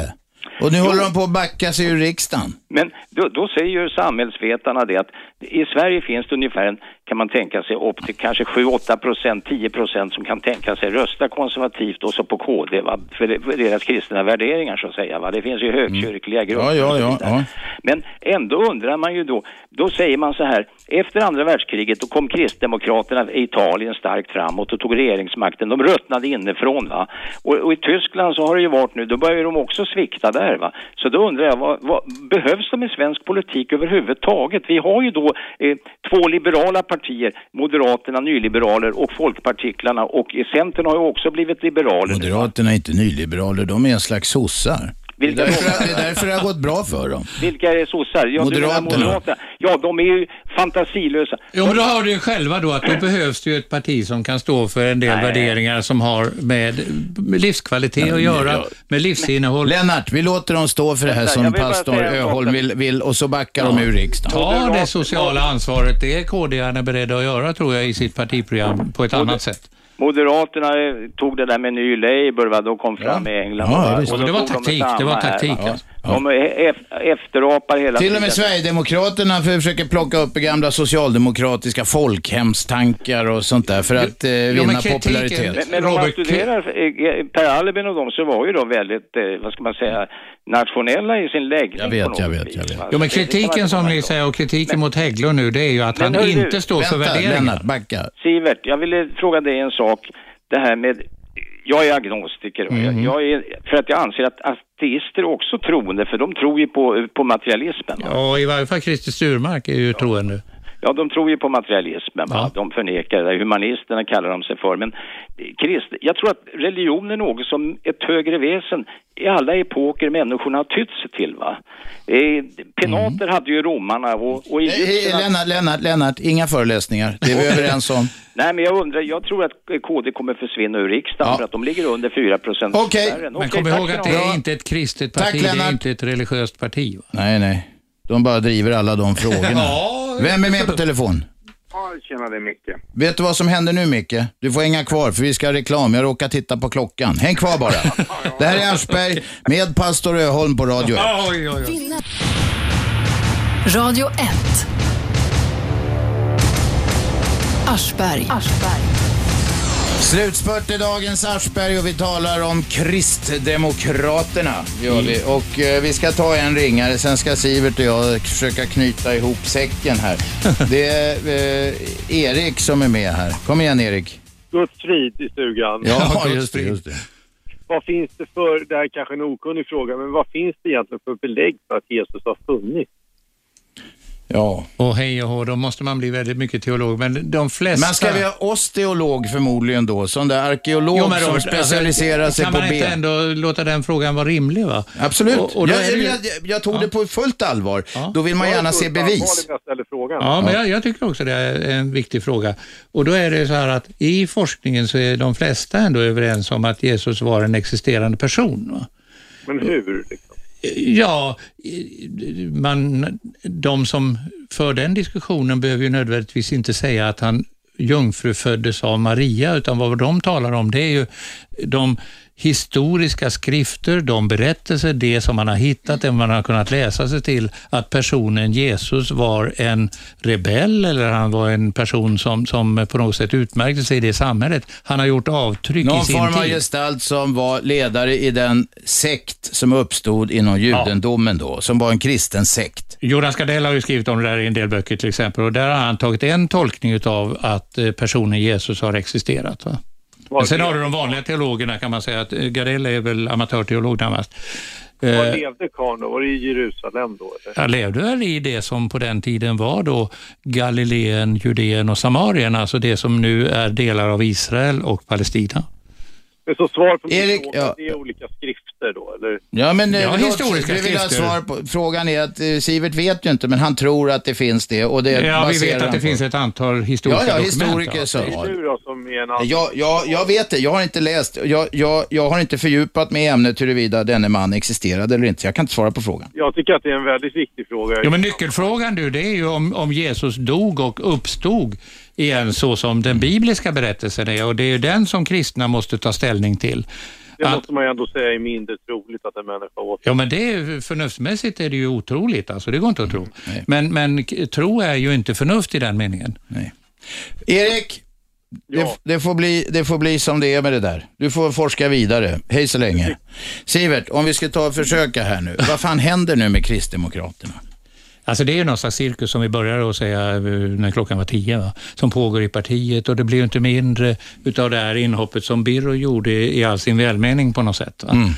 S2: Och nu håller de på att backa sig ur riksdagen.
S16: Men då, då säger ju samhällsvetarna det att i Sverige finns det ungefär, en, kan man tänka sig, upp till kanske 7-8 procent, 10 procent som kan tänka sig rösta konservativt och så på KD, va? För, det- för deras kristna värderingar så att säga. Va? Det finns ju högkyrkliga grupper.
S2: Mm. Ja, ja, ja. ja.
S16: Men ändå undrar man ju då, då säger man så här, efter andra världskriget då kom kristdemokraterna i Italien starkt framåt och tog regeringsmakten. De ruttnade inifrån va. Och, och i Tyskland så har det ju varit nu, då börjar ju de också svikta där va. Så då undrar jag, vad, vad, behövs de i svensk politik överhuvudtaget? Vi har ju då eh, två liberala partier, Moderaterna, nyliberaler och folkpartiklarna och Centern har ju också blivit liberaler.
S2: Moderaterna är inte nyliberaler, de är en slags sossar.
S16: Vilka
S2: det, är därför, det är därför det har gått bra för dem.
S16: Vilka är sossar? Ja, du menar
S2: Moderaterna.
S16: Moderaterna. Ja, de är ju fantasilösa.
S3: Jo, men då har du ju själva då att då behövs det ju ett parti som kan stå för en del värderingar som har med, med livskvalitet att göra, med livsinnehåll.
S2: Lennart, vi låter dem stå för det här som pastor Öholm vill, vill och så backar de ur riksdagen.
S3: Ta det sociala ansvaret, det är KD är beredda att göra tror jag i sitt partiprogram på ett annat sätt.
S16: Moderaterna eh, tog det där med ny Labour, va? de kom fram i England.
S3: Ja,
S16: va?
S3: visst.
S16: Och då
S3: Det var
S16: tog de
S3: taktik,
S16: samma
S3: det var
S16: här, va?
S3: taktik,
S16: Ja.
S3: alltså.
S16: De e- ef- efterapar hela
S2: Till och
S16: tiden.
S2: med Sverigedemokraterna för- försöker plocka upp gamla socialdemokratiska folkhemstankar och sånt där för att eh, vinna popularitet.
S16: Men, men om man studerar eh, Per Albin och de så var ju de väldigt, eh, vad ska man säga, nationella i sin läggning. Jag vet, jag vet, jag vet.
S3: Jo, men
S16: liksom
S3: kritiken som ni säger och kritiken mot Hägglund nu, det är ju att
S16: Men
S3: han
S16: hörru,
S3: inte står för
S16: vänta,
S3: värderingar.
S16: Lennart, Sivert, jag ville fråga dig en sak. Det här med, jag är agnostiker, och jag,
S17: Mhm.
S16: jag är, för att jag anser att ateister är också troende, för de tror ju på, på materialismen.
S3: Ja, i varje fall Christer Sturmark är ju troende.
S16: Ja, de tror ju på materialismen. va? De förnekar det. Humanisterna kallar de sig för. Men krist, jag tror att religion är något som ett högre väsen i alla epoker människorna har tytt sig till. Va? Eh, penater hade ju romarna och, och
S2: Eh, eh,
S16: egyptierna...
S2: Lennart, Lennart, Lennart, inga föreläsningar. Det är vi överens om.
S16: Nej, men jag undrar, jag tror att KD kommer försvinna ur riksdagen för att de ligger under 4 procent.
S2: Okej.
S3: Men kom ihåg att det är inte ett kristet
S2: Tack,
S3: parti, det är
S2: Lennart.
S3: inte ett religiöst parti. Va?
S2: Nej, nej. De bara driver alla de frågorna.
S3: Ja.
S2: Vem är med på telefon?
S18: Ja, tjena det är Micke.
S2: Vet du vad som händer nu Micke? Du får hänga kvar för vi ska ha reklam. Jag råkar titta på klockan. Häng kvar bara. Det här är Aschberg med pastor Öholm på radio 1.
S3: Oj, oj, oj.
S1: Radio 1. Aschberg.
S2: Slutspurt i dagens Aschberg och vi talar om Kristdemokraterna. Gör vi. Och eh, vi ska ta en ringare, sen ska Sivert och jag försöka knyta ihop säcken här. Det är eh, Erik som är med här. Kom igen Erik.
S18: Guds frid i stugan.
S2: Ja, just det. Just det.
S18: Vad finns det för, det här är kanske en okunnig fråga, men vad finns det egentligen för belägg för att Jesus har funnits?
S2: Ja.
S3: Och hej och hå, då måste man bli väldigt mycket teolog. Men de flesta...
S2: Men ska vi ha oss teolog förmodligen då? Sån där arkeolog
S3: Jo, men
S2: som
S3: Robert,
S2: specialiserar
S3: alltså,
S2: sig på
S3: Kan man inte
S2: ben.
S3: ändå låta den frågan vara rimlig? va?
S2: Absolut.
S3: Och, och då
S2: jag,
S3: är det ju...
S2: jag, jag tog det på fullt allvar. Då vill man gärna se bevis.
S18: Jag ställer frågan.
S3: Ja, men jag, jag tycker också det är en viktig fråga. Och då är det så här att i forskningen så är de flesta ändå överens om att Jesus var en existerande person. Va?
S18: Men hur?
S3: Ja, i- man, de som för den diskussionen behöver ju nödvändigtvis inte säga att han jungfruföddes av Maria, utan vad de talar om det är ju de historiska skrifter, de berättelser, det som man har hittat, det man har kunnat läsa sig till, att personen Jesus var en rebell eller han var en person som, som på något sätt utmärkte sig i det samhället. Han har gjort avtryck i
S2: Någon
S3: sin
S2: form av
S3: tid.
S2: gestalt som var ledare i den sekt som uppstod inom judendomen då, som var en kristen sekt.
S3: Jordan Gardell har ju skrivit om det där i en del böcker till exempel och där har han tagit en tolkning utav att eh, personen Jesus har existerat. Va? Men sen har du de vanliga teologerna kan man säga, att eh, Gardell är väl amatörteolog närmast. Eh,
S18: Var levde karln då? Var det i Jerusalem då? Eller?
S3: han levde väl i det som på den tiden var då Galileen, Judeen och Samarien, alltså det som nu är delar av Israel och Palestina.
S18: Men Så svar på min
S2: Erik,
S18: fråga,
S2: ja.
S18: det är olika skrifter då, eller?
S2: Ja, men eh,
S18: Ja,
S2: Lars,
S18: historiska
S2: du vill ha
S18: skrifter.
S2: svar på, frågan är att eh, Sivert vet ju inte, men han tror att det finns det. Och det
S3: ja, vi
S2: baserar
S3: vet att
S2: han
S3: det
S2: på.
S3: finns ett antal historiska
S2: Ja, ja,
S3: dokument.
S2: historiker så.
S18: Det är du då som är en annan.
S2: Jag, jag, jag vet det, jag har inte läst, jag, jag, jag har inte fördjupat mig i ämnet huruvida denne man existerade eller inte. Jag kan inte svara på frågan.
S18: Jag tycker att det är en väldigt viktig fråga.
S3: Ja, men nyckelfrågan du, det är ju om, om Jesus dog och uppstod igen så som den bibliska berättelsen är och det är ju den som kristna måste ta ställning till.
S18: Det måste man ju ändå säga är mindre troligt att en människa åt.
S3: Ja, men det är, förnuftsmässigt är det ju otroligt, alltså. det går inte att tro. Men, men k- tro är ju inte förnuft i den meningen.
S2: Erik! Det, det, får bli, det får bli som det är med det där. Du får forska vidare. Hej så länge. Sivert, om vi ska ta och försöka här nu. Vad fan händer nu med Kristdemokraterna?
S3: Alltså det är ju någon slags cirkus som vi började att säga eh, när klockan var tio, va? som pågår i partiet och det blir ju inte mindre utav det här inhoppet som Birro gjorde i i all sin välmening på något sätt. Va?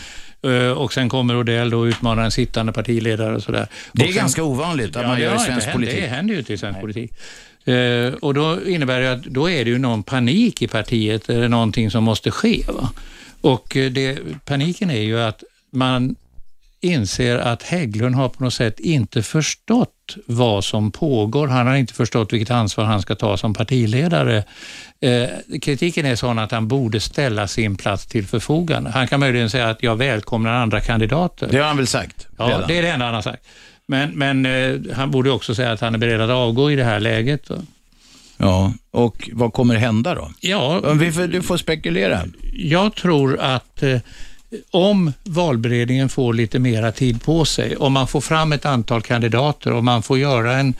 S2: Mm.
S3: Eh, Och sen kommer Odell och utmanar en sittande partiledare och sådär.
S2: Det är
S3: Och
S2: ganska ovanligt att
S3: Ja,
S2: man
S3: det
S2: gör i
S3: har
S2: svensk
S3: inte hänt.
S2: politik.
S3: Det händer ju inte i svensk politik. Eh, och då innebär det att då är det ju någon panik i partiet, eller någonting som måste ske. Va? Och eh, det, paniken är ju att man inser att Hägglund har på något sätt inte förstått vad som pågår. Han har inte förstått vilket ansvar han ska ta som partiledare. Eh, kritiken är sån att han borde ställa sin plats till förfogande. Han kan möjligen säga att jag välkomnar andra kandidater.
S2: Det har han väl sagt?
S3: Ja,
S2: redan.
S3: det är det enda han har sagt. Men, men eh, han borde också säga att han är beredd att avgå i det här läget.
S2: Ja, och vad kommer hända då?
S3: Ja,
S2: Vi får, du får spekulera.
S3: jag tror att eh, om valberedningen får lite mera tid på sig, om man får fram ett antal kandidater, om man får göra en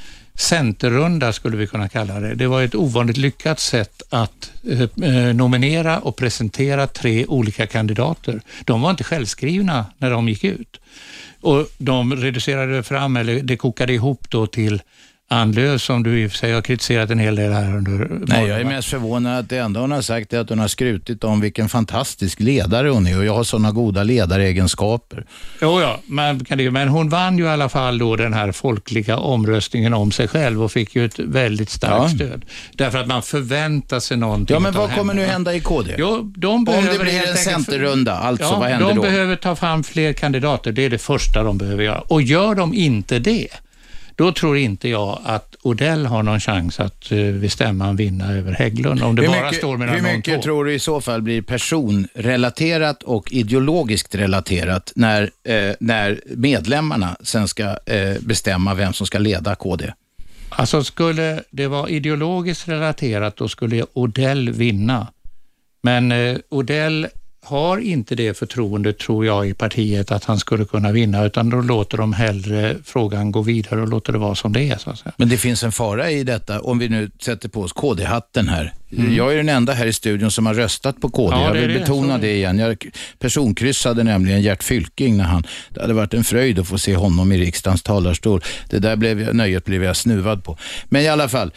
S3: centerrunda skulle vi kunna kalla det. Det var ett ovanligt lyckat sätt att eh, eh, nominera och presentera tre olika kandidater. De var inte självskrivna när de gick ut. Och de reducerade fram, eller det kokade ihop då till Ann Lööf, som du i och för sig har kritiserat en hel del här under
S2: Nej, jag är mest förvånad att det enda hon har sagt är att hon har skrutit om vilken fantastisk ledare hon är och jag har sådana goda ledaregenskaper.
S3: Jo, ja, men, kan det, men hon vann ju i alla fall då den här folkliga omröstningen om sig själv och fick ju ett väldigt starkt
S2: Ja.
S3: stöd. Därför att man förväntar sig någonting
S2: Ja, men
S3: utav
S2: vad kommer
S3: henne,
S2: nu
S3: va?
S2: hända i KD?
S3: Jo, de
S2: Om
S3: behöver
S2: det blir
S3: helt
S2: en
S3: enkelt-
S2: centerrunda, alltså
S3: ja,
S2: vad händer
S3: de
S2: då?
S3: behöver ta fram fler kandidater, det är det första de behöver göra. Och gör de inte det, då tror inte jag att Odell har någon chans att eh, bestämma en vinna över Hägglund, om det
S2: hur
S3: bara
S2: mycket,
S3: står mellan
S2: hur
S3: de
S2: mycket
S3: två.
S2: tror du i så fall blir personrelaterat och ideologiskt relaterat när, eh, när medlemmarna sen ska eh, bestämma vem som ska leda KD?
S3: Alltså skulle det vara ideologiskt relaterat, då skulle Odell vinna. Men eh, Odell har inte det förtroendet, tror jag, i partiet att han skulle kunna vinna, utan då låter de hellre frågan gå vidare och låter det vara som det är. Så att säga.
S2: Men det finns en fara i detta, om vi nu sätter på oss KD-hatten här. Jag är den enda här i studion som har röstat på KD.
S3: Mm. Ja,
S2: jag
S3: det är
S2: vill
S3: det.
S2: betona
S3: Så-
S2: det igen. Jag personkryssade nämligen Gert Fylking när han... Det hade varit en fröjd att få se honom i riksdagens talarstol. Det där blev, jag- nöjet blev jag snuvad på. Men i alla fall,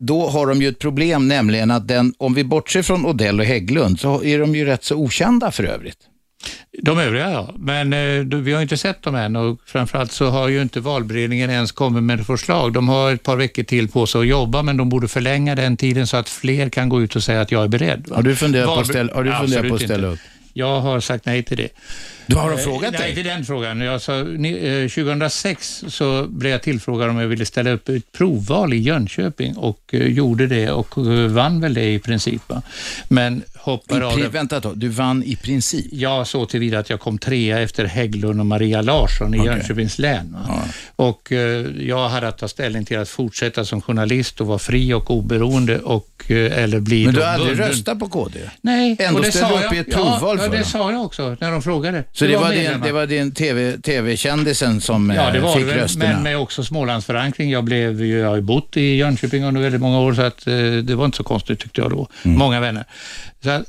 S2: då har de ju ett problem, nämligen att den, om vi bortser från Odell och Hägglund, så är de ju rätt så okända för övrigt.
S3: De övriga ja, men eh, du- vi har ju inte sett dem än och framförallt så har ju inte valberedningen ens kommit med förslag. De har ett par veckor till på sig att jobba, men de borde förlänga den tiden så att fler kan gå ut och säga att jag är beredd. va?
S2: Har du funderat på att
S3: Valbe-
S2: ställa- har du funderat
S3: Absolut
S2: på att ställa
S3: inte.
S2: upp?
S3: Jag har sagt nej till det.
S2: Du har de
S3: Eh,
S2: frågat
S3: nej,
S2: dig?
S3: inte den frågan. Jag sa, ni, eh, 2006 så blev jag tillfrågad om jag ville ställa upp i ett provval i Jönköping och eh, gjorde det och eh, vann väl det i princip. Va? Men hoppade
S2: I
S3: av
S2: pri-
S3: det.
S2: Vänta ett tag, du vann i princip?
S3: Ja, så tillvida att jag kom trea efter Hägglund och Maria Larsson i
S2: Okej.
S3: Jönköpings län. Va? Och eh, jag hade att ta ställning till att fortsätta som journalist och vara fri och oberoende och, eh, eller bli
S2: Men
S3: då
S2: du har aldrig
S3: bunden.
S2: röstat på KD?
S3: Nej,
S2: Ändå
S3: och det
S2: ställde
S3: sa
S2: du upp
S3: jag.
S2: i ett provval
S3: ja,
S2: för
S3: ja, det
S2: dem.
S3: sa jag också när de frågade.
S2: Så det, var, din,
S3: medlemmar.
S2: det var din TV TV-kändisen som
S3: Ja, det
S2: eh,
S3: var
S2: fick
S3: det, väl,
S2: rösterna?
S3: men med också Smålandsförankring. Jag, blev, ju- jag har ju bott i Jönköping under väldigt många år, så att, eh, det var inte så konstigt tyckte jag då.
S2: Mm.
S3: Många vänner. Så att, eh,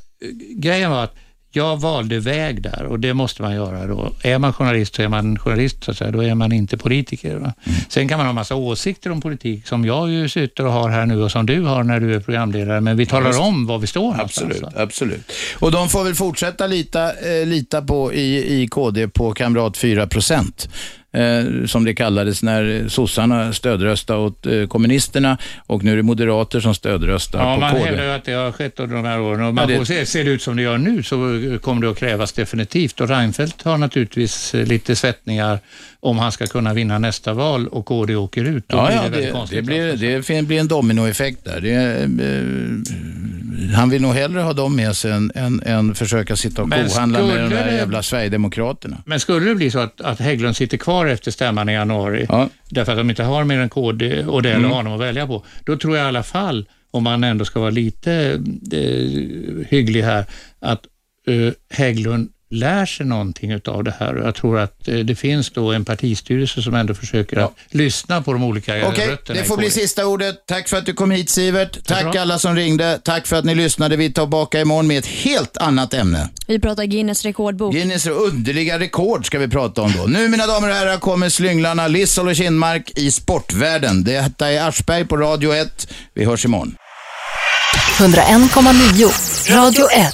S3: grejen var att jag valde väg där och det måste man göra då. Är man journalist så är man journalist, så att säga. då är man inte politiker. Va?
S2: Mm.
S3: Sen kan man ha massa åsikter om politik, som jag ju sitter och har här nu och som du har när du är programledare, men vi talar
S2: Just.
S3: om var vi står
S2: Absolut,
S3: någonstans. va?
S2: absolut. Och de får väl fortsätta lita, eh, lita på i, i KD på kamrat 4 procent. Eh, som det kallades när sossarna stödröstade åt eh, kommunisterna och nu är det moderater som stödröstar
S3: Ja,
S2: på
S3: man
S2: KD.
S3: hävdar ju att det har skett under de här åren. Och man
S2: Ja, det-
S3: får se, ser det ut som det gör nu så kommer det att krävas definitivt. Och Reinfeldt har naturligtvis eh, lite svettningar om han ska kunna vinna nästa val och KD åker ut. Då
S2: Ja,
S3: blir
S2: ja,
S3: det väldigt
S2: det,
S3: konstigt. alltså.
S2: det, blir, det fin- blir en dominoeffekt där. Det, eh, han vill nog hellre ha dem med sig än, än, än försöka sitta och
S3: Men
S2: kohandla med de
S3: skulle
S2: där
S3: det-
S2: jävla Sverigedemokraterna.
S3: Men skulle det bli så att, att Hägglund sitter kvar efter stämman i januari, därför att de inte har mer än KD och det
S2: Mm.
S3: mm. honom att välja på, då tror jag i alla fall, om man ändå ska vara lite eh, hygglig här, att eh, Hägglund lär sig någonting av det här. Och Jag tror att eh, det finns då en partistyrelse som ändå försöker att lyssna på de olika
S2: Okej,
S3: rötterna
S2: det
S3: i
S2: får bli
S3: KD.
S2: sista ordet. Tack för att du kom hit Sivert. Tack
S3: bra.
S2: alla som ringde. Tack för att ni lyssnade. Vi tar tillbaka imorgon med ett helt annat ämne.
S11: Vi pratar Guinness rekordbok.
S2: Guinness underliga rekord ska vi prata om då. Nu mina damer och herrar kommer slynglarna Lissol och Kinmark i sportvärlden. Detta är Aschberg på Radio 1. Vi hörs imorgon.
S1: 101,9 Radio 1.